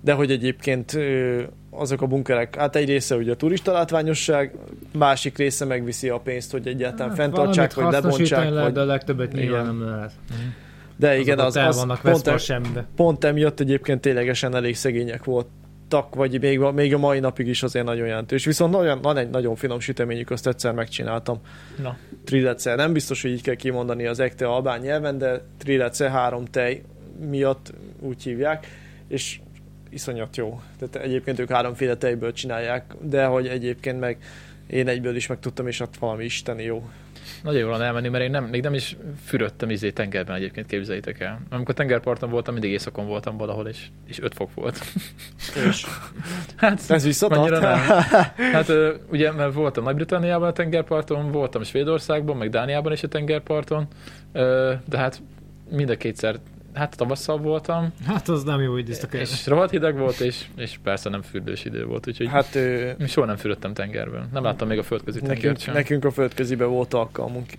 de hogy egyébként ö, azok a bunkerek, hát egy része ugye turista látványosság, másik része megviszi a pénzt, hogy egyáltalán fenntartsák, vagy
Hát Valamit hasznosítani
lebontsák.
lehet,
Vagy,
de a legtöbbet nyilván
Igen.
nem lehet.
de igen,
Azokat
az,
el
az
vannak
pont,
veszve
e,
a semmibe.
pont emiatt egyébként ténylegesen elég szegények voltak, vagy még, még a mai napig is azért nagyon jelentős. Viszont nagyon, van egy nagyon finom süteményük, azt egyszer megcsináltam.
Na.
Trilece. Nem biztos, hogy így kell kimondani az ekte albán nyelven, de trilece három tej miatt úgy hívják, és iszonyat jó. Tehát egyébként ők háromféle tejből csinálják, de hogy egyébként meg én egyből is megtudtam, és hát valami isteni jó.
Nagyon jól van elmenni, mert én nem, még nem is fürödtem izé tengerben egyébként, képzeljétek el. Amikor tengerparton voltam, mindig éjszakon voltam valahol, és, és 5 fok volt. (laughs)
És
Hát,
ez visszatart?
Annyira
(laughs)
nem. hát ö, ugye, mert voltam Nagy-Britanniában a tengerparton, voltam Svédországban, meg Dániában is a tengerparton, ö, de hát mind a kétszer, hát tavasszal voltam,
Hát az nem jó időszak.
és rohadt hideg volt, és, és persze nem fürdős idő volt, úgyhogy hát,
Hát ő,
soha nem fürödtem tengerben. Nem láttam még a földközi tengert
nekünk,
sem.
nekünk a földközibe volt alkalmunk.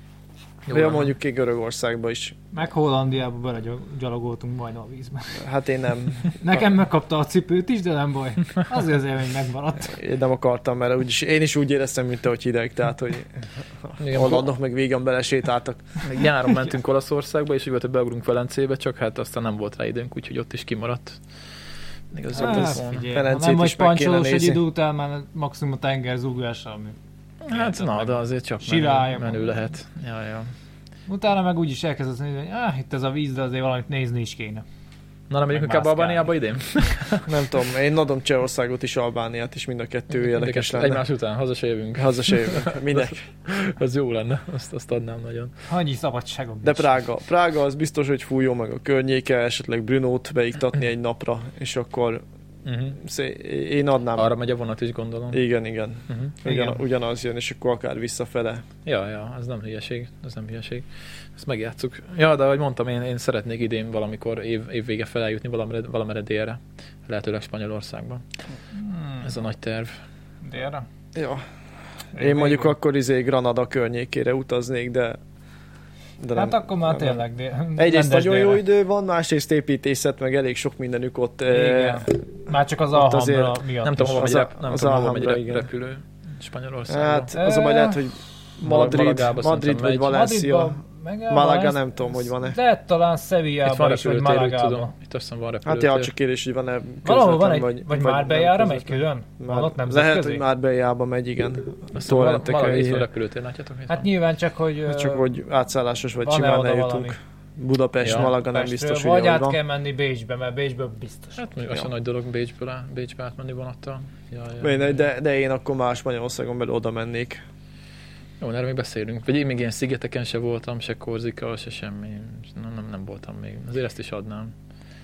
Jó,
ja,
nem.
mondjuk ki Görögországba is.
Meg Hollandiába belegyalogoltunk majdnem a vízbe.
Hát én nem,
Nekem megkapta a cipőt is, de nem baj. Azért az élmény megmaradt.
én nem akartam, mert úgyis, én is úgy éreztem, mint te, hogy hideg, tehát hogy
Igen,
hollandok meg vígan belesétáltak.
Még nyáron mentünk Olaszországba, és úgy volt, hogy beugrunk Velencébe, csak hát aztán nem volt rá időnk, úgyhogy ott is kimaradt. Igazából
Hát,
ez-
figyelj, ha
Ferencét
nem vagy
is meg kéne
pancsolós egy
nézni.
idő után, már maximum a tenger zúgással mű.
hát na, de azért csak menő,
Sirály.
menő lehet. Ja, ja.
Utána meg úgyis elkezdesz nézni, hogy ah, itt ez a víz, de azért valamit nézni is kéne.
Na, nem megyünk inkább
mászkálni.
Albániába idén?
Nem tudom, én adom Csehországot is, Albániát is, mind a kettő érdekes lenne. Hát-
Egymás után, haza se jövünk.
Haza se jövök, minek.
Az jó lenne, azt, azt adnám nagyon.
Annyi szabadságom
De
nincs.
Prága. Prága az biztos, hogy fújjon meg a környéke, esetleg Brunót beiktatni egy napra, és akkor
Uh-huh.
szé- én adnám.
Arra megy a vonat is, gondolom.
Igen, igen.
Uh-huh.
Ugyan,
Igen.
Ugyanaz jön, és akkor akár visszafele.
Ja, ja, ez nem hülyeség, ez nem hülyeség. Ezt megjátszuk. Ja, de ahogy mondtam, én, én szeretnék idén valamikor év, évvége fel eljutni valamire, valamire délre. Lehetőleg Spanyolországban.
Hmm,
Ez a nagy terv.
délre?
Ja. Én mondjuk akkor izé Granada környékére utaznék, de, de
Hát akkor már
nem-
tényleg dél.
Egyrészt
rendes
nagyon jó
délre.
idő van, másrészt építészet, meg elég sok mindenük ott.
Igen.
eh,
Már csak az
ott azért-
alhambra miatt
Nem tudom, hova
az
megy,
a-
rep, nem
az
tudom, hova megy
Alhambra,
rep,
igen.
repülő Spanyolországba.
Hát
Eh,
az a baj lehet, hogy Madrid,
Malagába
Madrid
szerintem
vagy
megy.
Valencia. Malaga
Malaga
nem tudom, hogy van-e.
Lehet talán
Itt van
Sevillában is, vagy
repülőtér, úgy
Malagában.
tudom. Itt azt hiszem van
Hát
repülőtér.
ja, csak kérdés, hogy van-e
Valahol van
közvetlen,
egy, vagy, már
nem
bejára megy
közvetlen.
külön? Van ott nem
lehet, hogy már bejába megy, igen.
Azt hiszem, vala-
torrentek
valahol itt
elé.
van repülőtér, látjátok? Itt
Hát
van.
nyilván csak, hogy... ö,
Csak hogy átszállásos vagy
van-e
simán
oda
eljutunk.
valami?
Budapest,
Ja.
Malaga nem
Pestről,
biztos, hogy
Vagy
ott
át
van.
kell menni Bécsbe, mert Bécsből biztos.
Hát mondjuk az
Ja.
a nagy dolog Bécsből á- Bécsbe átmenni vonattal. Ja, ja.
Mindegy, De, de én akkor más Spanyolországon belül oda mennék.
Jó, erről még beszélünk. Vagy én még ilyen szigeteken se voltam, se Korzika, se semmi. Nem, nem, nem voltam még. Azért ezt is adnám.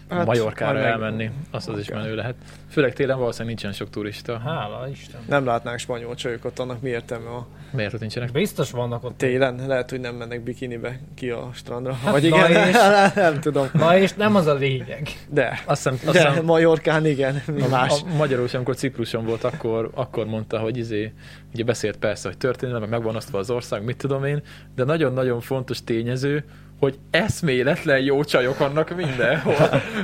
Hát, Majorkára
majd meg-
elmenni, azt az is
Majorkára.
menő lehet. Főleg télen valószínűleg nincsen sok turista. Hát,
Hála Isten.
Nem látnánk spanyol csajokat, annak mi értelme van.
miért ott nincsenek?
Biztos vannak ott.
Télen lehet, hogy nem mennek bikinibe ki a strandra.
Hát
Vagy
na
igen,
és?
(laughs) nem tudom.
Na és nem az a lényeg.
De,
Azt hiszem, azt
de
hiszem
Majorkán igen, mi
A,
más.
a magyarul sem, amikor Cipruson volt, akkor, akkor mondta, hogy izé, ugye beszélt persze, hogy történelem, meg megvan osztva az ország, mit tudom én, de nagyon-nagyon fontos tényező, hogy eszméletlen jó csajok vannak
(laughs)
mindenhol.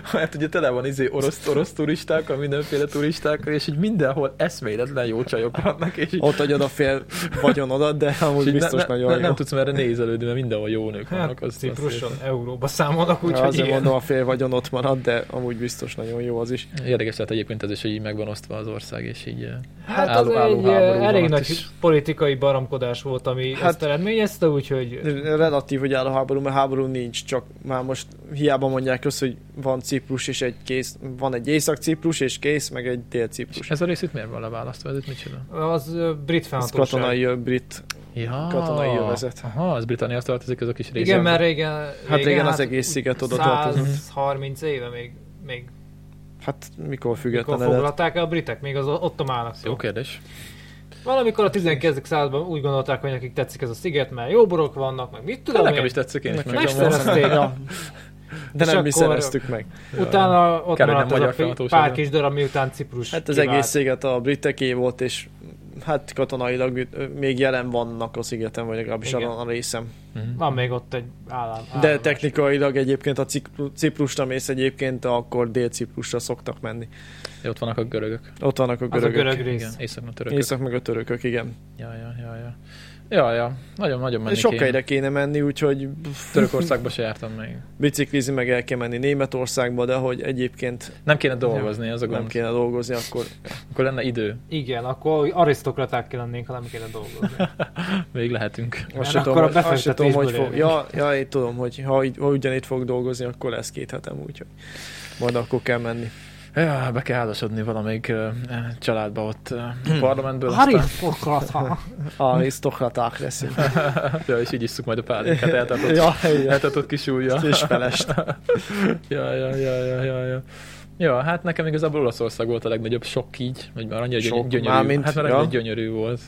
Hát ugye tele van izé orosz, orosz turistákkal, mindenféle turistákkal, és így mindenhol eszméletlen jó csajok vannak, és így,
Ott adjad a fél vagyonodat, de
és
amúgy
így
biztos
ne,
nagyon
ne,
jó.
nem tudsz merre nézelődni, mert mindenhol jó nők vannak.
Hát
azt- azt
Cipruson, euróba számolnak,
Ja,
úgyhogy
azért
ilyen.
mondom, a fél vagyon ott marad, de amúgy biztos nagyon jó az is.
Érdekes lehet egyébként ez is, hogy így megvan osztva az ország, és így eh,
Hát az
álló- álló
egy
háború
eh, elég
van ott
nagy
is.
politikai baromkodás volt, ami
Hát-
ezt eredményezte, úgyhogy
Relatív, hogy áll a háború, mert háború nincs, csak már most hiába mondják azt, hogy van Ciprus és egy kész, van egy Észak-Ciprus és kész, meg egy
És
Dél-Ciprus.
eh,
ez a rész itt miért van leválasztva? Ez itt micsoda?
az ö, brit
Ez
fennhatóság.
katonai ö, brit
Ja.
katonai övezet.
Aha, az Britannia azt tartozik, azok is
Igen,
részben.
mert régen, régen
Hát régen az egész sziget oda tartozott.
130 éve még, még
Hát mikor
mikor
független lett?
foglalták el a britek, még az ottománok szó.
Jó kérdés.
Valamikor a 19. században úgy gondolták, hogy nekik tetszik ez a sziget, mert jó borok vannak, meg mit tudom
Hát Nekem
én.
is tetszik, én is
Nekem
megmondom.
Megszerezték.
Ja. De
És
nem mi
akkor-
szereztük meg.
Utána ott
Kár, hogy
maradt
nem
az a
magyar
fi-
fennhatóság.
pár kis darab, miután Ciprus
Hát az
kivált.
egész sziget a briteké volt, és hát katonailag üt- még jelen vannak a szigeten, vagy legalábbis
Igen.
azon a részem.
Mhm.
Van még ott egy állam.
De
állomás.
technikailag egyébként a Cipru- Ciprusra mész egyébként, akkor Dél-Ciprusra szoktak menni.
Ott vannak a görögök.
Ott vannak a
Az a
görögök.
görög
Igen,
rész.
észak a törökök.
Észak meg a törökök, igen.
Ja, ja, ja, ja. Ja, ja. Nagyon-nagyon menni
Menni Sok
kéne.
helyre kéne menni, úgyhogy
Törökországba se jártam még.
biciklizni meg el kell menni Németországba, de hogy egyébként
Nem kéne dolgozni, az a
nem
gond.
kéne dolgozni, akkor
Akkor lenne idő.
Igen, akkor arisztokraták kell lennénk, ha nem kéne
(laughs)
dolgozni.
Még lehetünk.
azt
Mert
se
akkor
tudom,
a
hogy, azt se tudom, hogy
befektetésből
fog.
élünk.
Ja, ja, én tudom, hogy ha, így, ha ugyanitt fog dolgozni, akkor lesz két hetem, úgyhogy majd akkor kell menni.
Ja, be kell házasodni valamelyik ö, e, családba ott ö, a parlamentből. aztán-
Arisztokrata.
Arisztokraták leszünk.
(laughs) ja, és így isszuk majd a pálinkát, eltartott,
ja, igen.
eltartott kis ujja.
És felest.
Ja, ja, ja, ja, ja, ja. Ja, hát nekem igazából Olaszország volt a legnagyobb sok így, hogy már annyira
Sok,
sok, gyönyörű,
mármint,
hát már
ja.
annyira gyönyörű volt.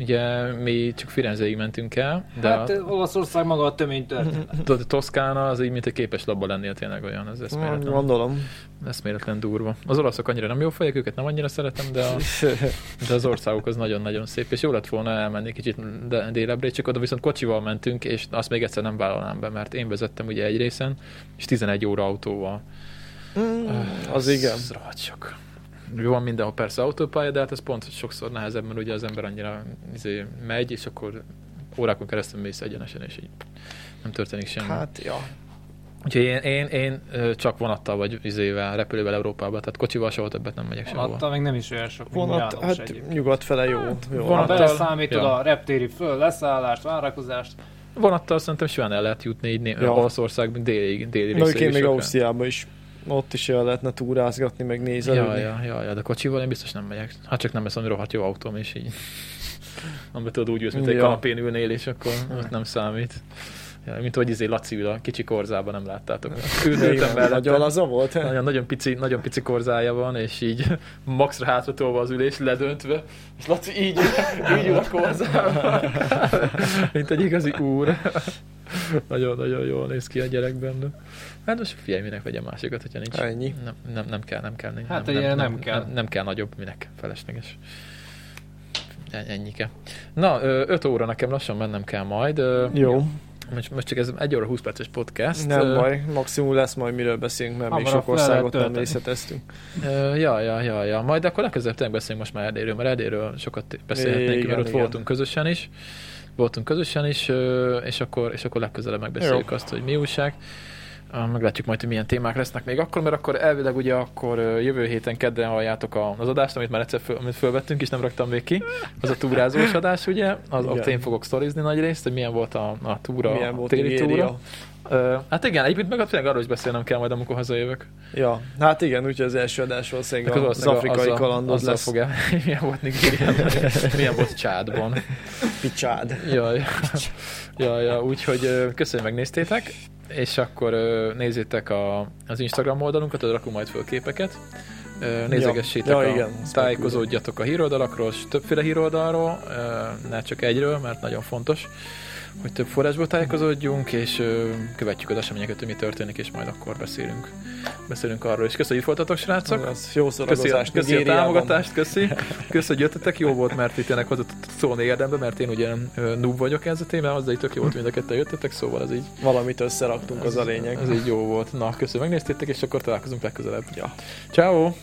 Ugye mi csak Firenzeig mentünk el, de
Hát
hát,
ö, Olaszország maga a tömény történet.
a Toszkána az így, mint egy képes labba lennél tényleg olyan, ez eszméletlen,
Gondolom.
eszméletlen durva. Az olaszok annyira nem jó fejek, őket nem annyira szeretem, de, a, de az országuk az nagyon-nagyon szép, és jó lett volna elmenni kicsit de- délebbre, csak oda viszont kocsival mentünk, és azt még egyszer nem vállalnám be, mert én vezettem ugye egy részen, és 11 óra autóval.
Hm,
Az igen.
Ez rohadt sok. Jó, van mindenhol persze autópálya, de hát ez pont sokszor nehezebb, mert ugye az ember annyira izé, megy, és akkor órákon keresztül mész egyenesen, és így nem történik semmi. Hát.
Hát, ja.
Úgyhogy én, én, én ö, csak vonattal vagy izével, repülővel Európába, tehát kocsival soha többet nem megyek sehova.
Attól még nem is Hát, olyan sok, mint
Vonat,
Milánó hát,
hát
egyébként.
nyugat fele jó. jó. Hát,
Ha
vonattal-
beleszámítod
ja.
a reptéri föl, leszállást, várakozást,
Vonattal szerintem simán el lehet jutni így né-
Ja.
Olaszország délig, déli
Na,
részéig
én még
sokan.
Ausztriába is. Ott is el lehetne túrázgatni, meg
Ja,
nézelődni.
ja, ja, ja, de kocsival én biztos nem megyek. Hát csak nem lesz ami rohadt jó autóm, és
(laughs)
így amiben tudod úgy ülsz, mint egy
Ja.
kanapén ülnél, és akkor ott nem számít. Ja, mint hogy izé Laci ül a kicsi korzában, nem láttátok. Üldültem
(laughs) Igen, Nagyon
vele.
laza volt?
Nagyon, nagyon, pici, nagyon pici korzája van, és így maxra hátratolva az ülés, ledöntve, és Laci így, így ül a korzában. Mint egy igazi úr. Nagyon-nagyon jól néz ki a gyerek benne. Hát most figyelj, minek vegyem másikat, hogyha nincs.
Ennyi.
Nem, nem, nem kell, nem kell.
Hát
nem,
ugye
nem,
nem
nem,
kell.
Nem, nem kell nagyobb, minek felesleges. En- Ennyike. Na, 5 óra nekem lassan mennem kell majd. Ö,
Jó,
Most, most csak ez egy óra 20 perces podcast.
nem
Ö,
baj. Maximum lesz majd miről beszélünk, mert még
Hamarabb
sok
fel lehet
országot nem
tölteni.
részleteztünk.
Ö, Ja, ja, ja, ja. Majd akkor legközelebb tényleg beszélünk most már Erdélyről, mert Erdélyről sokat t- beszélhetnénk,
Igen,
mert ott
igen.
voltunk közösen is. Voltunk közösen is, ö, és akkor, és akkor legközelebb megbeszéljük azt, hogy mi újság. Ö, Meglátjuk majd, hogy milyen témák lesznek még akkor, mert akkor elvileg ugye akkor ö, jövő héten kedden halljátok a- az adást, amit már egyszer föl, amit fölvettünk, és nem raktam még ki. Az a túrázós adás, ugye? Az, ott
Igen.
én fogok sztorizni nagy részt, hogy milyen volt a, a túra,
Milyen
a
volt
téli
Nigéria?
túra. Ö, hát igen, egyébként meg tényleg arról is beszélnem kell majd, amikor hazajövök.
Ja, hát igen, úgyhogy az első adás valószínűleg
Akkor
a- az
valószínűleg
afrikai
azzal-
kalandoz
azzal
lesz.
fog el, milyen volt (laughs) Nigériában, milyen volt Csádban.
Picsád.
Jaj, (laughs) jaj, jaj úgyhogy ö, köszönöm, hogy megnéztétek, és akkor ö, nézzétek a, az Instagram oldalunkat, oda rakunk majd föl képeket. Ö, Nézegessétek,
Ja,
a,
igen, azt
tájékozódjatok a híroldalakról, s többféle híroldalról, ö, ne csak egyről, mert nagyon fontos, hogy több forrásból tájékozódjunk, és ö, követjük az eseményeket, hogy mi történik, és majd akkor beszélünk, beszélünk arról. És köszönjük, hogy itt voltatok, srácok!
Az jó
Köszi a,
szórakozást
köszi a
Nigériában.
támogatást, köszi. Köszi, hogy jöttetek, jó volt, mert itt tényleg hozzá tudtuk szólni érdembe, mert én ugye ö, noob vagyok ez a témához, de itt tök jó volt, mind a ketten jöttetek, szóval ez így,
Valamit összeraktunk, az a lényeg.
ez így jó volt. Na, köszi, megnéztétek, és akkor találkozunk legközelebb. Ja. Ciao.